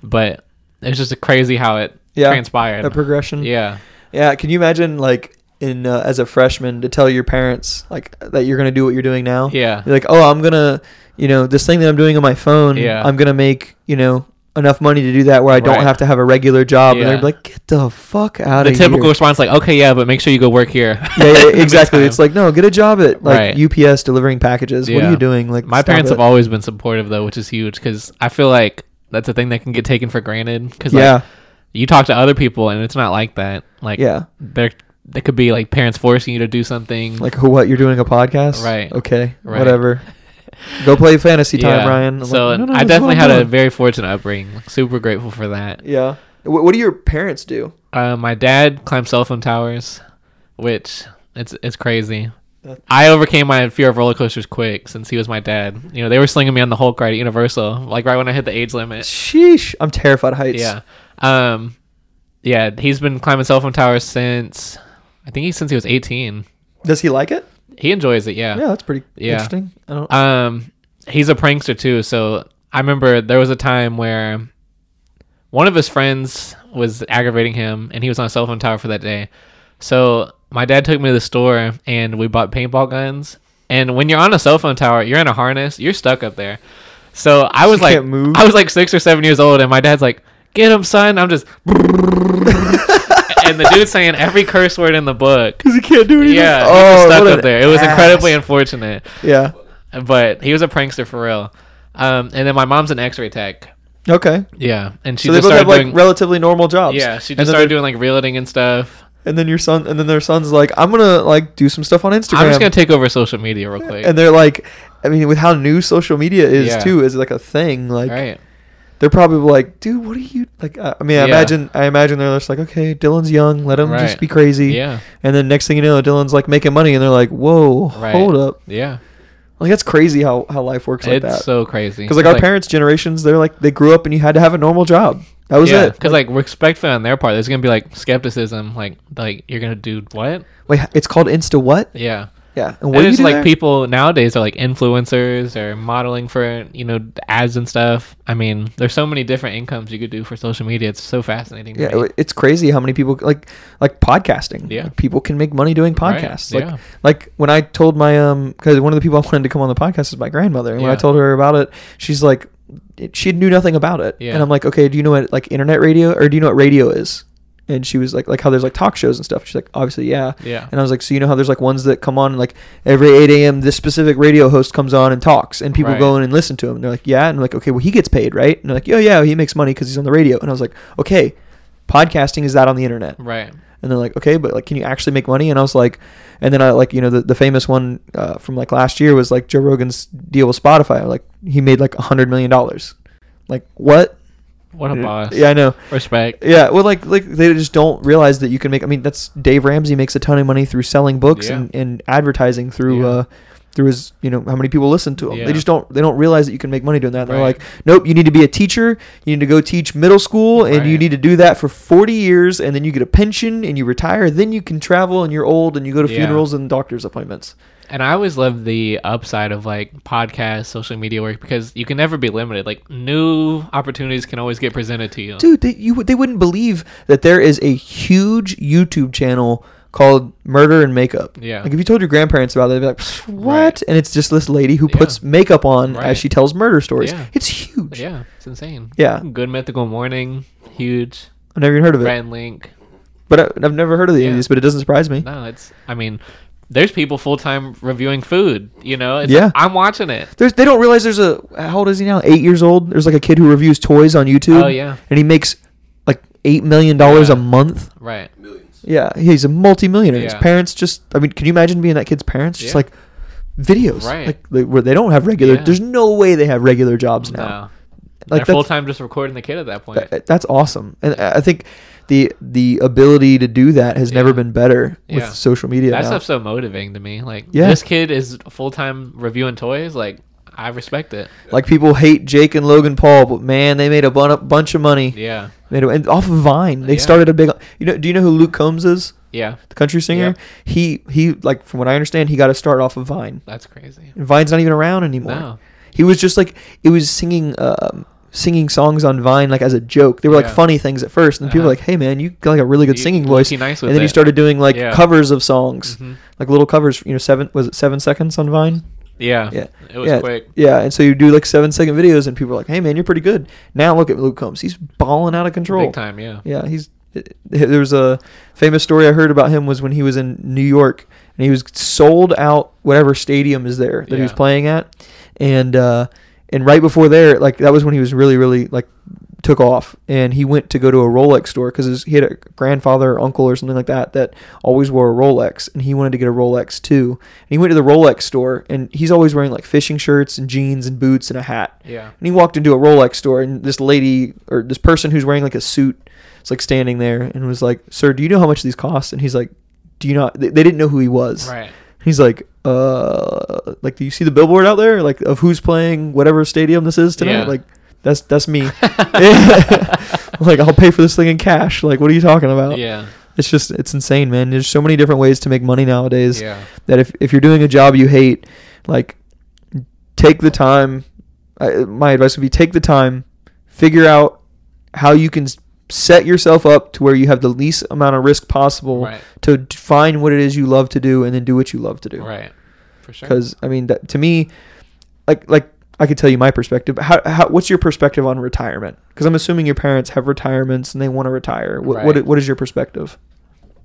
Speaker 2: but it's just crazy how it
Speaker 1: yeah,
Speaker 2: transpired
Speaker 1: that progression.
Speaker 2: yeah
Speaker 1: yeah. Can you imagine like? In, uh, as a freshman to tell your parents like that you're gonna do what you're doing now
Speaker 2: Yeah.
Speaker 1: you're like oh i'm gonna you know this thing that i'm doing on my phone
Speaker 2: Yeah.
Speaker 1: i'm gonna make you know enough money to do that where i don't
Speaker 2: Right.
Speaker 1: have to have a regular job and
Speaker 2: Yeah.
Speaker 1: they're like get the fuck out
Speaker 2: the
Speaker 1: of
Speaker 2: typical
Speaker 1: here
Speaker 2: response like okay yeah but make sure you go work here
Speaker 1: yeah, yeah,
Speaker 2: Next
Speaker 1: exactly.
Speaker 2: time.
Speaker 1: It's like no, get a job at like
Speaker 2: Right.
Speaker 1: UPS delivering packages. What are
Speaker 2: Yeah.
Speaker 1: you doing? Like
Speaker 2: my
Speaker 1: stop
Speaker 2: parents
Speaker 1: it.
Speaker 2: have always been supportive though which is huge because i feel like that's a thing that can get taken for granted because
Speaker 1: Yeah.
Speaker 2: like, you talk to other people and it's not like that like
Speaker 1: Yeah.
Speaker 2: there there could be like parents forcing you to do something
Speaker 1: like who what you're doing a podcast.
Speaker 2: Right.
Speaker 1: Okay.
Speaker 2: Right.
Speaker 1: Whatever. Go play fantasy time,
Speaker 2: Yeah.
Speaker 1: Ryan. I'm
Speaker 2: so
Speaker 1: like, "No, no,
Speaker 2: i
Speaker 1: that's what
Speaker 2: definitely
Speaker 1: I'm
Speaker 2: had a
Speaker 1: doing."
Speaker 2: very fortunate upbringing super grateful for that
Speaker 1: yeah. What, what do your parents do?
Speaker 2: uh, my dad climbed cell phone towers which it's it's crazy
Speaker 1: That-
Speaker 2: I overcame my fear of roller coasters quick since he was my dad. You know, they were slinging me on the Hulk ride at Universal, like right when I hit the age limit.
Speaker 1: Sheesh. I'm terrified of heights.
Speaker 2: Yeah. Um yeah, he's been climbing cell phone towers since I think he since he was 18.
Speaker 1: Does he like it?
Speaker 2: He enjoys it, yeah.
Speaker 1: Yeah, that's pretty
Speaker 2: Yeah.
Speaker 1: interesting. I don't.
Speaker 2: Um he's a prankster too, so I remember there was a time where one of his friends was aggravating him and he was on a cell phone tower for that day. So my dad took me to the store and we bought paintball guns. And when you're on a cell phone tower, you're in a harness, you're stuck up there. So I was like,
Speaker 1: can't move.
Speaker 2: I was like six or seven years old, and my dad's like, "Get him, son!" I'm just, and the dude's saying every curse word in the book.
Speaker 1: Because he can't do anything.
Speaker 2: Yeah,
Speaker 1: Oh,
Speaker 2: he was
Speaker 1: what
Speaker 2: stuck
Speaker 1: an
Speaker 2: up there. It was
Speaker 1: ass.
Speaker 2: incredibly unfortunate,
Speaker 1: Yeah.
Speaker 2: but he was a prankster for real. Um, and then my mom's an X-ray tech.
Speaker 1: Okay.
Speaker 2: Yeah, and she
Speaker 1: so they
Speaker 2: just
Speaker 1: both
Speaker 2: started
Speaker 1: have like
Speaker 2: doing.
Speaker 1: relatively normal jobs.
Speaker 2: yeah, she
Speaker 1: And
Speaker 2: just
Speaker 1: then
Speaker 2: started
Speaker 1: their-
Speaker 2: doing like realting and stuff.
Speaker 1: And then your son, and then their son's like, I'm gonna like do some stuff on Instagram.
Speaker 2: I'm just gonna take over social media real quick.
Speaker 1: and they're like, I mean, with how new social media is
Speaker 2: Yeah.
Speaker 1: too, is like a thing. Like
Speaker 2: right.
Speaker 1: they're probably like, dude, what are you like? Uh, I mean, I
Speaker 2: Yeah.
Speaker 1: imagine, I imagine they're just like, okay, Dylan's young, let him just
Speaker 2: Right.
Speaker 1: be crazy.
Speaker 2: Yeah.
Speaker 1: And then next thing you know, Dylan's like making money, and they're like, whoa,
Speaker 2: Right.
Speaker 1: hold up,
Speaker 2: Yeah.
Speaker 1: like that's crazy how how life works like
Speaker 2: it's
Speaker 1: that.
Speaker 2: so crazy.
Speaker 1: Because like our parents' generations, they're like they grew up and you had to have a normal job. That was it.
Speaker 2: Because like respectful on their part, there's gonna be like skepticism. Like like you're gonna do what?
Speaker 1: Wait, it's called Insta what?
Speaker 2: Yeah.
Speaker 1: Yeah. And
Speaker 2: What
Speaker 1: what do
Speaker 2: and
Speaker 1: you
Speaker 2: it's
Speaker 1: do
Speaker 2: like
Speaker 1: there?
Speaker 2: people nowadays are like influencers or modeling for you know ads and stuff. I mean, there's so many different incomes you could do for social media. It's so fascinating. to
Speaker 1: Yeah,
Speaker 2: me.
Speaker 1: it- it's crazy how many people like like podcasting.
Speaker 2: Yeah.
Speaker 1: Like, people can make money doing
Speaker 2: Right,
Speaker 1: podcasts. Like
Speaker 2: yeah.
Speaker 1: like when I told my um because one of the people I wanted to come on the podcast is my grandmother, and when I
Speaker 2: Yeah.
Speaker 1: told her about it, she's like it- she knew nothing about it,
Speaker 2: Yeah.
Speaker 1: and I'm like, okay, do you know what like internet radio or do you know what radio is? And she was like, like how there's like talk shows and stuff. She's like, obviously, yeah.
Speaker 2: Yeah.
Speaker 1: And I was like, so you know how there's like ones that come on and like every 8 a.m. this specific radio host comes on and talks and people
Speaker 2: Right.
Speaker 1: go in and listen to him. And they're like, yeah. And I'm like, okay, well he gets paid, right? And they're like, yeah, yeah, he makes money because he's on the radio. And I was like, okay, podcasting is that on the internet?
Speaker 2: Right.
Speaker 1: And they're like, okay, but like, can you actually make money? And I was like, and then I like, you know, the, the famous one uh, from like last year was like Joe Rogan's deal with Spotify. Like he made like a hundred million dollars. Like what?
Speaker 2: What a boss.
Speaker 1: Yeah, I know.
Speaker 2: Respect.
Speaker 1: Yeah, well, like like they just don't realize that you can make. I mean, that's Dave Ramsey makes a ton of money through selling books
Speaker 2: Yeah.
Speaker 1: and, and advertising through
Speaker 2: Yeah.
Speaker 1: uh, through his you know how many people listen to him. They
Speaker 2: Yeah.
Speaker 1: just don't they don't realize that you can make money doing that. They're
Speaker 2: Right.
Speaker 1: like, nope, you need to be a teacher. You need to go teach middle school, and you
Speaker 2: Right.
Speaker 1: need to do that for forty years, and then you get a pension and you retire. Then you can travel and you're old and you go to
Speaker 2: Yeah.
Speaker 1: funerals and doctors appointments.
Speaker 2: And I always love the upside of like podcasts, social media work because you can never be limited. Like new opportunities can always get presented to you.
Speaker 1: dude they, you would- they wouldn't believe that there is a huge youtube channel called murder and makeup
Speaker 2: Yeah.
Speaker 1: like if you told your grandparents about it they'd be like "Pfft, what
Speaker 2: Right.
Speaker 1: and it's just this lady who
Speaker 2: Yeah.
Speaker 1: puts makeup on
Speaker 2: Right.
Speaker 1: as she tells murder stories
Speaker 2: Yeah.
Speaker 1: it's huge
Speaker 2: Yeah, it's insane.
Speaker 1: Yeah.
Speaker 2: Good Mythical Morning, huge.
Speaker 1: i've never even heard of it
Speaker 2: Brand Link.
Speaker 6: Mm-hmm.
Speaker 1: but I, i've never heard of any of
Speaker 2: Yeah.
Speaker 1: these but it doesn't surprise me
Speaker 2: No, it's. I mean, there's people full time reviewing food. You know, it's
Speaker 1: Yeah.
Speaker 2: like, I'm watching it.
Speaker 1: There's, they don't realize there's a how old is he now eight years old there's like a kid who reviews toys on youtube
Speaker 2: Oh, yeah.
Speaker 1: and he makes like eight million dollars
Speaker 2: Yeah.
Speaker 1: a month
Speaker 2: Right.
Speaker 6: Millions.
Speaker 1: Yeah, he's a multimillionaire. His
Speaker 2: Yeah.
Speaker 1: parents just, I mean, can you imagine being that kid's parents? Just
Speaker 2: Yeah.
Speaker 1: like videos.
Speaker 2: Right.
Speaker 1: Like they, where they don't have regular,
Speaker 2: Yeah.
Speaker 1: there's no way they have regular jobs
Speaker 2: No.
Speaker 1: now. Like
Speaker 2: They're
Speaker 1: that's,
Speaker 2: full time just recording the kid at that point.
Speaker 1: that- that's awesome. And I I think the the ability to do that has never
Speaker 2: Yeah.
Speaker 1: been better
Speaker 2: Yeah.
Speaker 1: with social media.
Speaker 2: that
Speaker 1: now.
Speaker 2: stuff's so motivating to me. Like,
Speaker 1: Yeah.
Speaker 2: this kid is full time reviewing toys. Like, I respect it.
Speaker 1: Like people hate Jake and Logan Paul, but man, they made a bun- a bunch of money.
Speaker 2: Yeah.
Speaker 1: They do- and off of Vine, they
Speaker 2: Yeah.
Speaker 1: started a big. You know, do you know who Luke Combs is?
Speaker 2: Yeah.
Speaker 1: The country singer. He he like from what I understand, he got to start off of Vine.
Speaker 2: That's crazy.
Speaker 1: And Vine's not even around anymore.
Speaker 2: No.
Speaker 1: He was just like it was singing um, singing songs on Vine like as a joke. They were like
Speaker 2: Yeah. Uh-huh.
Speaker 1: funny things at first, and then people were like, "Hey man, you got like a really good
Speaker 2: You-
Speaker 1: singing
Speaker 2: you
Speaker 1: voice."
Speaker 2: look nice with
Speaker 1: and then he
Speaker 2: it.
Speaker 1: started doing like
Speaker 2: Yeah.
Speaker 1: covers of songs,
Speaker 2: Mhm.
Speaker 1: like little covers. You know, seven was it seven seconds on Vine?
Speaker 2: Yeah.
Speaker 1: Yeah,
Speaker 2: It was
Speaker 1: yeah,
Speaker 2: quick.
Speaker 1: Yeah, and so you do like seven second videos, and people are like, "Hey man, you're pretty good." Now look at Luke Combs; he's balling out of control.
Speaker 2: Big time. Yeah.
Speaker 1: Yeah, he's eh, there was a famous story I heard about him was when he was in New York and he was sold out whatever stadium is there that he was
Speaker 2: Yeah.
Speaker 1: playing at, and uh, and right before there, like that was when he was really really like took off and he went to go to a Rolex store because he had a grandfather or uncle or something like that that always wore a Rolex and he wanted to get a Rolex too and he went to the Rolex store and he's always wearing like fishing shirts and jeans and boots and a hat
Speaker 2: Yeah.
Speaker 1: and he walked into a Rolex store, and this lady or this person who's wearing like a suit is like standing there and was like, "Sir, do you know how much these cost?" And he's like, "Do you not?" They, they didn't know who he was.
Speaker 2: Right.
Speaker 1: He's like, "Uh, like, do you see the billboard out there? Like, of who's playing whatever stadium this is tonight?
Speaker 2: Yeah.
Speaker 1: Like, that's that's me. like, I'll pay for this thing in cash. Like, what are you talking about?
Speaker 2: Yeah.
Speaker 1: It's just it's insane, man. There's so many different ways to make money nowadays
Speaker 2: Yeah.
Speaker 1: that if, if you're doing a job you hate, like take the time. I, my advice would be take the time, figure out how you can s- set yourself up to where you have the least amount of risk possible
Speaker 2: Right.
Speaker 1: to d- find what it is you love to do and then do what you love to do.
Speaker 2: Right. For sure.
Speaker 1: Because I mean, that, to me, like like I could tell you my perspective. How, how what's your perspective on retirement? Because I'm assuming your parents have retirements and they want to retire. What, what i-
Speaker 2: Right.
Speaker 1: what is your perspective?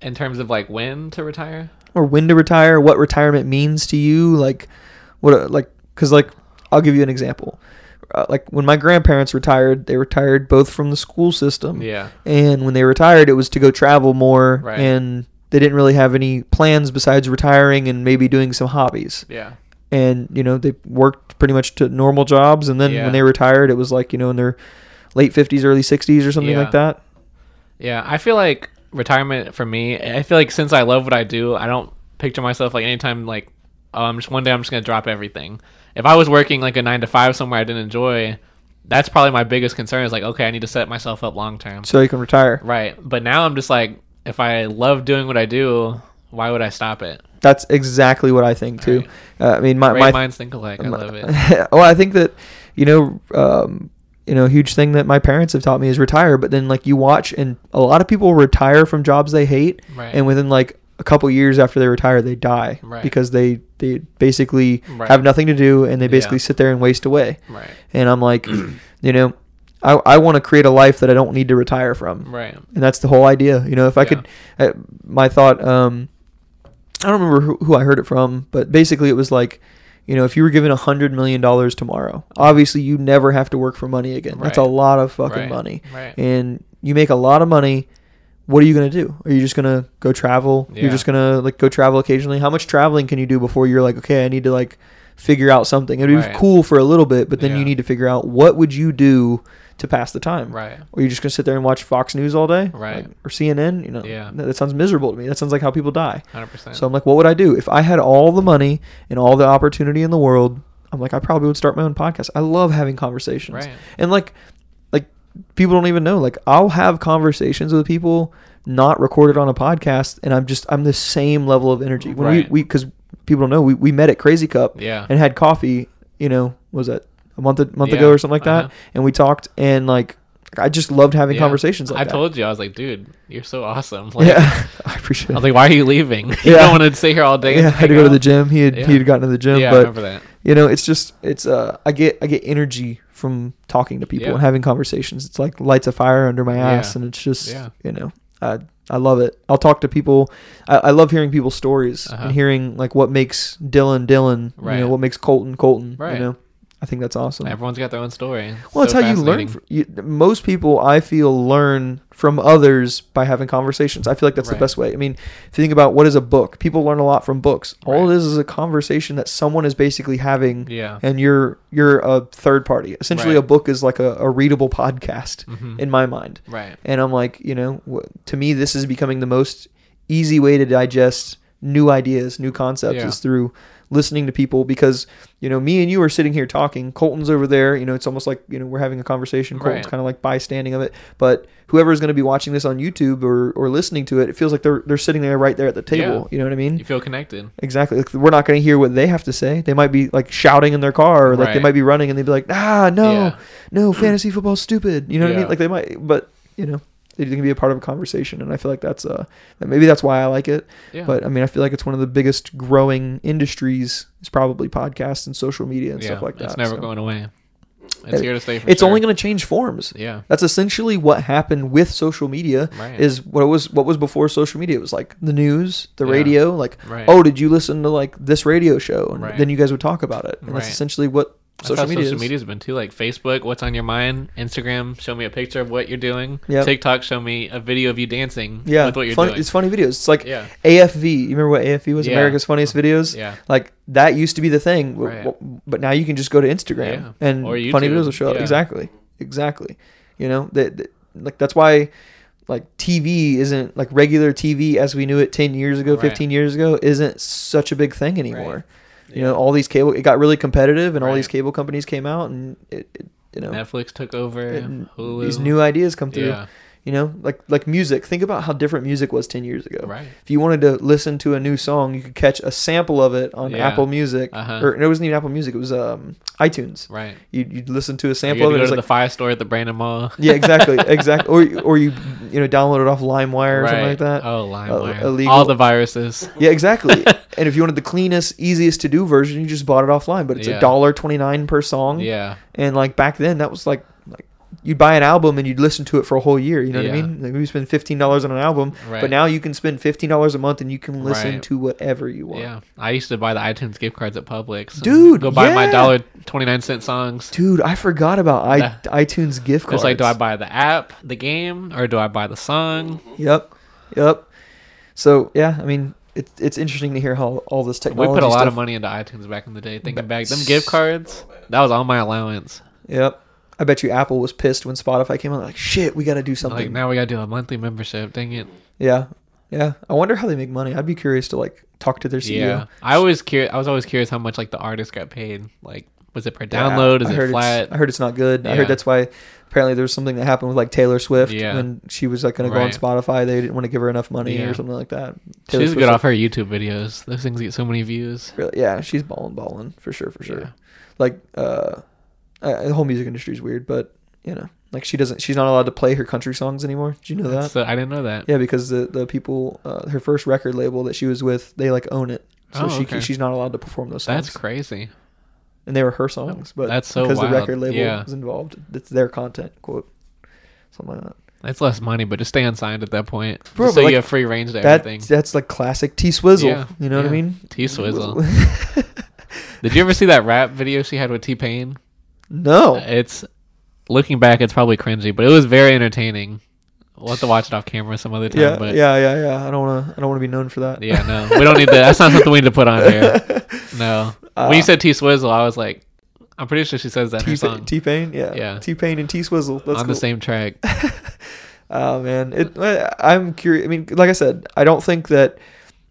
Speaker 2: in terms of like when to retire.
Speaker 1: Or when to retire? What retirement means to you? Like what uh, like because like I'll give you an example. Uh, like when my grandparents retired, they retired both from the school system.
Speaker 2: Yeah.
Speaker 1: And when they retired, it was to go travel more,
Speaker 2: Right.
Speaker 1: and they didn't really have any plans besides retiring and maybe doing some hobbies.
Speaker 2: Yeah.
Speaker 1: And you know, they worked pretty much to normal jobs, and then
Speaker 2: Yeah.
Speaker 1: when they retired, it was like you know in their late fifties, early sixties, or something like
Speaker 2: Yeah.
Speaker 1: that.
Speaker 2: Yeah, I feel like retirement for me. I feel like since I love what I do, I don't picture myself like anytime like oh, I'm just one day I'm just gonna drop everything. If I was working like a nine to five somewhere I didn't enjoy, that's probably my biggest concern is like okay, I need to set myself up long term.
Speaker 1: So you can retire.
Speaker 2: Right, but now I'm just like if I love doing what I do, why would I stop it?
Speaker 1: That's exactly what I think too. Uh, I mean, my
Speaker 2: Great
Speaker 1: my
Speaker 2: minds think alike. I love it.
Speaker 1: well, I think that you know, um, you know, a huge thing that my parents have taught me is retire. But then, like, you watch, and a lot of people retire from jobs they hate,
Speaker 2: Right.
Speaker 1: and within like a couple years after they retire, they die
Speaker 2: Right.
Speaker 1: because they they basically
Speaker 2: Right.
Speaker 1: have nothing to do, and they basically sit there and waste away.
Speaker 2: Right.
Speaker 1: And I'm like, you know, I I want to create a life that I don't need to retire from
Speaker 2: Right.
Speaker 1: and that's the whole idea. You know, if I
Speaker 2: Yeah.
Speaker 1: could, uh, my thought. Um, I don't remember who, who I heard it from, but basically it was like, you know, if you were given a hundred million dollars tomorrow, obviously you never have to work for money again. That's a
Speaker 2: Right.
Speaker 1: lot of fucking
Speaker 2: Right.
Speaker 1: money,
Speaker 2: Right.
Speaker 1: and you make a lot of money. What are you gonna do? Are you just gonna go travel? You're
Speaker 2: Yeah.
Speaker 1: just gonna like go travel occasionally. How much traveling can you do before you're like, okay, I need to like figure out something? It'd be
Speaker 2: Right.
Speaker 1: cool for a little bit, but then you
Speaker 2: Yeah.
Speaker 1: need to figure out what would you do to pass the time.
Speaker 2: Right.
Speaker 1: Or you're just gonna sit there and watch Fox News all day,
Speaker 2: Right.
Speaker 1: Like, or CNN, you know.
Speaker 2: Yeah.
Speaker 1: That, that sounds miserable to me. That sounds like how people die.
Speaker 2: Hundred percent.
Speaker 1: So I'm like, what would I do if I had all the money and all the opportunity in the world? I'm like, I probably would start my own podcast. I love having conversations,
Speaker 2: Right.
Speaker 1: and like, like people don't even know. Like, I'll have conversations with people not recorded on a podcast, and I'm just I'm the same level of energy when
Speaker 2: Right.
Speaker 1: we we because people don't know we, we met at Crazy Cup,
Speaker 2: Yeah.
Speaker 1: and had coffee. You know, what was that a month a month
Speaker 2: Yeah.
Speaker 1: ago or something like that?
Speaker 2: Uh-huh.
Speaker 1: And we talked, and like, I just loved having
Speaker 2: Yeah.
Speaker 1: conversations like
Speaker 2: I
Speaker 1: that.
Speaker 2: told you, I was like, dude, you're so awesome. Like,
Speaker 1: yeah, I appreciate.
Speaker 2: I
Speaker 1: it.
Speaker 2: was like, why are you leaving? You
Speaker 1: Yeah.
Speaker 2: don't want to stay here all day. and
Speaker 1: Yeah, I had
Speaker 2: hang
Speaker 1: to go to
Speaker 2: out?
Speaker 1: the gym. He had
Speaker 2: Yeah.
Speaker 1: he had gotten to the gym,
Speaker 2: Yeah, I
Speaker 1: but
Speaker 2: remember that.
Speaker 1: you know, it's just it's uh I get I get energy from talking to people
Speaker 2: Yeah.
Speaker 1: and having conversations. It's like lights a fire under my ass, and it's just
Speaker 2: Yeah.
Speaker 1: you know I I love it. I'll talk to people. I, I love hearing people's stories
Speaker 2: Uh-huh.
Speaker 1: and hearing like what makes Dylan Dylan. You
Speaker 2: Right.
Speaker 1: know what makes Colton Colton. You
Speaker 2: Right.
Speaker 1: know, I think that's awesome.
Speaker 2: Everyone's got their own story.
Speaker 1: well, that's
Speaker 2: So
Speaker 1: how you learn.
Speaker 2: fascinating.
Speaker 1: fr- You, most people, I feel, learn from others by having conversations. I feel like that's the
Speaker 2: Right.
Speaker 1: best way. I mean, if you think about what is a book, people learn a lot from books. All
Speaker 2: Right.
Speaker 1: it is is a conversation that someone is basically having,
Speaker 2: Yeah.
Speaker 1: and you're you're a third party. Essentially,
Speaker 2: Right. Mm-hmm.
Speaker 1: a book is like a, a readable podcast in my mind.
Speaker 2: Right.
Speaker 1: And I'm like, you know, wh- to me, this is becoming the most easy way to digest new ideas, new concepts
Speaker 2: Yeah.
Speaker 1: is through listening to people because, you know, me and you are sitting here talking. Colton's over there. You know, it's almost like, you know, we're having a conversation. Colton's
Speaker 2: Right.
Speaker 1: kind of like bystanding of it. But whoever is going to be watching this on YouTube or, or listening to it, it feels like they're, they're sitting there right there at the table.
Speaker 2: Yeah.
Speaker 1: You know what I mean?
Speaker 2: You feel connected.
Speaker 1: Exactly. Like, we're not going to hear what they have to say. They might be like shouting in their car, or like they
Speaker 2: Right.
Speaker 1: might be running, and they'd be like, "Ah, no,
Speaker 2: Yeah.
Speaker 1: no, fantasy football's stupid." You know what I mean?
Speaker 2: Yeah.
Speaker 1: Like they might, but you know, they can be a part of a conversation, and I feel like that's uh that maybe that's why I like it.
Speaker 2: Yeah.
Speaker 1: But I mean, I feel like it's one of the biggest growing industries is probably podcasts and social media and
Speaker 2: yeah.
Speaker 1: stuff like that.
Speaker 2: It's never
Speaker 1: so.
Speaker 2: going away. It's
Speaker 1: It-
Speaker 2: here to stay. For
Speaker 1: It's
Speaker 2: sure.
Speaker 1: only going to change forms.
Speaker 2: Yeah.
Speaker 1: That's essentially what happened with social media.
Speaker 2: Right.
Speaker 1: Is what it was what was before social media. It was like the news, the
Speaker 2: Yeah.
Speaker 1: radio. Like,
Speaker 2: Right.
Speaker 1: oh, did you listen to like this radio show? And
Speaker 2: Right.
Speaker 1: then you guys would talk about it. And that's
Speaker 2: Right.
Speaker 1: essentially what
Speaker 2: That's
Speaker 1: social
Speaker 2: how
Speaker 1: media,
Speaker 2: social
Speaker 1: is.
Speaker 2: media's been too. Like Facebook, what's on your mind? Instagram, show me a picture of what you're doing.
Speaker 1: Yep.
Speaker 2: TikTok, show me a video of you dancing
Speaker 1: Yeah,
Speaker 2: with what you're
Speaker 1: Fun-
Speaker 2: doing.
Speaker 1: it's funny videos. It's like
Speaker 2: Yeah.
Speaker 1: AFV. You remember what AFV was?
Speaker 2: Yeah. Oh,
Speaker 1: America's Funniest Videos.
Speaker 2: Yeah.
Speaker 1: like that used to be the thing. W-
Speaker 2: Right.
Speaker 1: w- But now you can just go to Instagram
Speaker 2: Yeah.
Speaker 1: and
Speaker 2: Or
Speaker 1: funny
Speaker 2: YouTube.
Speaker 1: videos will show up.
Speaker 2: Yeah.
Speaker 1: Exactly, exactly. You know, that that- like that's why like TV isn't like regular TV as we knew it ten years ago,
Speaker 2: Right.
Speaker 1: fifteen years ago, isn't such a big thing anymore. You know, all these cable it got really competitive, and all
Speaker 2: Right.
Speaker 1: these cable companies came out, and it, it you know
Speaker 2: Netflix took over.
Speaker 1: and
Speaker 2: Hulu.
Speaker 1: these new ideas come through.
Speaker 2: Yeah.
Speaker 1: You know, like like music. Think about how different music was ten years ago.
Speaker 2: Right.
Speaker 1: If you wanted to listen to a new song, you could catch a sample of it on
Speaker 2: Yeah.
Speaker 1: Apple Music,
Speaker 2: Uh-huh.
Speaker 1: or no, it wasn't even Apple Music. It was um, iTunes.
Speaker 2: Right.
Speaker 1: You'd, you'd listen to a
Speaker 2: You
Speaker 1: sample of
Speaker 2: had to
Speaker 1: it.
Speaker 2: go
Speaker 1: it was
Speaker 2: to the
Speaker 1: like,
Speaker 2: fire store at the Brandon Mall.
Speaker 1: yeah, exactly, exactly. Or or you you know download it off LimeWire or something like that. Uh,
Speaker 2: Oh, LimeWire.
Speaker 1: illegal.
Speaker 2: All the viruses.
Speaker 1: Yeah, exactly. and if you wanted the cleanest, easiest to do version, you just bought it offline. But it's a
Speaker 2: Yeah.
Speaker 1: dollar twenty nine per song.
Speaker 2: Yeah.
Speaker 1: And like back then, that was like like you'd buy an album and you'd listen to it for a whole year. You know what I
Speaker 2: Yeah.
Speaker 1: mean? Like we spend fifteen dollars on an album, but
Speaker 2: Right.
Speaker 1: now you can spend fifteen dollars a month and you can listen
Speaker 2: Right.
Speaker 1: to whatever you want.
Speaker 2: Yeah. I used to buy the iTunes gift cards at Publix. and
Speaker 1: Dude,
Speaker 2: Go buy my
Speaker 1: yeah.
Speaker 2: dollar twenty nine cent songs.
Speaker 1: Dude, I forgot about I-
Speaker 2: Yeah.
Speaker 1: iTunes gift cards.
Speaker 2: It's like, do I buy the app, the game, or do I buy the song?
Speaker 1: Yep, yep. So yeah, I mean, it's it's interesting to hear how all this
Speaker 2: We
Speaker 1: technology.
Speaker 2: put a lot of
Speaker 1: stuff-
Speaker 2: money into iTunes back in the day. Thinking
Speaker 1: Ba-
Speaker 2: back, them gift cards, that was all my allowance.
Speaker 1: Yep. I bet you Apple was pissed when Spotify came out. Like, shit, we got to do something.
Speaker 2: Like now we gotta do a monthly membership. Dang it.
Speaker 1: Yeah. Yeah. I wonder how they make money. I'd be curious to like talk to their E CEO.
Speaker 2: Yeah. I always curious. I was always curious how much like the artist got paid. Like, was it per
Speaker 1: Yeah,
Speaker 2: download?
Speaker 1: I
Speaker 2: Is
Speaker 1: heard
Speaker 2: it
Speaker 1: it's-
Speaker 2: flat?
Speaker 1: I heard it's not good. I
Speaker 2: Yeah.
Speaker 1: heard that's why apparently there was something that happened with like Taylor Swift
Speaker 2: Yeah.
Speaker 1: when she was like going
Speaker 2: Right.
Speaker 1: to go on Spotify. They didn't want to give her enough money
Speaker 2: Yeah.
Speaker 1: or something like that. Taylor
Speaker 2: She's
Speaker 1: Swift's
Speaker 2: good
Speaker 1: like,
Speaker 2: off her YouTube videos. Those things get so many views.
Speaker 1: really- yeah, she's balling, balling for sure, for sure.
Speaker 2: Yeah.
Speaker 1: Like, uh, uh, the whole music industry is weird, but you know, like she doesn't, she's not allowed to play her country songs anymore. Did you know that?
Speaker 2: So I didn't know that.
Speaker 1: Yeah, because the the people, uh, her first record label that she was with, they like own it, so
Speaker 2: Oh,
Speaker 1: she
Speaker 2: okay.
Speaker 1: she's not allowed to perform those songs.
Speaker 2: That's crazy.
Speaker 1: and they were her songs, but
Speaker 2: That's so
Speaker 1: because
Speaker 2: wild.
Speaker 1: the record label
Speaker 2: Yeah.
Speaker 1: was involved, it's their content, quote, something like that.
Speaker 2: That's less money, but just stay unsigned at that point.
Speaker 1: Bro,
Speaker 2: Just so
Speaker 1: but, like,
Speaker 2: you have free range to
Speaker 1: That
Speaker 2: everything.
Speaker 1: that's like classic T Swizzle.
Speaker 2: Yeah,
Speaker 1: You know what I
Speaker 2: yeah.
Speaker 1: mean?
Speaker 2: T Swizzle. Did you ever see that rap video she had with T Pain?
Speaker 1: no,
Speaker 2: It's looking back, it's probably cringy, but it was very entertaining. We'll have to watch it off camera some other time.
Speaker 1: yeah,
Speaker 2: but
Speaker 1: yeah, yeah, yeah. I don't wanna, I don't wanna be known for that.
Speaker 2: Yeah, no, we don't need that. That's not something we need to put on here. No,
Speaker 1: Uh,
Speaker 2: when you said T Swizzle, I was like, I'm pretty sure she says that in her song
Speaker 1: T Pain, yeah,
Speaker 2: Yeah.
Speaker 1: T Pain and T Swizzle. That's
Speaker 2: on
Speaker 1: cool.
Speaker 2: the same track.
Speaker 1: Oh man, it. I- I'm curious. I mean, like I said, I don't think that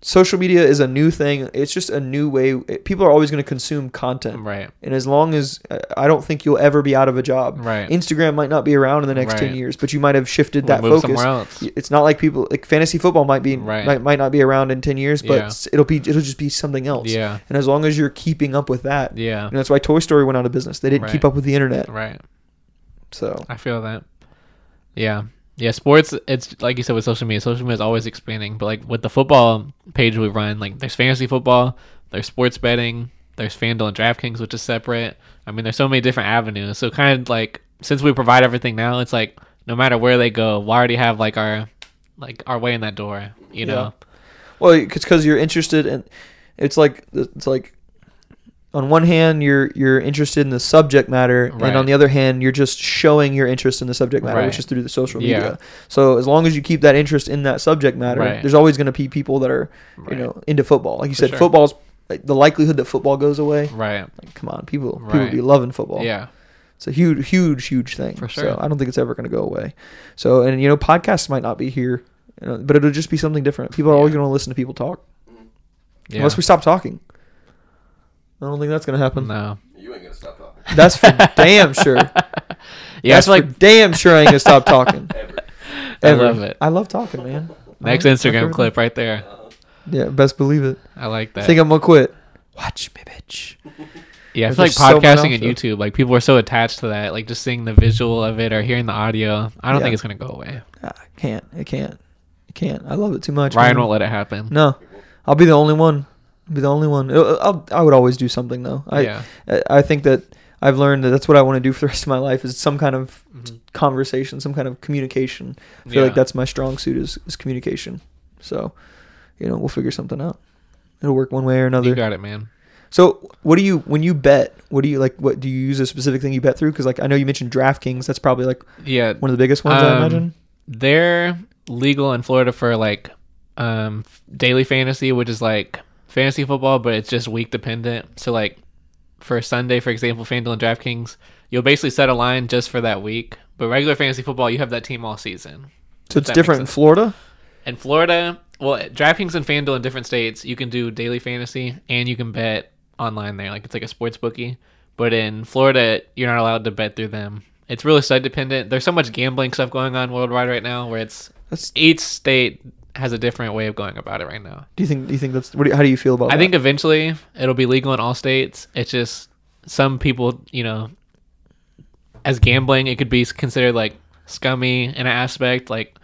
Speaker 1: social media is a new thing. It's just a new way. People are always going to consume content,
Speaker 2: Right.
Speaker 1: and as long as uh, I don't think you'll ever be out of a job.
Speaker 2: Right.
Speaker 1: Instagram might not be around in the next ten
Speaker 2: Right.
Speaker 1: years, but you might have shifted
Speaker 2: We'll
Speaker 1: that
Speaker 2: move
Speaker 1: focus.
Speaker 2: somewhere else.
Speaker 1: It's not like people like fantasy football might be
Speaker 2: Right.
Speaker 1: might, might not be around in ten years, but
Speaker 2: Yeah.
Speaker 1: s- it'll be it'll just be something else.
Speaker 2: Yeah.
Speaker 1: And as long as you're keeping up with that,
Speaker 2: Yeah.
Speaker 1: and that's why Toy Story went out of business. They didn't
Speaker 2: Right.
Speaker 1: keep up with the internet,
Speaker 2: Right.
Speaker 1: so
Speaker 2: I feel that. Yeah. Yeah, sports. It's like you said with social media. Social media is always expanding, but like with the football page we run, like there's fantasy football, there's sports betting, there's FanDuel and DraftKings, which is separate. I mean, there's so many different avenues. So kind of like since we provide everything now, it's like no matter where they go, we already have like our like our way in that door. You know?
Speaker 1: Well, it's because you're interested in. It's like it's like, on one hand, you're you're interested in the subject matter,
Speaker 2: Right.
Speaker 1: and on the other hand, you're just showing your interest in the subject matter,
Speaker 2: Right.
Speaker 1: which is through the social
Speaker 2: Yeah.
Speaker 1: media. So as long as you keep that interest in that subject matter,
Speaker 2: Right.
Speaker 1: there's always going to be people that are you know into football. Like you said,
Speaker 2: sure.
Speaker 1: football's like, the likelihood that football goes away.
Speaker 2: Right.
Speaker 1: Like, come on, people people
Speaker 2: Right.
Speaker 1: be loving football.
Speaker 2: Yeah.
Speaker 1: It's a huge, huge, huge thing. For
Speaker 2: sure.
Speaker 1: So I don't think it's ever going to go away. So, and you know, podcasts might not be here, you know, but it'll just be something different. People are always going to listen to people talk
Speaker 2: Yeah.
Speaker 1: unless we stop talking. I don't think that's going to happen.
Speaker 2: no.
Speaker 6: You ain't gonna stop talking.
Speaker 1: That's for damn sure.
Speaker 2: Yeah.
Speaker 1: that's
Speaker 2: It's like
Speaker 1: for damn sure I ain't going to stop talking.
Speaker 6: Ever.
Speaker 1: Ever.
Speaker 2: love it.
Speaker 1: I love talking, man.
Speaker 2: next
Speaker 1: I love- my
Speaker 2: Instagram
Speaker 1: favorite
Speaker 2: clip right there.
Speaker 1: thing. Yeah, best believe it.
Speaker 2: I like that.
Speaker 1: Think I'm going to quit. Watch me, bitch.
Speaker 2: Yeah, I
Speaker 1: There's
Speaker 2: feel like
Speaker 1: just so much
Speaker 2: podcasting and
Speaker 1: out there.
Speaker 2: YouTube, like people are so attached to that, like just seeing the visual of it or hearing the audio. I don't
Speaker 1: Yeah.
Speaker 2: think it's gonna go away.
Speaker 1: Ah, I can't. I can't. I can't. I love it too much.
Speaker 2: Ryan
Speaker 1: man.
Speaker 2: won't let it happen.
Speaker 1: No, I'll be the only one. I'll be the only one. I'll, I'll- I would always do something though. I,
Speaker 2: Yeah.
Speaker 1: I I think that I've learned that that's what I want to do for the rest of my life is some kind of conversation, some kind of communication. I feel
Speaker 2: Mm-hmm. Yeah.
Speaker 1: like that's my strong suit is, is communication. So, you know, we'll figure something out. It'll work one way or
Speaker 2: You
Speaker 1: another.
Speaker 2: got it, man.
Speaker 1: so, what do you when you bet? What do you like? What do you use a specific thing you bet through? Because like I know you mentioned DraftKings. That's probably like
Speaker 2: Yeah.
Speaker 1: one of the biggest ones I
Speaker 2: Um,
Speaker 1: imagine.
Speaker 2: They're legal in Florida for like um daily fantasy, which is like fantasy football, but it's just week dependent. So like for Sunday, for example, FanDuel and DraftKings, you'll basically set a line just for that week. But regular fantasy football, you have that team all season.
Speaker 1: So it's
Speaker 2: that makes
Speaker 1: different in
Speaker 2: sense.
Speaker 1: Florida.
Speaker 2: In Florida, well, DraftKings and FanDuel in different states, you can do daily fantasy and you can bet online there. Like it's like a sports bookie. But in Florida, you're not allowed to bet through them. it's really state dependent. There's so much gambling stuff going on worldwide right now, where it's
Speaker 1: That's-
Speaker 2: each state has a different way of going about it right now.
Speaker 1: Do you think? Do you think that's? What do you, how do you feel about?
Speaker 2: I
Speaker 1: that?
Speaker 2: think eventually it'll be legal in all states. It's just some people, you know, as gambling, it could be considered like scummy in an aspect. Like,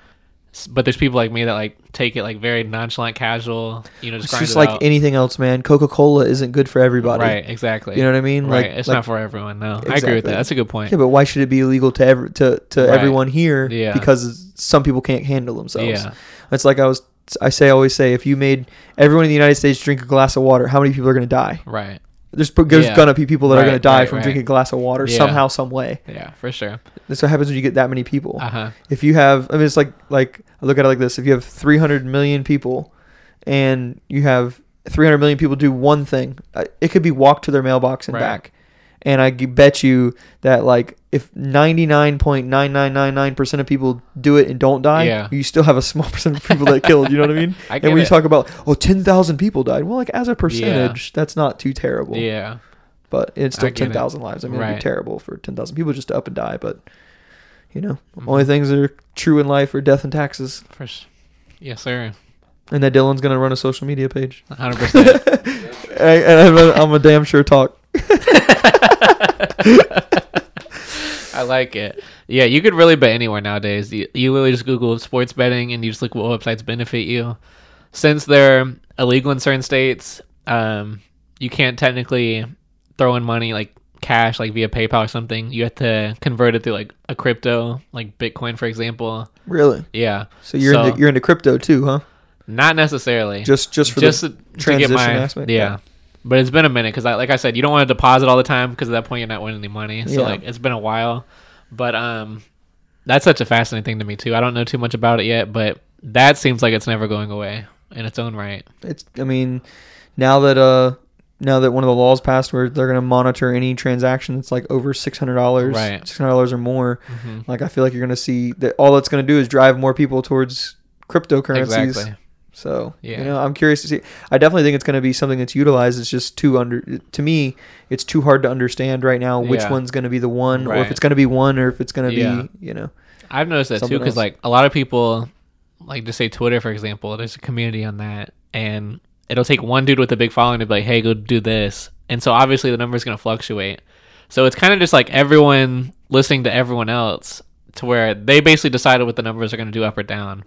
Speaker 2: s- but there's people like me that like take it like very nonchalant, casual. You know, just,
Speaker 1: it's
Speaker 2: grind
Speaker 1: just
Speaker 2: it
Speaker 1: like
Speaker 2: out.
Speaker 1: anything else, man. Coca Cola isn't good for everybody.
Speaker 2: right, exactly.
Speaker 1: You know what I mean?
Speaker 2: Right,
Speaker 1: Like-
Speaker 2: it's
Speaker 1: like-
Speaker 2: not for everyone. No, I agree with
Speaker 1: Exactly.
Speaker 2: that. That's a good point.
Speaker 1: Yeah, but why should it be illegal to every, to, to
Speaker 2: Right.
Speaker 1: everyone here?
Speaker 2: Yeah.
Speaker 1: Because some people can't handle themselves.
Speaker 2: Yeah.
Speaker 1: It's like I was I say I always say if you made everyone in the United States drink a glass of water, how many people are going to die?
Speaker 2: Right.
Speaker 1: There's pro- there's
Speaker 2: Yeah.
Speaker 1: going to be people that are
Speaker 2: Right,
Speaker 1: going to die
Speaker 2: right,
Speaker 1: from
Speaker 2: right.
Speaker 1: drinking a glass of water
Speaker 2: Yeah.
Speaker 1: somehow some way.
Speaker 2: Yeah, for sure.
Speaker 1: That's what happens when you get that many people.
Speaker 2: Uh huh.
Speaker 1: If you have I mean it's like like I look at it like this, if you have 300 million people and you have 300 million people do one thing, uh, it could be walk to their mailbox and
Speaker 2: Right.
Speaker 1: back. And I g- bet you that like if 99.9999% of people do it and don't die,
Speaker 2: Yeah.
Speaker 1: you still have a small percent of people that killed, you know what I mean?
Speaker 2: I
Speaker 1: and
Speaker 2: get
Speaker 1: when you
Speaker 2: it.
Speaker 1: talk about oh 10,000 people died, well like as a percentage, that's not too terrible.
Speaker 2: Yeah.
Speaker 1: But it's still
Speaker 2: I get it.
Speaker 1: 10,000 lives. I mean, it'd be
Speaker 2: Right.
Speaker 1: terrible for 10,000 people just to up and die, but you know,
Speaker 2: Mm-hmm.
Speaker 1: only things that are true in life are death and taxes.
Speaker 2: For s- yes, sir.
Speaker 1: And that Dylan's gonna run a social media page.
Speaker 2: 100%.
Speaker 1: I, and I'm, a, I'm a damn sure talk.
Speaker 2: I like it. Yeah, you could really bet anywhere nowadays. You, you literally just Google sports betting and you just look what websites benefit you. Since they're illegal in certain states, um, you can't technically throw in money like cash, like via PayPal or something. You have to convert it through like a crypto, like Bitcoin, for example.
Speaker 1: Really?
Speaker 2: Yeah.
Speaker 1: So you're into, you're into crypto too, huh?
Speaker 2: not necessarily
Speaker 1: Just just for
Speaker 2: just
Speaker 1: the
Speaker 2: to- to get
Speaker 1: transition
Speaker 2: my
Speaker 1: aspect?
Speaker 2: Yeah.
Speaker 1: Yeah.
Speaker 2: but it's been a minute because, I, like I said, you don't want to deposit all the time because at that point you're not winning any money. So
Speaker 1: Yeah.
Speaker 2: like it's been a while, but um, that's such a fascinating thing to me too. I don't know too much about it yet, but that seems like it's never going away in its own right.
Speaker 1: it's I mean, now that uh now that one of the laws passed where they're gonna monitor any transaction that's like over six hundred dollars,
Speaker 2: Right. Mm-hmm.
Speaker 1: six hundred dollars or more, like I feel like you're gonna see that all it's gonna do is drive more people towards cryptocurrencies.
Speaker 2: Exactly.
Speaker 1: So
Speaker 2: Yeah.
Speaker 1: you know, I'm curious to see. I definitely think it's going to be something that's utilized. It's just too under to me. It's too hard to understand right now which
Speaker 2: Yeah.
Speaker 1: one's going to be the one, or if
Speaker 2: Right.
Speaker 1: it's going to be one, or if it's going to
Speaker 2: Yeah.
Speaker 1: be you know.
Speaker 2: I've noticed that
Speaker 1: Something
Speaker 2: too because
Speaker 1: else.
Speaker 2: like a lot of people, like just say Twitter for example, there's a community on that, and it'll take one dude with a big following to be like, "Hey, go do this," and so obviously the number's gonna fluctuate. So it's kind of just like everyone listening to everyone else to where they basically decided what the numbers are gonna do up or down.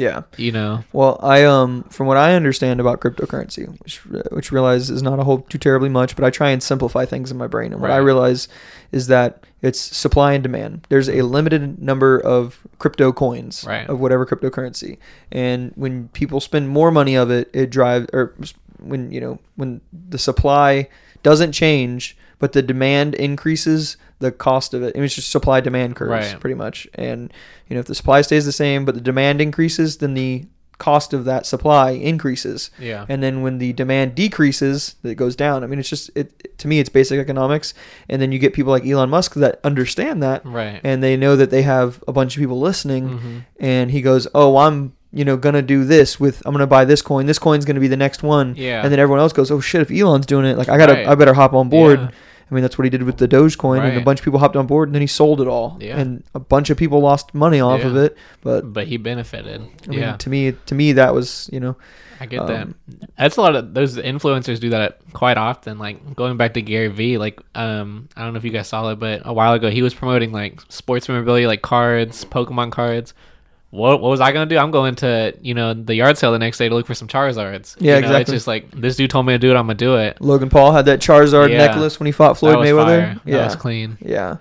Speaker 1: Yeah.
Speaker 2: You know,
Speaker 1: Well, I um from what I understand about cryptocurrency, which which realize is not a whole too terribly much, but I try and simplify things in my brain. And what I
Speaker 2: Right.
Speaker 1: realize is that it's supply and demand. There's a limited number of crypto coins
Speaker 2: Right.
Speaker 1: of whatever cryptocurrency, and when people spend more money of it, it drives or s- when you know when the supply doesn't change but the demand increases the cost of it. I mean, it's just supply demand curves
Speaker 2: Right.
Speaker 1: pretty much. And you know, if the supply stays the same but the demand increases, then the cost of that supply increases.
Speaker 2: Yeah.
Speaker 1: And then when the demand decreases, it goes down. I mean, it's just it to me it's basic economics. And then you get people like Elon Musk that understand that
Speaker 2: right?
Speaker 1: and they know that they have a bunch of people listening
Speaker 2: Mm-hmm.
Speaker 1: and he goes, "Oh, I'm you know, gonna do this with I'm gonna buy this coin. This coin's gonna be the next one.
Speaker 2: Yeah.
Speaker 1: And then everyone else goes, Oh shit, if Elon's doing it, like I gotta
Speaker 2: Right.
Speaker 1: I better hop on board.
Speaker 2: Yeah.
Speaker 1: I mean, that's what he did with the Dogecoin, and a
Speaker 2: Right.
Speaker 1: bunch of people hopped on board, and then he sold it all,
Speaker 2: Yeah.
Speaker 1: and a bunch of people lost money off
Speaker 2: Yeah.
Speaker 1: of it. But
Speaker 2: but he benefited.
Speaker 1: I mean,
Speaker 2: yeah,
Speaker 1: to me, to me, that was you know,
Speaker 2: I get that. Um, That's a lot of those influencers do that quite often. Like going back to Gary Vee, like um, I don't know if you guys saw it, but a while ago he was promoting like sports memorabilia, like cards, Pokemon cards. What what was I gonna do? I'm going to you know the yard sale the next day to look for some Charizards.
Speaker 1: Yeah,
Speaker 2: You know, It's
Speaker 1: exactly.
Speaker 2: just like this dude told me to do it. I'm gonna do it.
Speaker 1: Logan Paul had that Charizard
Speaker 2: Yeah.
Speaker 1: necklace when he fought Floyd
Speaker 2: that was
Speaker 1: Mayweather.
Speaker 2: fire.
Speaker 1: Yeah,
Speaker 2: that was clean.
Speaker 1: yeah,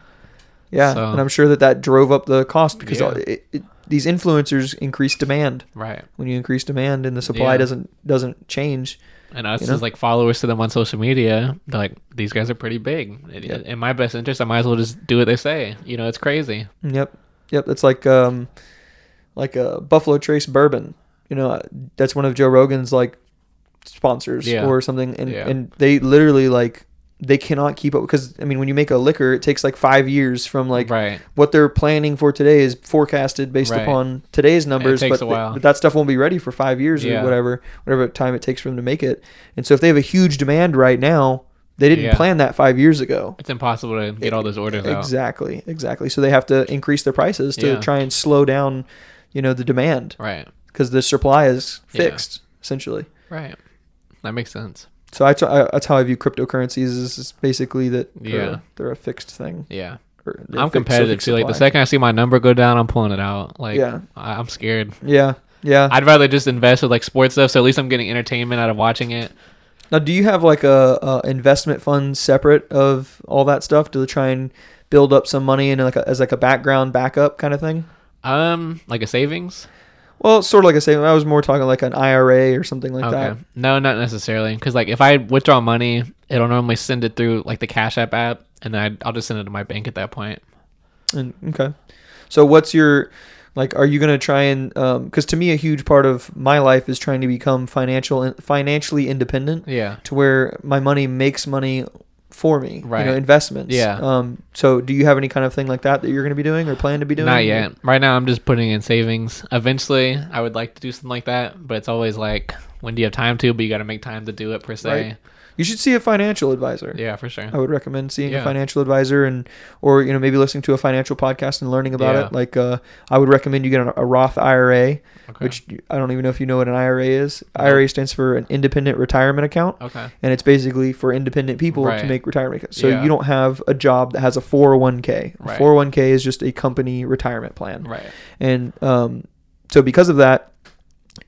Speaker 1: yeah,
Speaker 2: So-
Speaker 1: and I'm sure that that drove up the cost because
Speaker 2: Yeah.
Speaker 1: all- it, it, these influencers increase demand.
Speaker 2: Right.
Speaker 1: When you increase demand and the supply
Speaker 2: Yeah.
Speaker 1: doesn't doesn't change,
Speaker 2: and us
Speaker 1: You know?
Speaker 2: as like followers to them on social media they're like these guys are pretty big It-
Speaker 1: Yeah.
Speaker 2: in my best interest i might as well just do what they say you know it's crazy
Speaker 1: Yep, yep. That's like um, like a Buffalo Trace bourbon. You know, uh, that's one of Joe Rogan's like sponsors
Speaker 2: Yeah.
Speaker 1: or something, and
Speaker 2: Yeah.
Speaker 1: and they literally like they cannot keep up because I mean, when you make a liquor, it takes like five years from like
Speaker 2: Right.
Speaker 1: what they're planning for today is forecasted based
Speaker 2: Right.
Speaker 1: upon today's numbers,
Speaker 2: takes
Speaker 1: but,
Speaker 2: a while.
Speaker 1: but that stuff won't be ready for five years or
Speaker 2: Yeah.
Speaker 1: whatever whatever time it takes for them to make it. And so if they have a huge demand right now. They didn't
Speaker 2: Yeah.
Speaker 1: plan that five years ago.
Speaker 2: It's impossible to get all those orders out.
Speaker 1: Exactly, exactly. So they have to increase their prices to
Speaker 2: Yeah.
Speaker 1: try and slow down, you know, the demand
Speaker 2: Right.
Speaker 1: because the supply is
Speaker 2: Yeah.
Speaker 1: fixed essentially.
Speaker 2: Right. That makes sense.
Speaker 1: So I, try- I- that's how I view cryptocurrencies is is basically that they're,
Speaker 2: Yeah.
Speaker 1: they're a fixed thing.
Speaker 2: Yeah.
Speaker 1: or they're
Speaker 2: I'm
Speaker 1: fixed- so
Speaker 2: competitive
Speaker 1: fixed
Speaker 2: too. Like the
Speaker 1: supply.
Speaker 2: second I see my number go down, I'm pulling it out. Like
Speaker 1: Yeah.
Speaker 2: I- I'm scared.
Speaker 1: Yeah, yeah.
Speaker 2: I'd rather just invest with like sports stuff, so at least I'm getting entertainment out of watching it.
Speaker 1: now, do you have like a, a investment fund separate of all that stuff to try and build up some money and like a, as like a background backup kind of thing?
Speaker 2: Um, like a savings.
Speaker 1: Well, it's sort of like I say, I was more talking like an IRA or something like that.
Speaker 2: Okay. No, not necessarily. Because like if I withdraw money, it'll normally send it through like the Cash App app, and then I, I'll just send it to my bank at that point.
Speaker 1: And okay, so what's your like? Are you gonna try and because to me a huge part of my life is trying to become financial financially independent
Speaker 2: Yeah.
Speaker 1: to where my money makes money for me. You
Speaker 2: Right.
Speaker 1: know, investments.
Speaker 2: Yeah.
Speaker 1: Um. So do you have any kind of thing like that that you're gonna be doing or plan to be doing?
Speaker 2: Not yet. Right now, I'm just putting in savings. Eventually, I would like to do something like that, but it's always like, when do you have time to? But you got to make time to do it per se.
Speaker 1: Right. Oh, You should see a financial advisor.
Speaker 2: Yeah, for sure.
Speaker 1: I would recommend seeing a
Speaker 2: Yeah.
Speaker 1: financial advisor and or you know maybe listening to a financial podcast and learning about
Speaker 2: Yeah.
Speaker 1: it. Like uh, I would recommend you get an, a Roth IRA, which you- I don't even know if you know what an IRA is. IRA stands for an independent retirement account.
Speaker 2: Okay.
Speaker 1: And it's basically for independent people
Speaker 2: Oh. Right.
Speaker 1: to make retirement. accounts. So
Speaker 2: Yeah.
Speaker 1: you don't have a job that has a 401k. A
Speaker 2: Right.
Speaker 1: 401k is just a company retirement plan.
Speaker 2: Right.
Speaker 1: And um, so because of that,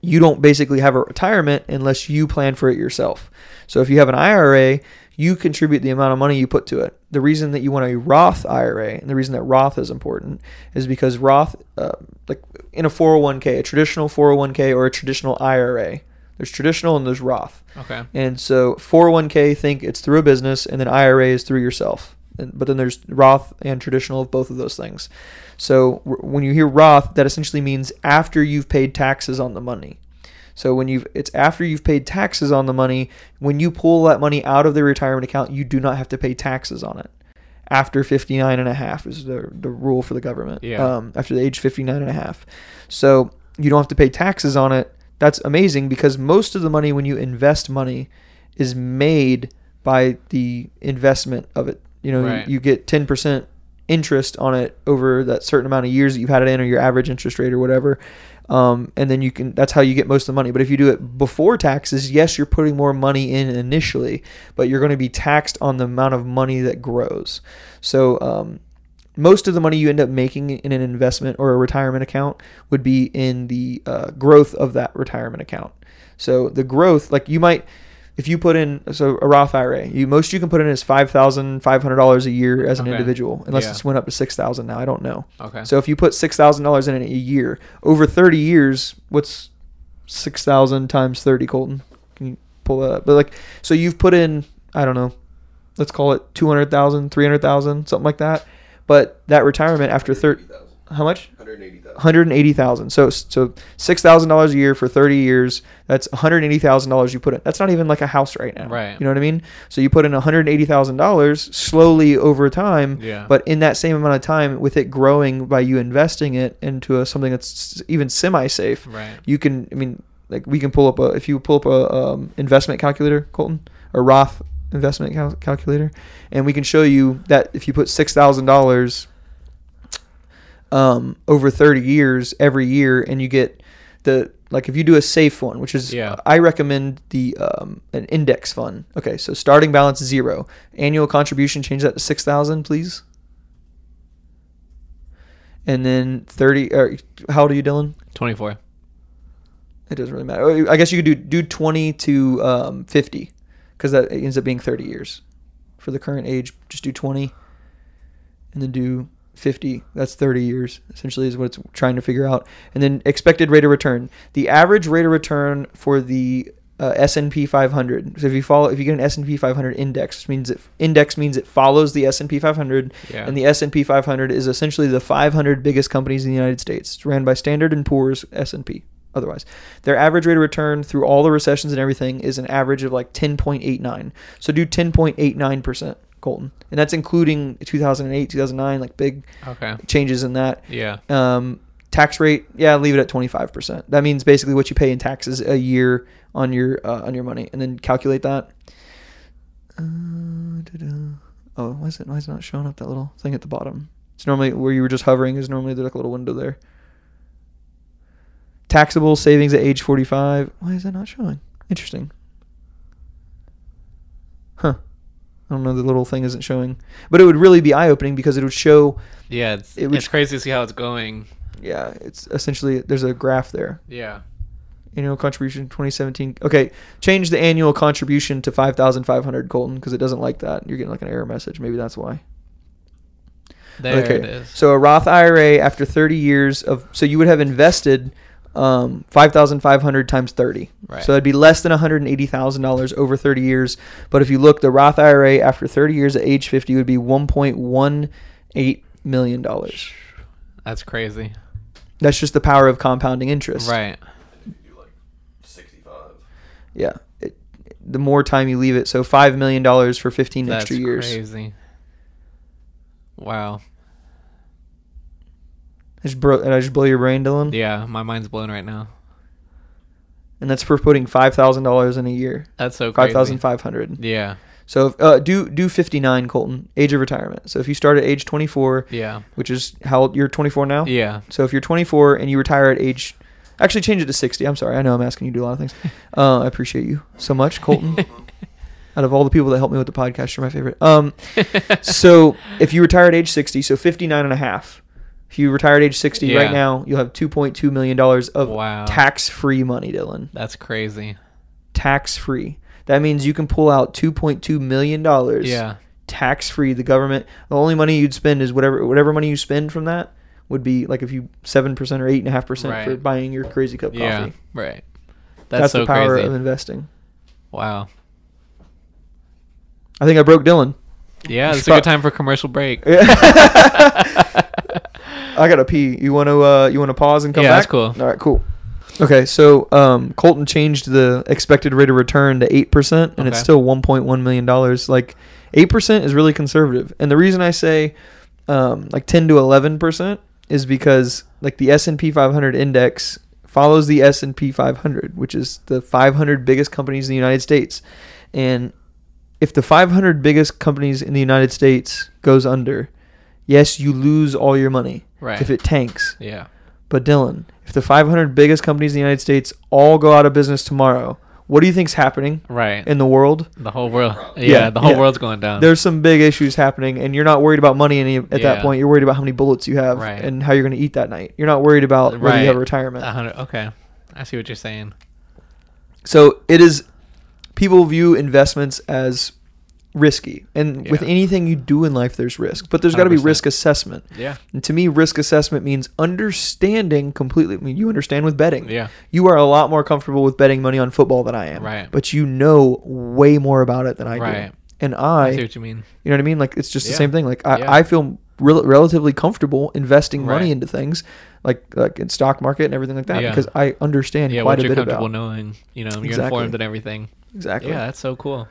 Speaker 1: you don't basically have a retirement unless you plan for it yourself. So if you have an IRA, you contribute the amount of money you put to it. The reason that you want a Roth IRA and the reason that Roth is important is because Roth, uh, like in a 401k, a traditional 401k or a traditional IRA, there's traditional and there's Roth.
Speaker 2: Okay.
Speaker 1: And so 401k think it's through a business, and then IRA is through yourself. And, but then there's Roth and traditional of both of those things. So w- when you hear Roth, that essentially means after you've paid taxes on the money. So when you've it's after you've paid taxes on the money, when you pull that money out of the retirement account, you do not have to pay taxes on it. After 59 and a half is the, the rule for the government.
Speaker 2: Yeah.
Speaker 1: Um, after the age 59 and a half. So you don't have to pay taxes on it. That's amazing because most of the money when you invest money is made by the investment of it. You know, you-
Speaker 2: Right.
Speaker 1: you, get 10% interest on it over that certain amount of years that you've had it in or your average interest rate or whatever. Um, and then you can, that's how you get most of the money. But if you do it before taxes, yes, you're putting more money in initially, but you're going to be taxed on the amount of money that grows. So, um, most of the money you end up making in an investment or a retirement account would be in the uh, growth of that retirement account. So the growth, like you might, if you put in so a Roth IRA, you most you can put in is five thousand five hundred dollars a year as an
Speaker 2: Okay.
Speaker 1: individual, unless
Speaker 2: Yeah.
Speaker 1: it's went up to six thousand now. I don't know.
Speaker 2: Okay.
Speaker 1: So if you put six thousand dollars in a year over thirty years, what's six thousand times thirty, Colton? Can you pull that up? But like, so you've put in, I don't know, let's call it 200,000, 300,000, something like that. But that retirement after thirty, how much?
Speaker 6: 180,000.
Speaker 1: 180,000. So so $6,000 a year for 30 years, that's $180,000 you put in. That's not even like a house right now.
Speaker 2: Right.
Speaker 1: You know what I mean? So you put in $180,000 slowly over time,
Speaker 2: Yeah.
Speaker 1: but in that same amount of time with it growing by you investing it into a, something that's even semi-safe.
Speaker 2: Right.
Speaker 1: You can I mean like we can pull up a if you pull up a um, investment calculator, Colton, a Roth investment cal- calculator, and we can show you that if you put $6,000 um, over 30 years every year and you get the like if you do a safe one which is
Speaker 2: Yeah.
Speaker 1: i recommend the um, an index fund okay so starting balance zero annual contribution change that to 6000 please and then 30 or how old are you dylan
Speaker 2: 24.
Speaker 1: it doesn't really matter Oh, i guess you could do do 20 to um, 50 because that ends up being 30 years for the current age just do 20 and then do 50 that's 30 years essentially is what it's trying to figure out and then expected rate of return the average rate of return for the uh, S&P 500 so if you follow if you get an S&P 500 index which means it index means it follows the S&P 500
Speaker 2: Yeah.
Speaker 1: and the S&P 500 is essentially the 500 biggest companies in the United States it's ran by Standard and Poor's S&P otherwise their average rate of return through all the recessions and everything is an average of like 10.89 so do 10.89% Colton and that's including 2008 2009 like big
Speaker 2: Okay.
Speaker 1: changes in that
Speaker 2: Yeah.
Speaker 1: um, tax rate yeah leave it at 25% that means basically what you pay in taxes a year on your uh, on your money and then calculate that Uh, da-da. oh, why is it? Why is it not showing up that little thing at the bottom? It's normally where you were just hovering. Is normally the like, little window there. Taxable savings at age forty-five. Why is that not showing? Interesting. Huh. I don't know. The little thing isn't showing, but it would really be eye-opening because it would show.
Speaker 2: Yeah, it's,
Speaker 1: It would-
Speaker 2: it's crazy to see how it's going.
Speaker 1: Yeah, it's essentially there's a graph there.
Speaker 2: Yeah.
Speaker 1: annual contribution 2017 okay change the annual contribution to 5500 colton because it doesn't like that you're getting like an error message maybe that's why
Speaker 2: There
Speaker 1: okay
Speaker 2: it is.
Speaker 1: so a roth ira after 30 years of so you would have invested um, 5500 times 30
Speaker 2: Right.
Speaker 1: so that'd be less than $180000 over 30 years but if you look the roth ira after 30 years at age 50 would be 1.18 million dollars
Speaker 2: That's crazy.
Speaker 1: that's just the power of compounding interest
Speaker 2: Right.
Speaker 6: If you do like 65.
Speaker 1: yeah it, the more time you leave it so $5 million for 15
Speaker 2: That's
Speaker 1: extra years
Speaker 2: crazy. Wow.
Speaker 1: I just, bro- did I just blow your brain, Dylan?
Speaker 2: Yeah, my mind's blown right now.
Speaker 1: And that's for putting five thousand dollars in a year,
Speaker 2: That's so crazy.
Speaker 1: five thousand five hundred.
Speaker 2: Yeah.
Speaker 1: So if, uh, do do fifty nine, Colton, age of retirement. So if you start at age twenty four,
Speaker 2: Yeah.
Speaker 1: which is how old you're twenty four now.
Speaker 2: Yeah.
Speaker 1: So if you're twenty four and you retire at age, actually change it to sixty. I'm sorry, I know I'm asking you to do a lot of things. Uh, I appreciate you so much, Colton. Out of all the people that help me with the podcast, you're my favorite. Um, so if you retire at age 60, so 59 and a half. If you retire at age 60 right
Speaker 2: Yeah.
Speaker 1: now, you'll have $2.2 million of
Speaker 2: Wow.
Speaker 1: tax-free money, Dylan.
Speaker 2: That's crazy.
Speaker 1: Tax-free. That means you can pull out $2.2 million
Speaker 2: Yeah.
Speaker 1: tax-free. The government, the only money you'd spend is whatever whatever money you spend from that would be like if you 7% or 8.5% for
Speaker 2: Right.
Speaker 1: buying your crazy cup
Speaker 2: Yeah.
Speaker 1: coffee.
Speaker 2: Right. That's,
Speaker 1: That's,
Speaker 2: so
Speaker 1: the power
Speaker 2: crazy.
Speaker 1: of investing.
Speaker 2: wow.
Speaker 1: I think I broke Dylan.
Speaker 2: Yeah,
Speaker 1: We
Speaker 2: it's
Speaker 1: should
Speaker 2: a good
Speaker 1: pro-
Speaker 2: time for commercial break.
Speaker 1: Yeah. I gotta pee. You wanna uh, you wanna pause and come
Speaker 2: Yeah,
Speaker 1: back?
Speaker 2: that's cool.
Speaker 1: All right, cool. Okay, so um, Colton changed the expected rate of return to eight percent, and it's
Speaker 2: Okay.
Speaker 1: still one point one million dollars. Like eight percent is really conservative, and the reason I say um, like ten to eleven percent is because like the S and P five hundred index follows the S and P five hundred, which is the five hundred biggest companies in the United States, and if the 500 biggest companies in the United States goes under, yes, you lose all your money
Speaker 2: Right.
Speaker 1: if it tanks.
Speaker 2: yeah.
Speaker 1: But Dylan, if the 500 biggest companies in the United States all go out of business tomorrow, what do you think's happening
Speaker 2: Right.
Speaker 1: in the world?
Speaker 2: the whole world. Yeah,
Speaker 6: Yeah,
Speaker 2: the whole
Speaker 1: yeah.
Speaker 2: world's going down.
Speaker 1: There's some big issues happening, and you're not worried about money any, at that
Speaker 2: Yeah.
Speaker 1: point. You're worried about how many bullets you have
Speaker 2: Right.
Speaker 1: and how you're going to eat that night. You're not worried about whether you have retirement.
Speaker 2: A hundred- Okay. I see what you're saying.
Speaker 1: So it is. People view investments as risky, and with
Speaker 2: Yeah.
Speaker 1: anything you do in life, there's risk. But there's got to be
Speaker 2: 100%.
Speaker 1: risk assessment.
Speaker 2: Yeah.
Speaker 1: And to me, risk assessment means understanding completely. I mean, you understand with betting.
Speaker 2: Yeah.
Speaker 1: You are a lot more comfortable with betting money on football than I am.
Speaker 2: Right.
Speaker 1: But you know way more about it than I
Speaker 2: Right.
Speaker 1: do. And
Speaker 2: I
Speaker 1: I,
Speaker 2: see what you mean.
Speaker 1: you know what I mean? Like it's just the
Speaker 2: Yeah.
Speaker 1: same thing. Like I,
Speaker 2: Yeah.
Speaker 1: I feel rel- relatively comfortable investing money
Speaker 2: Right.
Speaker 1: into things, like like in stock market and everything like that,
Speaker 2: Yeah.
Speaker 1: because I understand
Speaker 2: Yeah,
Speaker 1: quite
Speaker 2: what
Speaker 1: a
Speaker 2: you're
Speaker 1: bit
Speaker 2: comfortable
Speaker 1: about.
Speaker 2: knowing. You know, you're
Speaker 1: Exactly.
Speaker 2: informed and everything.
Speaker 1: Exactly.
Speaker 2: Yeah, that's so cool.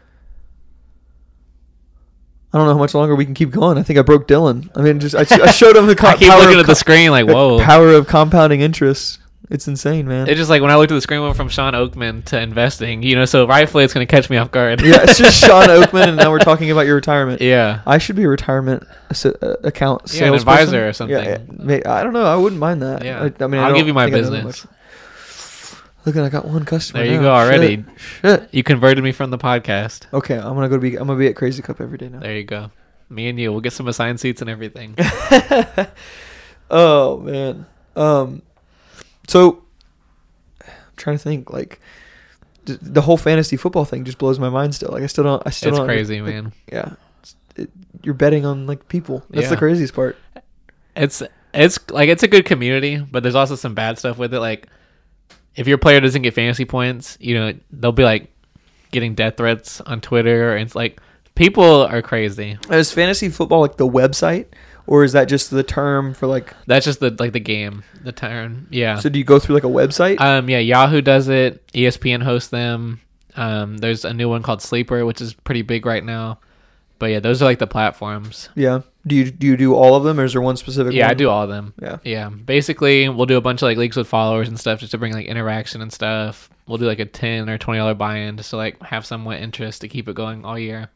Speaker 1: I don't know how much longer we can keep going. I think I broke Dylan. I mean, just I, I showed him the. Co-
Speaker 2: I keep
Speaker 1: power
Speaker 2: looking
Speaker 1: of
Speaker 2: at the
Speaker 1: co-
Speaker 2: screen like,
Speaker 1: the
Speaker 2: whoa.
Speaker 1: power of compounding interest. It's insane, man.
Speaker 2: It's just like when I looked at the screen, went from Sean Oakman to investing. You know, so rightfully it's going to catch me off guard.
Speaker 1: yeah, it's just Sean Oakman, and now we're talking about your retirement.
Speaker 2: yeah.
Speaker 1: I should be a retirement ass- uh, account
Speaker 2: Yeah, an
Speaker 1: salesperson.
Speaker 2: advisor or
Speaker 1: Yeah,
Speaker 2: something.
Speaker 1: Yeah, may- I don't know. I wouldn't mind that.
Speaker 2: Yeah.
Speaker 1: I, I mean, I
Speaker 2: I'll
Speaker 1: don't
Speaker 2: give you my
Speaker 1: think I know that
Speaker 2: business.
Speaker 1: much. Look, and I got one customer.
Speaker 2: There you
Speaker 1: now.
Speaker 2: go already.
Speaker 1: Shit. Shit.
Speaker 2: You converted me from the podcast.
Speaker 1: Okay, I'm gonna go be. I'm gonna be at Crazy Cup every day now.
Speaker 2: There you go. Me and you, we'll get some assigned seats and everything.
Speaker 1: oh man. Um, so I'm trying to think. Like d- the whole fantasy football thing just blows my mind. Still, like I still don't. I still
Speaker 2: it's
Speaker 1: don't.
Speaker 2: crazy,
Speaker 1: like,
Speaker 2: man.
Speaker 1: Yeah. It's- It, you're betting on like people. That's the
Speaker 2: Yeah.
Speaker 1: craziest part.
Speaker 2: It's it's like it's a good community, but there's also some bad stuff with it. Like if your player doesn't get fantasy points, you know they'll be like getting death threats on Twitter, and it's like people are crazy.
Speaker 1: Is fantasy football like the website, or is that just the term for like?
Speaker 2: That's just the like the game, the turn. Yeah.
Speaker 1: So do you go through like a website?
Speaker 2: Um. Yeah. Yahoo does it. E ESPN hosts them. Um. There's a new one called Sleeper, which is pretty big right now. But yeah, those are like the platforms.
Speaker 1: yeah. Do you do you do all of them, or is there one specific?
Speaker 2: Yeah, I
Speaker 1: one?
Speaker 2: do all of them.
Speaker 1: Yeah.
Speaker 2: Yeah. Basically, we'll do a bunch of like leagues with followers and stuff just to bring like interaction and stuff. We'll do like a 10 or $20 buy in just to like have somewhat interest to keep it going all year.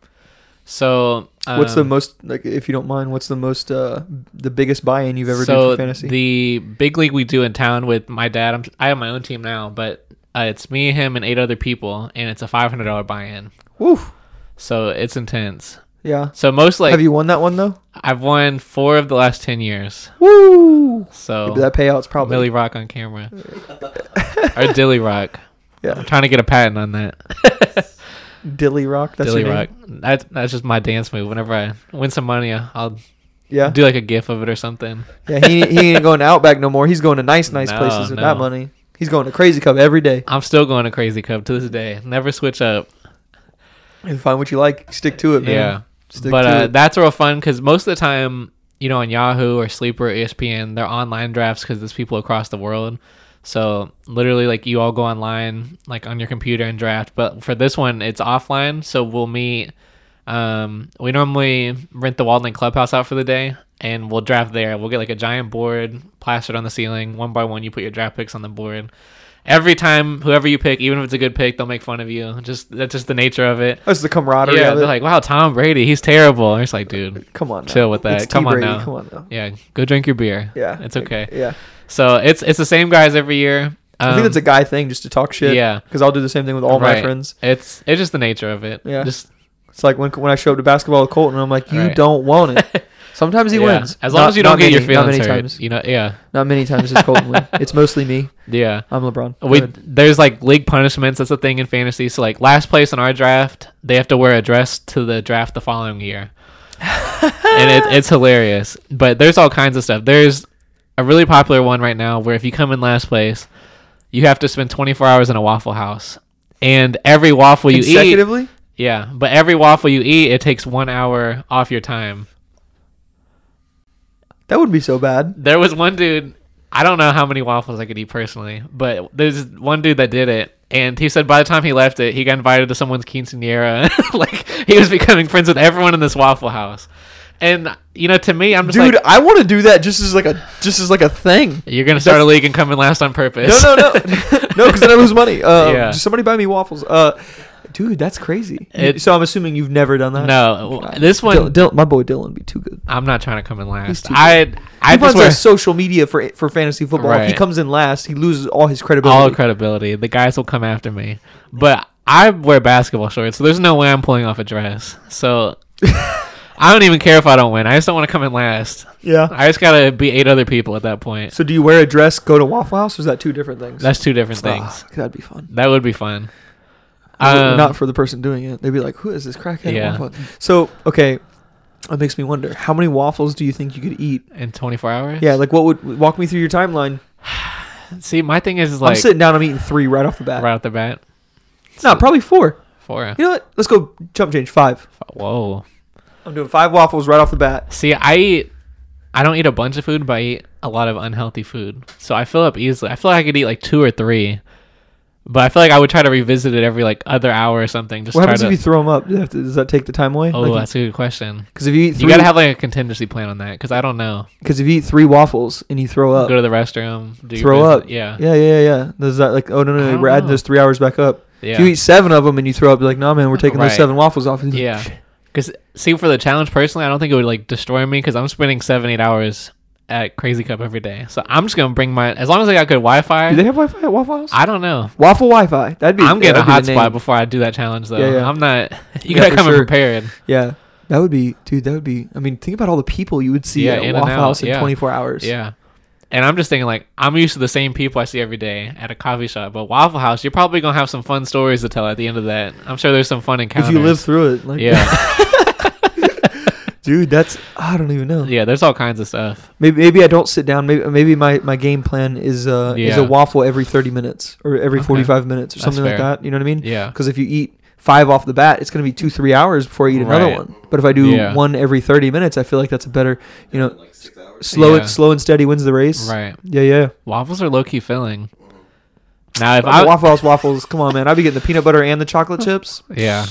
Speaker 2: So um,
Speaker 1: what's the most like if you don't mind? What's the most uh the biggest buy-in you've ever done
Speaker 2: so
Speaker 1: for fantasy?
Speaker 2: the big league we do in town with my dad. I'm, I have my own team now, but uh, it's me, him, and eight other people, and it's a five hundred dollar buy-in.
Speaker 1: Woof.
Speaker 2: So it's intense.
Speaker 1: Yeah.
Speaker 2: So most like
Speaker 1: Have you won that one though?
Speaker 2: I've won four of the last ten years.
Speaker 1: Woo!
Speaker 2: So
Speaker 1: That payout's probably
Speaker 2: Millie Rock on camera or Dilly Rock.
Speaker 1: yeah.
Speaker 2: I'm trying to get a patent on that.
Speaker 1: Dilly Rock. That's
Speaker 2: Dilly
Speaker 1: your name?
Speaker 2: Rock. That's that's just my dance move. Whenever I win some money, I- I'll
Speaker 1: Yeah.
Speaker 2: do like a gif of it or something.
Speaker 1: yeah. He he ain't going to Outback no more. He's going to nice nice
Speaker 2: No,
Speaker 1: places with that
Speaker 2: no.
Speaker 1: money. He's going to Crazy Cup every day.
Speaker 2: I'm still going to Crazy Cub to this day. Never switch up.
Speaker 1: You find what you like. Stick to it, man.
Speaker 2: Yeah.
Speaker 1: Stick
Speaker 2: but
Speaker 1: to
Speaker 2: uh,
Speaker 1: it.
Speaker 2: that's real fun because most of the time, you know, on Yahoo or Sleeper, or E ESPN, they're online drafts because there's people across the world. So literally, like you all go online, like on your computer and draft. But for this one, it's offline, so we'll meet. Um, we normally rent the Walden Clubhouse out for the day, and we'll draft there. We'll get like a giant board plastered on the ceiling, one by one. You put your draft picks on the board. Every time, whoever you pick, even if it's a good pick, they'll make fun of you. Just that's just the nature of it
Speaker 1: That's the camaraderie
Speaker 2: yeah,
Speaker 1: of it.
Speaker 2: they're like, wow, Tom Brady, he's terrible. And it's like, dude,
Speaker 1: Come on. now.
Speaker 2: chill with that.
Speaker 1: It's T.
Speaker 2: Come on
Speaker 1: Brady.
Speaker 2: now.
Speaker 1: Come on now.
Speaker 2: yeah, go drink your beer.
Speaker 1: Yeah.
Speaker 2: it's okay.
Speaker 1: Yeah.
Speaker 2: So it's it's the same guys every year.
Speaker 1: I
Speaker 2: Um,
Speaker 1: think it's a guy thing just to talk shit.
Speaker 2: yeah.
Speaker 1: Because I'll do the same thing with all my
Speaker 2: right.
Speaker 1: friends.
Speaker 2: It's it's just the nature of it.
Speaker 1: Yeah.
Speaker 2: just
Speaker 1: It's like when when I show up to basketball with Colton, I'm like, you
Speaker 2: Right.
Speaker 1: don't want it. Sometimes he
Speaker 2: yeah.
Speaker 1: wins.
Speaker 2: As long
Speaker 1: Not-
Speaker 2: as you don't
Speaker 1: not
Speaker 2: get your
Speaker 1: many- not
Speaker 2: feelings
Speaker 1: many
Speaker 2: hurt,
Speaker 1: times.
Speaker 2: you know. Yeah,
Speaker 1: Not many times does Colton win. It's mostly me.
Speaker 2: yeah.
Speaker 1: I'm LeBron. Go
Speaker 2: We
Speaker 1: ahead.
Speaker 2: there's like league punishments. That's a thing in fantasy. So like last place in our draft, they have to wear a dress to the draft the following year, and it, it's hilarious. But there's all kinds of stuff. There's a really popular one right now where if you come in last place, you have to spend 24 hours in a Waffle House, and every waffle you eat,
Speaker 1: consecutively.
Speaker 2: yeah, but every waffle you eat, it takes one hour off your time.
Speaker 1: That wouldn't be so bad.
Speaker 2: There was one dude. I don't know how many waffles I could eat personally, but there's one dude that did it, and he said by the time he left it, he got invited to someone's quinceanera. like he was becoming friends with everyone in this Waffle House, and you know, to me, I'm just
Speaker 1: Dude,
Speaker 2: like,
Speaker 1: I want to do that just as like a just as like a thing.
Speaker 2: you're gonna start a league and come in last on
Speaker 1: No,
Speaker 2: purpose.
Speaker 1: no, no, no, because then I lose money. Uh,
Speaker 2: Yeah.
Speaker 1: just somebody buy me waffles. Uh, dude, that's crazy. You-
Speaker 2: It-
Speaker 1: so I'm assuming you've never done that.
Speaker 2: no,
Speaker 1: God.
Speaker 2: this one,
Speaker 1: Dylan, Dylan- my boy Dylan, would be too good.
Speaker 2: I'm not trying to come in last.
Speaker 1: too
Speaker 2: I, I
Speaker 1: he runs
Speaker 2: just
Speaker 1: our
Speaker 2: wear
Speaker 1: social media for for fantasy football. If he
Speaker 2: Right.
Speaker 1: comes in last, he loses all his credibility.
Speaker 2: all credibility. The guys will come after me, but I wear basketball shorts, so there's no way I'm pulling off a dress. So. I don't even care if I don't win. I just don't want to come in last.
Speaker 1: yeah.
Speaker 2: I just gotta be eight other people at that point.
Speaker 1: So do you wear a dress, go to Waffle House, or is that two different things?
Speaker 2: That's two different
Speaker 1: Ah,
Speaker 2: things.
Speaker 1: that'd be fun.
Speaker 2: That would be fun.
Speaker 1: Not-
Speaker 2: Um,
Speaker 1: Not for the person doing it. They'd be like, "Who is this crackhead?" at
Speaker 2: Yeah.
Speaker 1: Waffle House? So okay, that makes me wonder how many waffles do you think you could eat?
Speaker 2: in 24 hours.
Speaker 1: Yeah, like what would walk me through your timeline?
Speaker 2: See, my thing is, is
Speaker 1: I'm
Speaker 2: like
Speaker 1: sitting down. I'm eating three right off the bat.
Speaker 2: right off the bat.
Speaker 1: No, probably four.
Speaker 2: Four.
Speaker 1: You know what? Let's go jump change five.
Speaker 2: Whoa.
Speaker 1: I'm doing five waffles right off the bat.
Speaker 2: See, I eat. I don't eat a bunch of food, but I eat a lot of unhealthy food. So I fill up easily. I feel like I could eat like two or three, but I feel like I would try to revisit it every like other hour or something. Just
Speaker 1: What
Speaker 2: try
Speaker 1: happens
Speaker 2: to.
Speaker 1: if you throw them up? Do you have to- Does that take the time away?
Speaker 2: oh,
Speaker 1: Like,
Speaker 2: that's a good question.
Speaker 1: Because if you eat
Speaker 2: You
Speaker 1: three,
Speaker 2: gotta have like a contingency plan on that because I don't know.
Speaker 1: Because if you eat three waffles and you throw up,
Speaker 2: Go to the restroom. Do your
Speaker 1: throw
Speaker 2: business-
Speaker 1: up.
Speaker 2: Yeah.
Speaker 1: Yeah, yeah, yeah. Does that like? Oh no,
Speaker 2: I
Speaker 1: no, no.
Speaker 2: don't
Speaker 1: We're adding
Speaker 2: know.
Speaker 1: those three hours back up. If you
Speaker 2: Yeah.
Speaker 1: eat seven of them and you throw up, you're like, nah, man, we're taking those
Speaker 2: Right.
Speaker 1: seven waffles off. You're like,
Speaker 2: Yeah, because see, for the challenge personally, I don't think it would like destroy me because I'm spending seven eight hours at Crazy Cup every day. So I'm just gonna bring my as long as I got good
Speaker 1: Do they
Speaker 2: Wi-Fi.
Speaker 1: have Wi-Fi at Waffle House?
Speaker 2: I don't know.
Speaker 1: Waffle Wi-Fi. That'd be.
Speaker 2: I'm
Speaker 1: yeah,
Speaker 2: getting a
Speaker 1: that'd be the
Speaker 2: hotspot
Speaker 1: name.
Speaker 2: before I do that challenge though.
Speaker 1: Yeah, yeah.
Speaker 2: I'm not.
Speaker 1: Yeah,
Speaker 2: You gotta
Speaker 1: for
Speaker 2: come
Speaker 1: sure.
Speaker 2: in prepared.
Speaker 1: Yeah, that would be, dude. That would be. I mean, think about all the people you would see
Speaker 2: Yeah,
Speaker 1: at
Speaker 2: in
Speaker 1: a
Speaker 2: and
Speaker 1: Waffle
Speaker 2: out,
Speaker 1: House in
Speaker 2: yeah.
Speaker 1: 24 hours.
Speaker 2: Yeah. And I'm just thinking like I'm used to the same people I see every day at a coffee shop, but Waffle House, you're probably gonna have some fun stories to tell at the end of that. I'm sure there's some fun
Speaker 1: If
Speaker 2: encounters.
Speaker 1: you live through it, like,
Speaker 2: yeah,
Speaker 1: dude, that's. I don't even know.
Speaker 2: yeah, there's all kinds of stuff.
Speaker 1: Maybe maybe I don't sit down. Maybe maybe my, my game plan is uh is
Speaker 2: Yeah.
Speaker 1: a waffle every thirty minutes or every
Speaker 2: Okay.
Speaker 1: forty five minutes or
Speaker 2: That's
Speaker 1: something like
Speaker 2: fair.
Speaker 1: that. You know what I mean?
Speaker 2: Yeah.
Speaker 1: Because if you eat five off the bat, it's gonna be two three hours before you eat another
Speaker 2: Right.
Speaker 1: one. But if I do
Speaker 2: Yeah.
Speaker 1: one every thirty minutes, I feel like that's a better you
Speaker 6: In
Speaker 1: know
Speaker 6: like six hours.
Speaker 1: slow
Speaker 2: Yeah.
Speaker 1: slow and steady wins the race.
Speaker 2: Right.
Speaker 1: Yeah, yeah.
Speaker 2: Waffles are low key filling. Now if
Speaker 1: Oh, Waffles,
Speaker 2: I
Speaker 1: Uh, waffle House waffles. Come on, man! I'd be getting the peanut butter and the chocolate chips.
Speaker 2: yeah.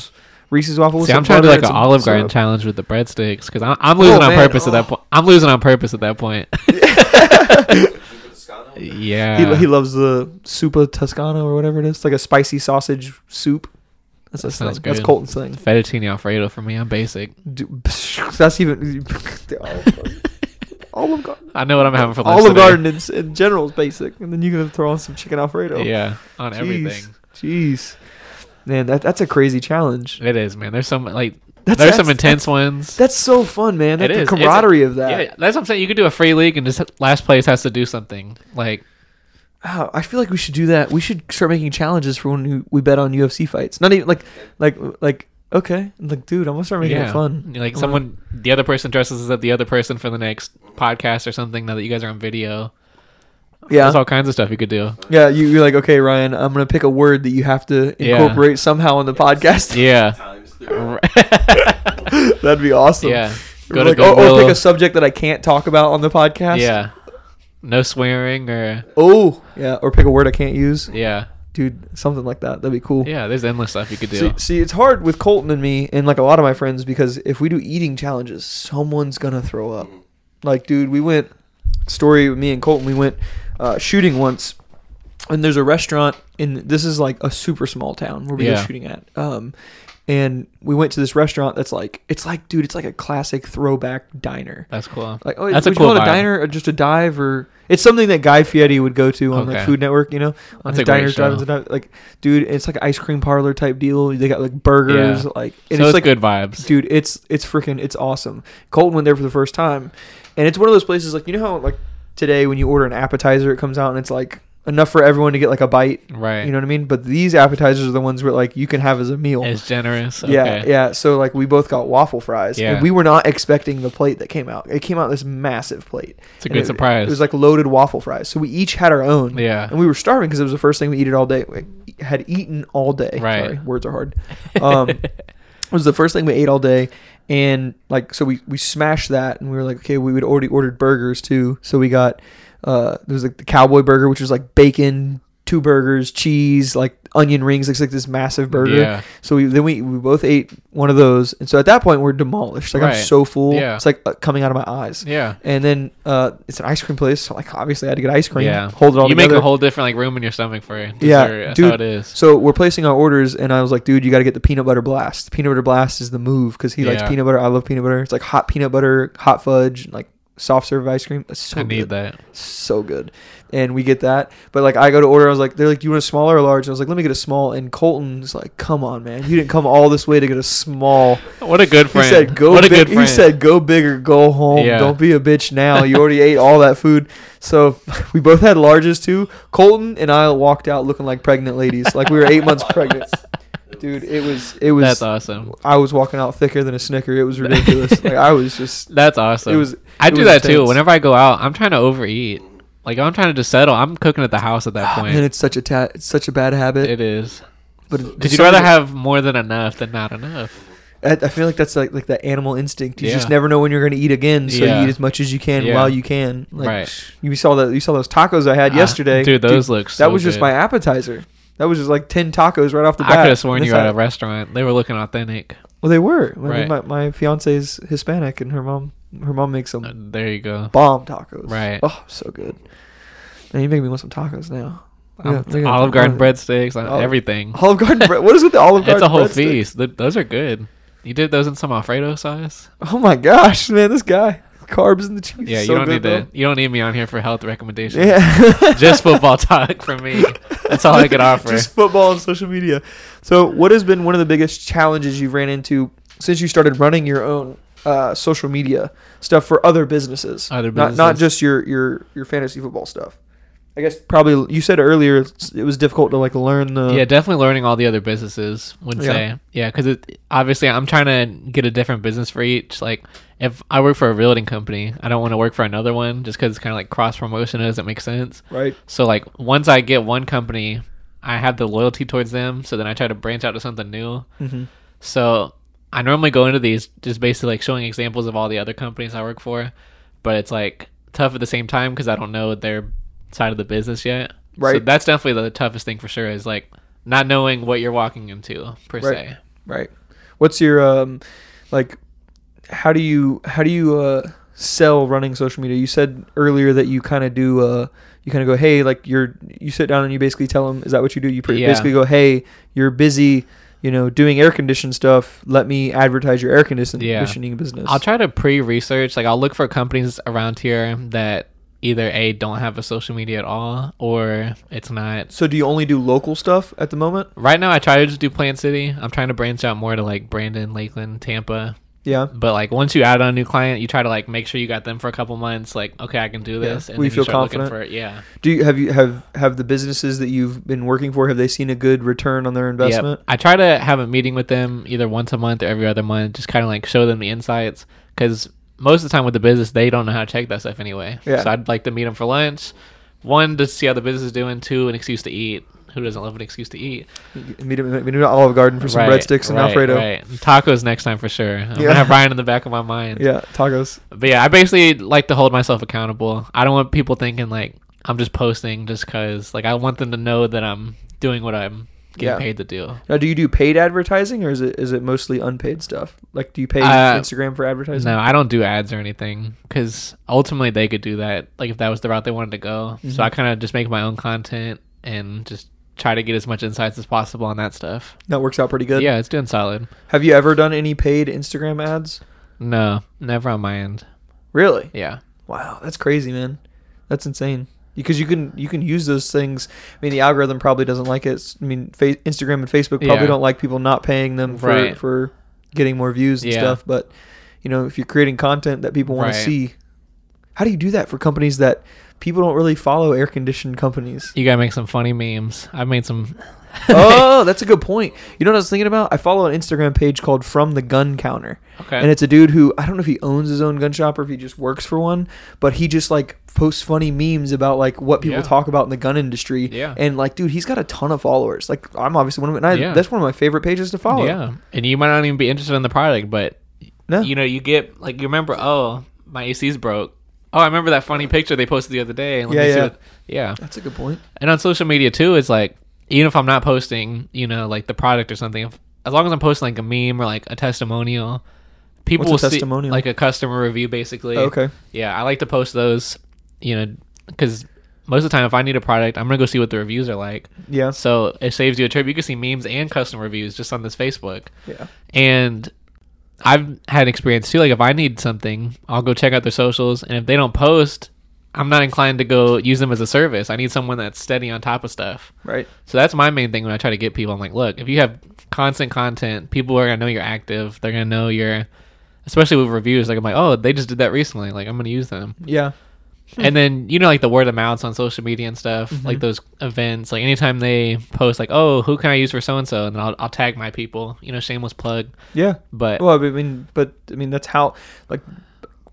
Speaker 1: Reese's waffles.
Speaker 2: See, I'm
Speaker 1: some
Speaker 2: trying to do
Speaker 1: butter
Speaker 2: like
Speaker 1: and
Speaker 2: an
Speaker 1: some
Speaker 2: Olive Garden
Speaker 1: syrup.
Speaker 2: challenge with the breadsticks because I'm, I'm losing on
Speaker 1: Oh, man.
Speaker 2: purpose at that point. I'm losing on purpose at that point.
Speaker 6: Should we put a Scott on there?
Speaker 2: yeah,
Speaker 1: He, he loves the Supa Toscano or whatever it is, It's like a spicy sausage soup. That's
Speaker 2: That
Speaker 1: his
Speaker 2: sounds
Speaker 1: thing. That's
Speaker 2: good.
Speaker 1: Colton's thing.
Speaker 2: Fettuccine Alfredo for me. I'm basic.
Speaker 1: Do- that's even Olive Garden.
Speaker 2: I know what I'm having for lunch.
Speaker 1: Olive
Speaker 2: today.
Speaker 1: Garden in, in general is basic, and then you can throw on some chicken alfredo.
Speaker 2: Yeah, on
Speaker 1: Jeez.
Speaker 2: everything.
Speaker 1: Jeez, man, that, that's a crazy challenge.
Speaker 2: It is, man. There's some like
Speaker 1: That's-
Speaker 2: there's some
Speaker 1: that's-
Speaker 2: intense ones.
Speaker 1: That's so fun, man. That
Speaker 2: It
Speaker 1: the
Speaker 2: is. It's a-
Speaker 1: camaraderie of that.
Speaker 2: Yeah, that's what I'm saying. You could do a free league and just last place has to do something. Like
Speaker 1: Oh, I feel like we should do that. We should start making challenges for when we- we bet on UFC fights. Not even like, like, like. Okay, like, dude, I'm gonna start making
Speaker 2: yeah,
Speaker 1: it fun.
Speaker 2: Like
Speaker 1: I'm
Speaker 2: someone, the other person dresses as the other person for the next podcast or something. Now that you guys are on video,
Speaker 1: gonna- yeah,
Speaker 2: there's all kinds of stuff you could do.
Speaker 1: yeah. You, you're like, okay, Ryan, I'm gonna pick a word that you have to
Speaker 2: Yeah.
Speaker 1: incorporate somehow on the podcast.
Speaker 2: Yeah.
Speaker 6: Times three.
Speaker 1: That'd be awesome.
Speaker 2: yeah.
Speaker 1: Or
Speaker 2: Go
Speaker 1: like,
Speaker 2: to
Speaker 1: oh,
Speaker 2: Goodwill.
Speaker 1: oh, pick a subject that I can't talk about on the podcast.
Speaker 2: yeah. No swearing or
Speaker 1: Oh, yeah. Or pick a word I can't use,
Speaker 2: yeah,
Speaker 1: dude. Something like that. That'd be cool.
Speaker 2: yeah. There's endless stuff you could do.
Speaker 1: See, see, it's hard with Colton and me, and like a lot of my friends, because if we do eating challenges, someone's gonna throw up. Like, dude, we went story with me and Colton. We went uh, shooting once, and there's a restaurant, and this is like a super small town where we go
Speaker 2: Yeah.
Speaker 1: shooting at. Um, and we went to this restaurant that's like, it's like, dude, it's like a classic throwback diner.
Speaker 2: That's cool.
Speaker 1: Like, oh,
Speaker 2: that's
Speaker 1: would
Speaker 2: a cool
Speaker 1: you call it
Speaker 2: vibe.
Speaker 1: a diner or just a dive or it's something that Guy Fieri would go to on
Speaker 2: Okay.
Speaker 1: like Food Network, you know, on his
Speaker 2: That's a great
Speaker 1: diners,
Speaker 2: show.
Speaker 1: drive-ins, and dive- like, dude, it's like an ice cream parlor type deal. They got like burgers,
Speaker 2: Yeah.
Speaker 1: like,
Speaker 2: So
Speaker 1: and
Speaker 2: it's,
Speaker 1: like,
Speaker 2: good vibes.
Speaker 1: dude, it's it's freaking, it's awesome. Colton went there for the first time, and it's one of those places like you know how like today when you order an appetizer, it comes out and it's like enough for everyone to get like a bite,
Speaker 2: right.
Speaker 1: you know what I mean? But these appetizers are the ones where like you can have as a meal.
Speaker 2: It's generous.
Speaker 1: Yeah,
Speaker 2: okay.
Speaker 1: yeah. So like we both got waffle fries,
Speaker 2: Yeah.
Speaker 1: and we were not expecting the plate that came out. It came out this massive plate.
Speaker 2: It's a
Speaker 1: And
Speaker 2: good
Speaker 1: it-
Speaker 2: surprise.
Speaker 1: It was like loaded waffle fries. So we each had our own.
Speaker 2: Yeah.
Speaker 1: and we were starving because it was the first thing we eated all day. We had eaten all day.
Speaker 2: Right.
Speaker 1: Sorry, words are hard. Um, it was the first thing we ate all day, and like so we we smashed that, and we were like, okay, we had already ordered burgers too, so we got uh there was like the cowboy burger, which was like bacon. Two burgers, cheese, like onion rings. It's like this massive burger.
Speaker 2: Yeah.
Speaker 1: So we then we, we both ate one of those, and so at that point we're demolished. Like
Speaker 2: Right.
Speaker 1: I'm so full,
Speaker 2: Yeah.
Speaker 1: it's like uh, coming out of my eyes.
Speaker 2: Yeah.
Speaker 1: And then uh, it's an ice cream place, so like obviously I had to get ice cream.
Speaker 2: Yeah.
Speaker 1: Hold it all
Speaker 2: You
Speaker 1: together.
Speaker 2: make a whole different like room in your stomach for dessert.
Speaker 1: yeah,
Speaker 2: That's
Speaker 1: dude.
Speaker 2: how it is.
Speaker 1: So we're placing our orders, and I was like, dude, you got to get the peanut butter blast. peanut butter blast is the move because he likes
Speaker 2: Yeah.
Speaker 1: peanut butter. I love peanut butter. It's like hot peanut butter, hot fudge, and like soft serve ice cream. It's so
Speaker 2: I need
Speaker 1: good.
Speaker 2: that.
Speaker 1: so good. And we get that. But like I go to order, I was like, they're like, Do you want a small or a large? And I was like, Let me get a small. And Colton's like, Come on, man. You didn't come all this way to get a small.
Speaker 2: What a good friend.
Speaker 1: He said go
Speaker 2: what a
Speaker 1: big
Speaker 2: good friend.
Speaker 1: he said go big or go home.
Speaker 2: Yeah.
Speaker 1: Don't be a bitch now. You already ate all that food. So we both had larges too. Colton and I walked out looking like pregnant ladies. Like we were eight months pregnant. Dude, it was it was
Speaker 2: That's awesome.
Speaker 1: I was walking out thicker than a snicker. It was ridiculous. like I was just
Speaker 2: That's awesome.
Speaker 1: It was-
Speaker 2: I
Speaker 1: it
Speaker 2: do
Speaker 1: was
Speaker 2: that too.
Speaker 1: intense.
Speaker 2: Whenever I go out, I'm trying to overeat. Like I'm trying to just settle. I'm cooking at the house at that
Speaker 1: and
Speaker 2: point.
Speaker 1: Ah, it's such a ta- it's such a bad habit.
Speaker 2: It is.
Speaker 1: but
Speaker 2: Did you rather have more than enough than not enough?
Speaker 1: I, I feel like that's like like that animal instinct. You
Speaker 2: Yeah.
Speaker 1: just never know when you're going to eat again, so
Speaker 2: Yeah.
Speaker 1: you eat as much as you can
Speaker 2: Yeah.
Speaker 1: while you can. Like,
Speaker 2: Right.
Speaker 1: You saw that. You saw those tacos I had
Speaker 2: Ah,
Speaker 1: yesterday,
Speaker 2: dude, those look so
Speaker 1: that was just
Speaker 2: good.
Speaker 1: my appetizer. That was just like ten tacos right off the
Speaker 2: I
Speaker 1: bat.
Speaker 2: could have sworn
Speaker 1: And
Speaker 2: you
Speaker 1: it's
Speaker 2: were at a
Speaker 1: not-
Speaker 2: restaurant. They were looking authentic.
Speaker 1: Well, they were. I mean,
Speaker 2: Right.
Speaker 1: my my fiance's Hispanic, and her mom her mom makes
Speaker 2: Uh,
Speaker 1: some
Speaker 2: There you go.
Speaker 1: bomb tacos.
Speaker 2: Right.
Speaker 1: Oh, so good. Man, you make me want some tacos now.
Speaker 2: Um,
Speaker 1: Yeah, we got-
Speaker 2: Olive Garden breadsticks, uh,
Speaker 1: Olive-
Speaker 2: everything.
Speaker 1: Oh. Olive Garden bread. What is with the Olive Garden?
Speaker 2: it's a whole
Speaker 1: breadsticks?
Speaker 2: feast. Th- those are good. You did those in some Alfredo sauce.
Speaker 1: Oh my gosh, man, this guy carbs in the cheese.
Speaker 2: Yeah,
Speaker 1: is
Speaker 2: you
Speaker 1: so
Speaker 2: don't
Speaker 1: good,
Speaker 2: need
Speaker 1: though.
Speaker 2: to. You don't need me on here for health recommendations.
Speaker 1: Yeah.
Speaker 2: Just football talk from me. That's all I can offer.
Speaker 1: Just football and social media. So, what has been one of the biggest challenges you've ran into since you started running your own uh, social media stuff for other businesses?
Speaker 2: Other
Speaker 1: Not, not
Speaker 2: businesses.
Speaker 1: just your, your, your fantasy football stuff. I guess probably you said earlier it's- it was difficult to like learn the.
Speaker 2: yeah, definitely learning all the other businesses would
Speaker 1: Yeah.
Speaker 2: say. Yeah, because it, obviously I'm trying to get a different business for each. Like if I work for a realty company, I don't want to work for another one just because it's kind of like cross promotion doesn't make sense.
Speaker 1: Right.
Speaker 2: So like once I get one company, I have the loyalty towards them. So then I try to branch out to something new.
Speaker 1: Mm-hmm.
Speaker 2: So I normally go into these just basically like showing examples of all the other companies I work for, but it's like tough at the same time because I don't know their side of the business yet. So
Speaker 1: Right.
Speaker 2: that's definitely the toughest thing for sure is like not knowing what you're walking into per
Speaker 1: Right.
Speaker 2: se.
Speaker 1: Right. What's your um, like? How do you how do you uh sell running social media? You said earlier that you kind of do uh you kind of go hey like you're you sit down and you basically tell them is that what you do? You pre-
Speaker 2: Yeah.
Speaker 1: basically go hey you're busy. you know, doing air conditioned stuff, let me advertise your air condition-
Speaker 2: Yeah.
Speaker 1: conditioning business.
Speaker 2: I'll try to pre-research. Like I'll look for companies around here that either a don't have a social media at all, or it's not.
Speaker 1: so do you only do local stuff at the moment?
Speaker 2: Right now, I try to just do Plant City. I'm trying to branch out more to like Brandon, Lakeland, Tampa.
Speaker 1: Yeah.
Speaker 2: But like once you add on a new client, you try to like make sure you got them for a couple months. Like okay, I can do this.
Speaker 1: Well, you feel confident?
Speaker 2: for it. Yeah.
Speaker 1: Do you have you have have the businesses that you've been working for have they seen a good return on their investment?
Speaker 2: Yep. I try to have a meeting with them either once a month or every other month, just kind of like show them the insights because most of the time with the business, they don't know how to check that stuff anyway.
Speaker 1: Yeah.
Speaker 2: So I'd like to meet them for lunch. One, to see how the business is doing. Two, an excuse to eat. Who doesn't love an excuse to eat?
Speaker 1: Meet him meet him at Olive Garden for some breadsticks and
Speaker 2: right,
Speaker 1: Alfredo.
Speaker 2: Right. Tacos next time for sure. I'm
Speaker 1: Yeah.
Speaker 2: gonna have Ryan in the back of my mind.
Speaker 1: Yeah, tacos.
Speaker 2: But yeah, I basically like to hold myself accountable. I don't want people thinking like I'm just posting just because. Like I want them to know that I'm doing what I'm getting
Speaker 1: Yeah.
Speaker 2: paid to do.
Speaker 1: Now, do you do paid advertising or is it is it mostly unpaid stuff? Like, do you pay
Speaker 2: Uh,
Speaker 1: Instagram for advertising?
Speaker 2: No, I don't do ads or anything because ultimately they could do that. Like if that was the route they wanted to go. So I kind of just make my own content and just try to get as much insights as possible on that stuff.
Speaker 1: That works out pretty good.
Speaker 2: yeah, it's doing solid.
Speaker 1: Have you ever done any paid Instagram ads?
Speaker 2: No, never on my end.
Speaker 1: Really?
Speaker 2: Yeah.
Speaker 1: Wow, that's crazy, man. That's insane. Because you can you can use those things. I mean, the algorithm probably doesn't like it. S- I mean, fa- Instagram and Facebook probably
Speaker 2: Yeah.
Speaker 1: don't like people not paying them for
Speaker 2: Right.
Speaker 1: for getting more views and
Speaker 2: Yeah.
Speaker 1: stuff. But you know, if you're creating content that people want
Speaker 2: Right.
Speaker 1: to see, how do you do that for companies that people don't really follow? Air conditioned companies.
Speaker 2: You gotta make some funny memes. I made some.
Speaker 1: oh, that's a good point. You know what I was thinking about? I follow an Instagram page called From the Gun Counter.
Speaker 2: Okay.
Speaker 1: And it's a dude who I don't know if he owns his own gun shop or if he just works for one, but he just like posts funny memes about like what people
Speaker 2: Yeah.
Speaker 1: talk about in the gun industry.
Speaker 2: Yeah.
Speaker 1: And like, dude, he's got a ton of followers. Like, I'm obviously one of them. And I,
Speaker 2: Yeah.
Speaker 1: that's one of my favorite pages to follow.
Speaker 2: Yeah, and you might not even be interested in the product, but
Speaker 1: Oh. No.
Speaker 2: you know, you get like you remember. Oh, my AC's broke. Oh, I remember that funny picture they posted the other day. Let
Speaker 1: Yeah,
Speaker 2: me see
Speaker 1: yeah.
Speaker 2: what- yeah.
Speaker 1: That's a good point.
Speaker 2: And on social media too, it's like even if I'm not posting, you know, like the product or something, if, as long as I'm posting like a meme or like a testimonial, people
Speaker 1: What's a
Speaker 2: will see
Speaker 1: testimonial? Oh,
Speaker 2: like a customer review basically.
Speaker 1: Okay.
Speaker 2: Yeah, I like to post those, you know, because most of the time if I need a product, I'm gonna go see what the reviews are like.
Speaker 1: Yeah.
Speaker 2: So it saves you a trip. You can see memes and customer reviews just on this Facebook.
Speaker 1: Yeah.
Speaker 2: And I've had experience too. Like if I need something, I'll go check out their socials, and if they don't post, I'm not inclined to go use them as a service. I need someone that's steady on top of stuff.
Speaker 1: Right.
Speaker 2: So that's my main thing when I try to get people. I'm like, look, if you have constant content, people are gonna know you're active. They're gonna know you're, especially with reviews. Like I'm like, oh, they just did that recently. Like I'm gonna use them
Speaker 1: Yeah.
Speaker 2: and then you know like the word of mouths on social media and stuff
Speaker 1: Mm-hmm.
Speaker 2: like those events like anytime they post like oh who can i use for so and so and then I'll, I'll tag my people you know shameless plug
Speaker 1: Yeah.
Speaker 2: but
Speaker 1: Well, I mean, but I mean, that's how like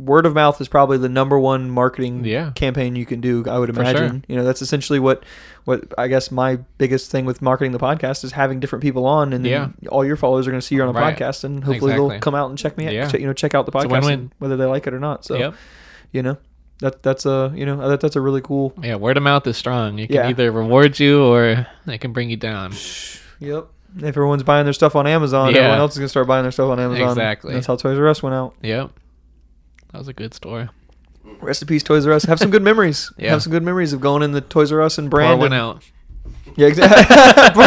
Speaker 1: word of mouth is probably the number one marketing
Speaker 2: Yeah.
Speaker 1: campaign you can do. I would
Speaker 2: sure.
Speaker 1: imagine. You know, that's essentially what what I guess my biggest thing with marketing the podcast is having different people on, and then all your followers are going to see you on a
Speaker 2: Right.
Speaker 1: podcast, and hopefully they'll
Speaker 2: Exactly.
Speaker 1: come out and check me out,
Speaker 2: Yeah.
Speaker 1: check, you know, check out the
Speaker 2: It's a
Speaker 1: podcast,
Speaker 2: win-win.
Speaker 1: and whether they like it or not. So,
Speaker 2: yep
Speaker 1: you know, that that's a you know that, that's a really cool.
Speaker 2: yeah word of mouth is strong it can
Speaker 1: Yeah.
Speaker 2: either reward you or it can bring you down
Speaker 1: Yep. If everyone's buying their stuff on Amazon,
Speaker 2: Yeah.
Speaker 1: everyone else is going to start buying their stuff on Amazon.
Speaker 2: Exactly.
Speaker 1: That's how Toys R Us went out.
Speaker 2: yep that was a good story
Speaker 6: Mm-hmm.
Speaker 1: Rest in peace, Toys R Us. Have some good memories.
Speaker 2: Yeah.
Speaker 1: Have some good memories of going in the Toys R Us and Brandon.
Speaker 2: Brand went out
Speaker 1: Yeah, exactly.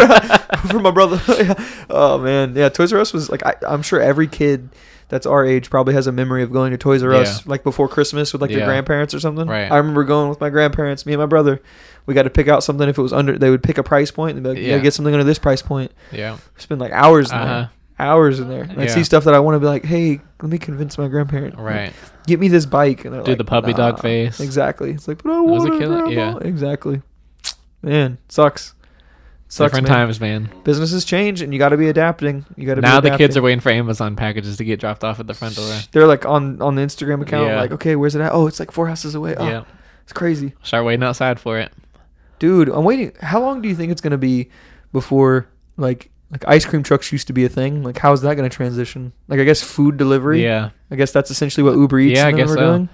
Speaker 1: For my brother. Yeah. Oh man, yeah. Toys R Us was like I, I'm sure every kid that's our age probably has a memory of going to Toys R Us
Speaker 2: Yeah.
Speaker 1: like before Christmas with like their
Speaker 2: Yeah.
Speaker 1: grandparents or something.
Speaker 2: Right.
Speaker 1: I remember going with my grandparents, me and my brother. We got to pick out something if it was under. They would pick a price point and be like, "Yeah,
Speaker 2: Yeah.
Speaker 1: get something under this price point."
Speaker 2: yeah
Speaker 1: Spend like hours in
Speaker 2: Uh-huh.
Speaker 1: there. Hours in there. And I
Speaker 2: Yeah.
Speaker 1: see stuff that I want to be like, "Hey, let me convince my grandparent."
Speaker 2: right
Speaker 1: get me this bike. And they're
Speaker 2: Do
Speaker 1: like,
Speaker 2: the puppy dog face.
Speaker 1: Exactly. It's like, but I
Speaker 2: was a
Speaker 1: want it.
Speaker 2: killer-
Speaker 1: Grandma.
Speaker 2: yeah.
Speaker 1: Exactly. Man, sucks. Sucks,
Speaker 2: different
Speaker 1: man.
Speaker 2: times man
Speaker 1: Businesses change, and you got to be adapting. You got to.
Speaker 2: now
Speaker 1: be
Speaker 2: the kids are
Speaker 1: adapting.
Speaker 2: waiting for amazon packages to get dropped off at the front door
Speaker 1: They're like on on the Instagram account.
Speaker 2: Yeah.
Speaker 1: Like, okay, where's it at? Oh, it's like four houses away. Oh,
Speaker 2: yeah
Speaker 1: it's crazy,
Speaker 2: start waiting outside for it
Speaker 1: dude. I'm waiting. How long do you think it's gonna be before like like ice cream trucks used to be a thing? Like, how is that gonna transition? Like, I guess food delivery.
Speaker 2: yeah
Speaker 1: I guess that's essentially what Uber Eats
Speaker 2: Yeah, I
Speaker 1: and them
Speaker 2: guess
Speaker 1: are
Speaker 2: so.
Speaker 1: doing.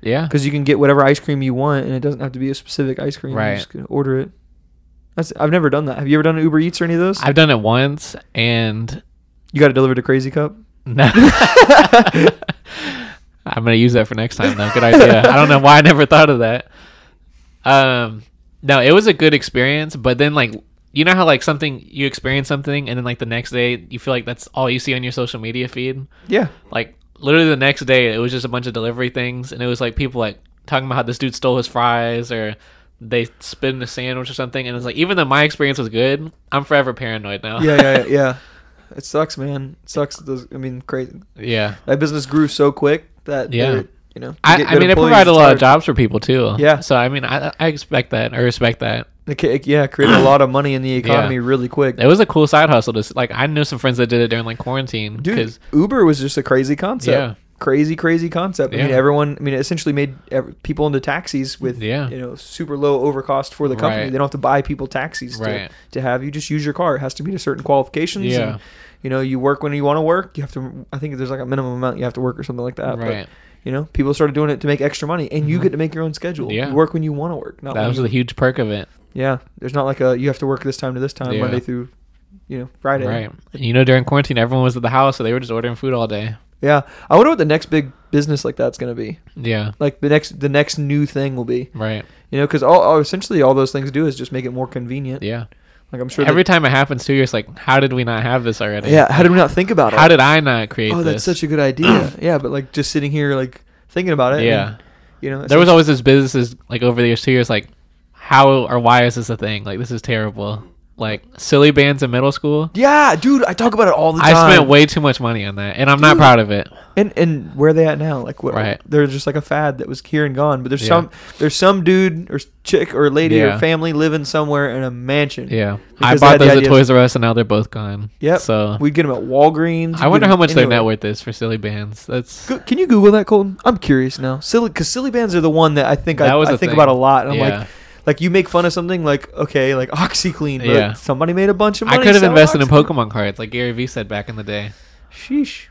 Speaker 2: yeah
Speaker 1: because you can get whatever ice cream you want, and it doesn't have to be a specific ice cream.
Speaker 2: Right.
Speaker 1: You just can order it. That's I've never done that. Have you ever done Uber Eats or any of those?
Speaker 2: i've done it once and
Speaker 1: you got it delivered to Crazy Cup.
Speaker 2: No. I'm gonna use that for next time though. Good idea. I don't know why I never thought of that. Um no, it was a good experience, but then like you know how like something you experience something and then like the next day you feel like that's all you see on your social media feed.
Speaker 1: Yeah.
Speaker 2: Like literally the next day it was just a bunch of delivery things and it was like people like talking about how this dude stole his fries or they spit in a sandwich or something and it's like even though my experience was good, I'm forever paranoid now.
Speaker 1: Yeah, yeah, yeah. yeah. It sucks, man. It sucks. that Those, I mean, crazy.
Speaker 2: yeah.
Speaker 1: That business grew so quick that
Speaker 2: Yeah.
Speaker 1: they're, you know. you
Speaker 2: I,
Speaker 1: get
Speaker 2: I
Speaker 1: good
Speaker 2: mean, it
Speaker 1: employees,
Speaker 2: provided a
Speaker 1: it's
Speaker 2: lot
Speaker 1: hard.
Speaker 2: of jobs for people too.
Speaker 1: Yeah.
Speaker 2: So I mean, I, I expect that. I respect that.
Speaker 1: They ca- Yeah, created a lot of money in the economy really quick.
Speaker 2: It was a cool side hustle. To s- like, I knew some friends that did it during like quarantine.
Speaker 1: Dude,
Speaker 2: 'cause-
Speaker 1: Uber was just a crazy concept.
Speaker 2: Yeah.
Speaker 1: Crazy, crazy concept. I mean,
Speaker 2: Yeah.
Speaker 1: everyone. I mean, it essentially made ev- people into taxis with
Speaker 2: Yeah.
Speaker 1: you know super low overcost for the company.
Speaker 2: Right.
Speaker 1: They don't have to buy people taxis
Speaker 2: Right.
Speaker 1: to, to have you just use your car. It has to meet a certain qualifications.
Speaker 2: Yeah.
Speaker 1: and, you know, you work when you want to work. You have to. I think there's like a minimum amount you have to work or something like that.
Speaker 2: Right. Mm-hmm.
Speaker 1: But, you know, people started doing it to make extra money, and you get to make your own schedule.
Speaker 2: Yeah.
Speaker 1: You work when you want to work. Not
Speaker 2: that
Speaker 1: when
Speaker 2: was
Speaker 1: you-
Speaker 2: the huge perk of it.
Speaker 1: yeah. There's not like a you have to work this time to this time
Speaker 2: Yeah.
Speaker 1: Monday through, you know, Friday.
Speaker 2: Right. And you know, during quarantine, everyone was at the house, so they were just ordering food all day.
Speaker 1: Yeah. I wonder what the next big business like that's going to be.
Speaker 2: Yeah.
Speaker 1: Like the next the next new thing will be,
Speaker 2: Right.
Speaker 1: you know, because all, all- essentially all those things do is just make it more convenient.
Speaker 2: Yeah.
Speaker 1: Like I'm sure.
Speaker 2: Every
Speaker 1: that,
Speaker 2: time it happens too, you're just like, how did we not have this already?
Speaker 1: yeah. How did we not think about it?
Speaker 2: How did I not create
Speaker 1: Oh, that's
Speaker 2: this?
Speaker 1: such a good idea. yeah, but like just sitting here like thinking about it. and,
Speaker 2: Yeah.
Speaker 1: you know.
Speaker 2: there was always this businesses like over the years too. It's like, how or why is this a thing? Like this is terrible. Like silly bands in middle school.
Speaker 1: Yeah, dude. I talk about it all the time.
Speaker 2: I spent way too much money on that, and I'm not
Speaker 1: Dude.
Speaker 2: proud of it.
Speaker 1: And and where are they at now? Like what?
Speaker 2: Right.
Speaker 1: They're just like a fad that was here and gone. But there's
Speaker 2: Yeah.
Speaker 1: some there's some dude or chick or lady
Speaker 2: Yeah.
Speaker 1: or family living somewhere in a mansion.
Speaker 2: Yeah,
Speaker 1: Because they
Speaker 2: I bought
Speaker 1: had the
Speaker 2: those at
Speaker 1: idea-
Speaker 2: Toys R Us, and now they're both gone.
Speaker 1: Yep.
Speaker 2: So
Speaker 1: we'd get them at Walgreens.
Speaker 2: I wonder
Speaker 1: We'd-
Speaker 2: how much their
Speaker 1: anyway.
Speaker 2: net worth is for silly bands. That's
Speaker 1: Go- Can you Google that, Colton? I'm curious now. Silly, because silly bands are the one that I think I,
Speaker 2: That was
Speaker 1: I
Speaker 2: a
Speaker 1: think
Speaker 2: thing.
Speaker 1: about a lot. And I'm
Speaker 2: Yeah.
Speaker 1: like, like you make fun of something, like okay, like OxyClean. But
Speaker 2: Yeah.
Speaker 1: Somebody made a bunch of
Speaker 2: I
Speaker 1: money.
Speaker 2: could have
Speaker 1: selling
Speaker 2: invested in
Speaker 1: OxyClean.
Speaker 2: Pokemon cards, like Gary Vee said back in the day.
Speaker 1: Sheesh.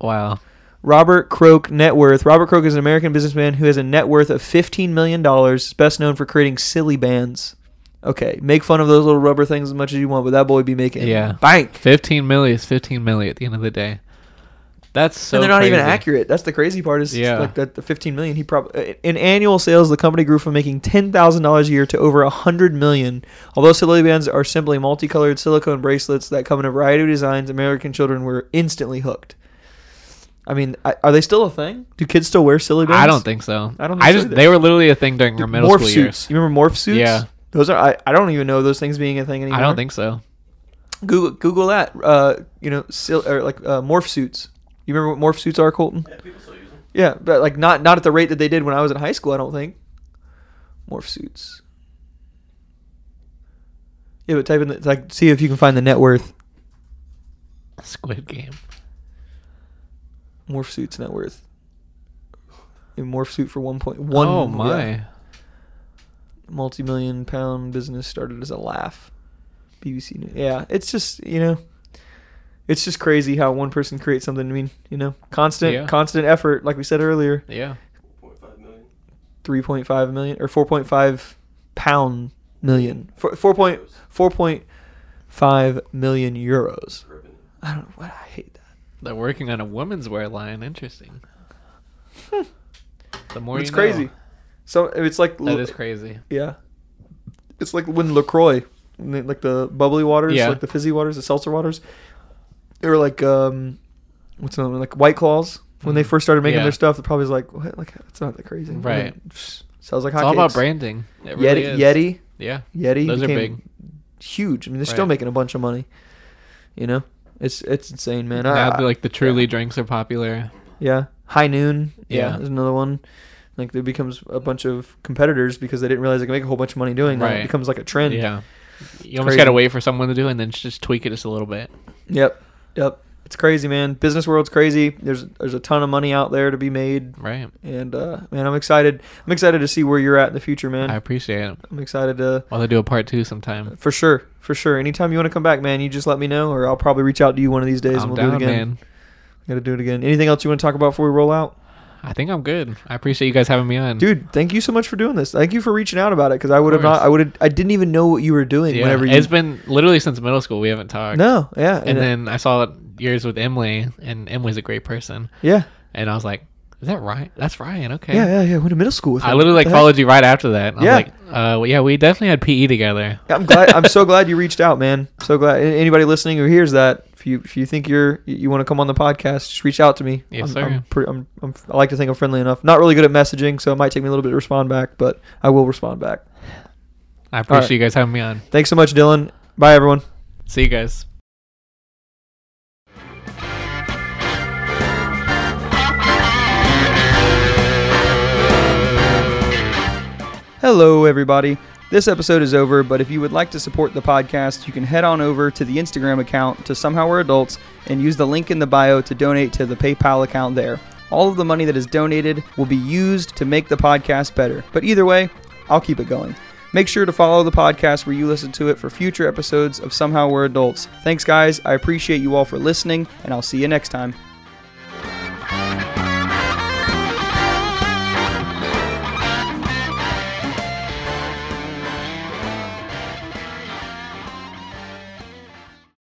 Speaker 2: Wow.
Speaker 1: Robert Croak net worth. Robert Croak is an American businessman who has a net worth of fifteen million dollars. Best known for creating silly bands. Okay, make fun of those little rubber things as much as you want, but that boy be making
Speaker 2: Yeah.
Speaker 1: bank.
Speaker 2: Fifteen milli is fifteen milli at the end of the day. That's so.
Speaker 1: and they're not even
Speaker 2: crazy.
Speaker 1: accurate. That's the crazy part. Is
Speaker 2: Yeah.
Speaker 1: like that the 15 million he probably in annual sales, the company grew from making ten thousand dollars a year to over a hundred million. Although silly bands are simply multicolored silicone bracelets that come in a variety of designs, American children were instantly hooked. I mean, I, are they still a thing? Do kids still wear silly bands?
Speaker 2: I don't think so.
Speaker 1: I
Speaker 2: I
Speaker 1: don't
Speaker 2: don't.
Speaker 1: think
Speaker 2: I
Speaker 1: so
Speaker 2: just
Speaker 1: either.
Speaker 2: they were literally a thing during
Speaker 1: Dude,
Speaker 2: our middle
Speaker 1: morph
Speaker 2: school
Speaker 1: suits.
Speaker 2: years.
Speaker 1: You remember morph suits?
Speaker 2: Yeah.
Speaker 1: Those are I, I don't even know those things being a thing anymore.
Speaker 2: I don't think so.
Speaker 1: Google Google that. Uh, you know, sil- or like uh, morph suits. You remember what morph suits are, Colton?
Speaker 6: Yeah, people still use them.
Speaker 1: Yeah, but like not not at the rate that they did when I was in high school. I don't think. Morph suits. Yeah, but type in the, like see if you can find the net worth.
Speaker 2: Squid Game.
Speaker 1: Morph suits net worth. A morph suit for one point
Speaker 2: One,
Speaker 1: one.
Speaker 2: oh my.
Speaker 1: yeah. multi-million pound business started as a laugh. BBC News. Yeah, it's just you know, it's just crazy how one person creates something. I mean, you know, constant
Speaker 2: Yeah.
Speaker 1: constant effort. Like we said earlier,
Speaker 2: Yeah.
Speaker 6: 4.5 million.
Speaker 1: three point five million or four point five pound million. Four, four point four point five million euros.
Speaker 6: Revenue.
Speaker 1: I don't know what I hate that.
Speaker 2: They're working on a woman's wear line. Interesting. the more
Speaker 1: it's
Speaker 2: you
Speaker 1: crazy.
Speaker 2: Know.
Speaker 1: So it's like
Speaker 2: That is crazy.
Speaker 1: Yeah. It's like when LaCroix, when they- like the bubbly waters,
Speaker 2: Yeah.
Speaker 1: like the fizzy waters, the seltzer waters. They were like, um, what's another one? Like White Claws. When they
Speaker 2: Mhm.
Speaker 1: first started making
Speaker 2: Yeah.
Speaker 1: their stuff, they probably was like, what? Like, that's not that crazy. And
Speaker 2: Right.
Speaker 1: then, psh, Sounds like
Speaker 2: It's all about
Speaker 1: hotcakes.
Speaker 2: branding. It
Speaker 1: Yeti,
Speaker 2: really is.
Speaker 1: Yeti,
Speaker 2: Yeah.
Speaker 1: Yeti.
Speaker 2: Those are
Speaker 1: became
Speaker 2: big.
Speaker 1: Huge. I mean, they're still
Speaker 2: Right.
Speaker 1: making a bunch of money. You know? It's it's insane, man. I-
Speaker 2: now
Speaker 1: I-
Speaker 2: the, like the truly
Speaker 1: yeah.
Speaker 2: drinks are popular.
Speaker 1: Yeah. High Noon. Yeah.
Speaker 2: Yeah.
Speaker 1: There's another one. Like, there becomes a bunch of competitors because they didn't realize they could make a whole bunch of money doing that. It
Speaker 2: Right.
Speaker 1: becomes like a trend.
Speaker 2: yeah. You almost
Speaker 1: crazy.
Speaker 2: got to wait for someone to do it and then just tweak it just a little bit.
Speaker 1: Yep. Yep. It's crazy, man. Business world's crazy. There's there's a ton of money out there to be made,
Speaker 2: Right.
Speaker 1: and uh, man, I'm excited. I'm excited to see where you're at in the future, man.
Speaker 2: I appreciate it.
Speaker 1: I'm excited to
Speaker 2: Well, they do a part two sometime.
Speaker 1: for sure, for sure. Anytime you want to come back, man, you just let me know, or I'll probably reach out to you one of these days,
Speaker 2: I'm
Speaker 1: and we'll
Speaker 2: down,
Speaker 1: do it again.
Speaker 2: man.
Speaker 1: Got to do it again. Anything else you want to talk about before we roll out,
Speaker 2: I think I'm good. I appreciate you guys having me on.
Speaker 1: dude? Thank you so much for doing this. Thank you for reaching out about it because I would have
Speaker 2: Mm. course.
Speaker 1: not. I would have. I didn't even know what you were doing
Speaker 2: Yeah.
Speaker 1: whenever you.
Speaker 2: It's been literally since middle school we haven't talked.
Speaker 1: no, yeah,
Speaker 2: And
Speaker 1: it-
Speaker 2: then I saw yours with Emily, and Emily's a great person.
Speaker 1: yeah,
Speaker 2: And I was like, Is that Ryan? That's Ryan. Okay.
Speaker 1: Yeah, yeah, yeah. Went to middle school with him.
Speaker 2: I literally like
Speaker 1: What the heck?
Speaker 2: followed you right after that. and
Speaker 1: Yeah.
Speaker 2: I was like, uh, well, yeah, we definitely had PE together.
Speaker 1: I'm glad. I'm so glad you reached out, man. So glad. a- Anybody listening who hears that, if you if you think you're you- you want to come on the podcast, just reach out to me.
Speaker 2: Yes,
Speaker 1: I'm,
Speaker 2: sir.
Speaker 1: I'm pretty, I'm, I'm, I like to think I'm friendly enough. Not really good at messaging, so it might take me a little bit to respond back, but I will respond back.
Speaker 2: I appreciate
Speaker 1: right.
Speaker 2: you guys having me on.
Speaker 1: Thanks so much, Dylan. Bye, everyone.
Speaker 2: See you guys.
Speaker 1: Hello, everybody. This episode is over, but if you would like to support the podcast, you can head on over to the Instagram account to Somehow We're Adults and use the link in the bio to donate to the PayPal account there. All of the money that is donated will be used to make the podcast better. But either way, I'll keep it going. Make sure to follow the podcast where you listen to it for future episodes of Somehow We're Adults. Thanks, guys. I appreciate you all for listening, and I'll see you next time.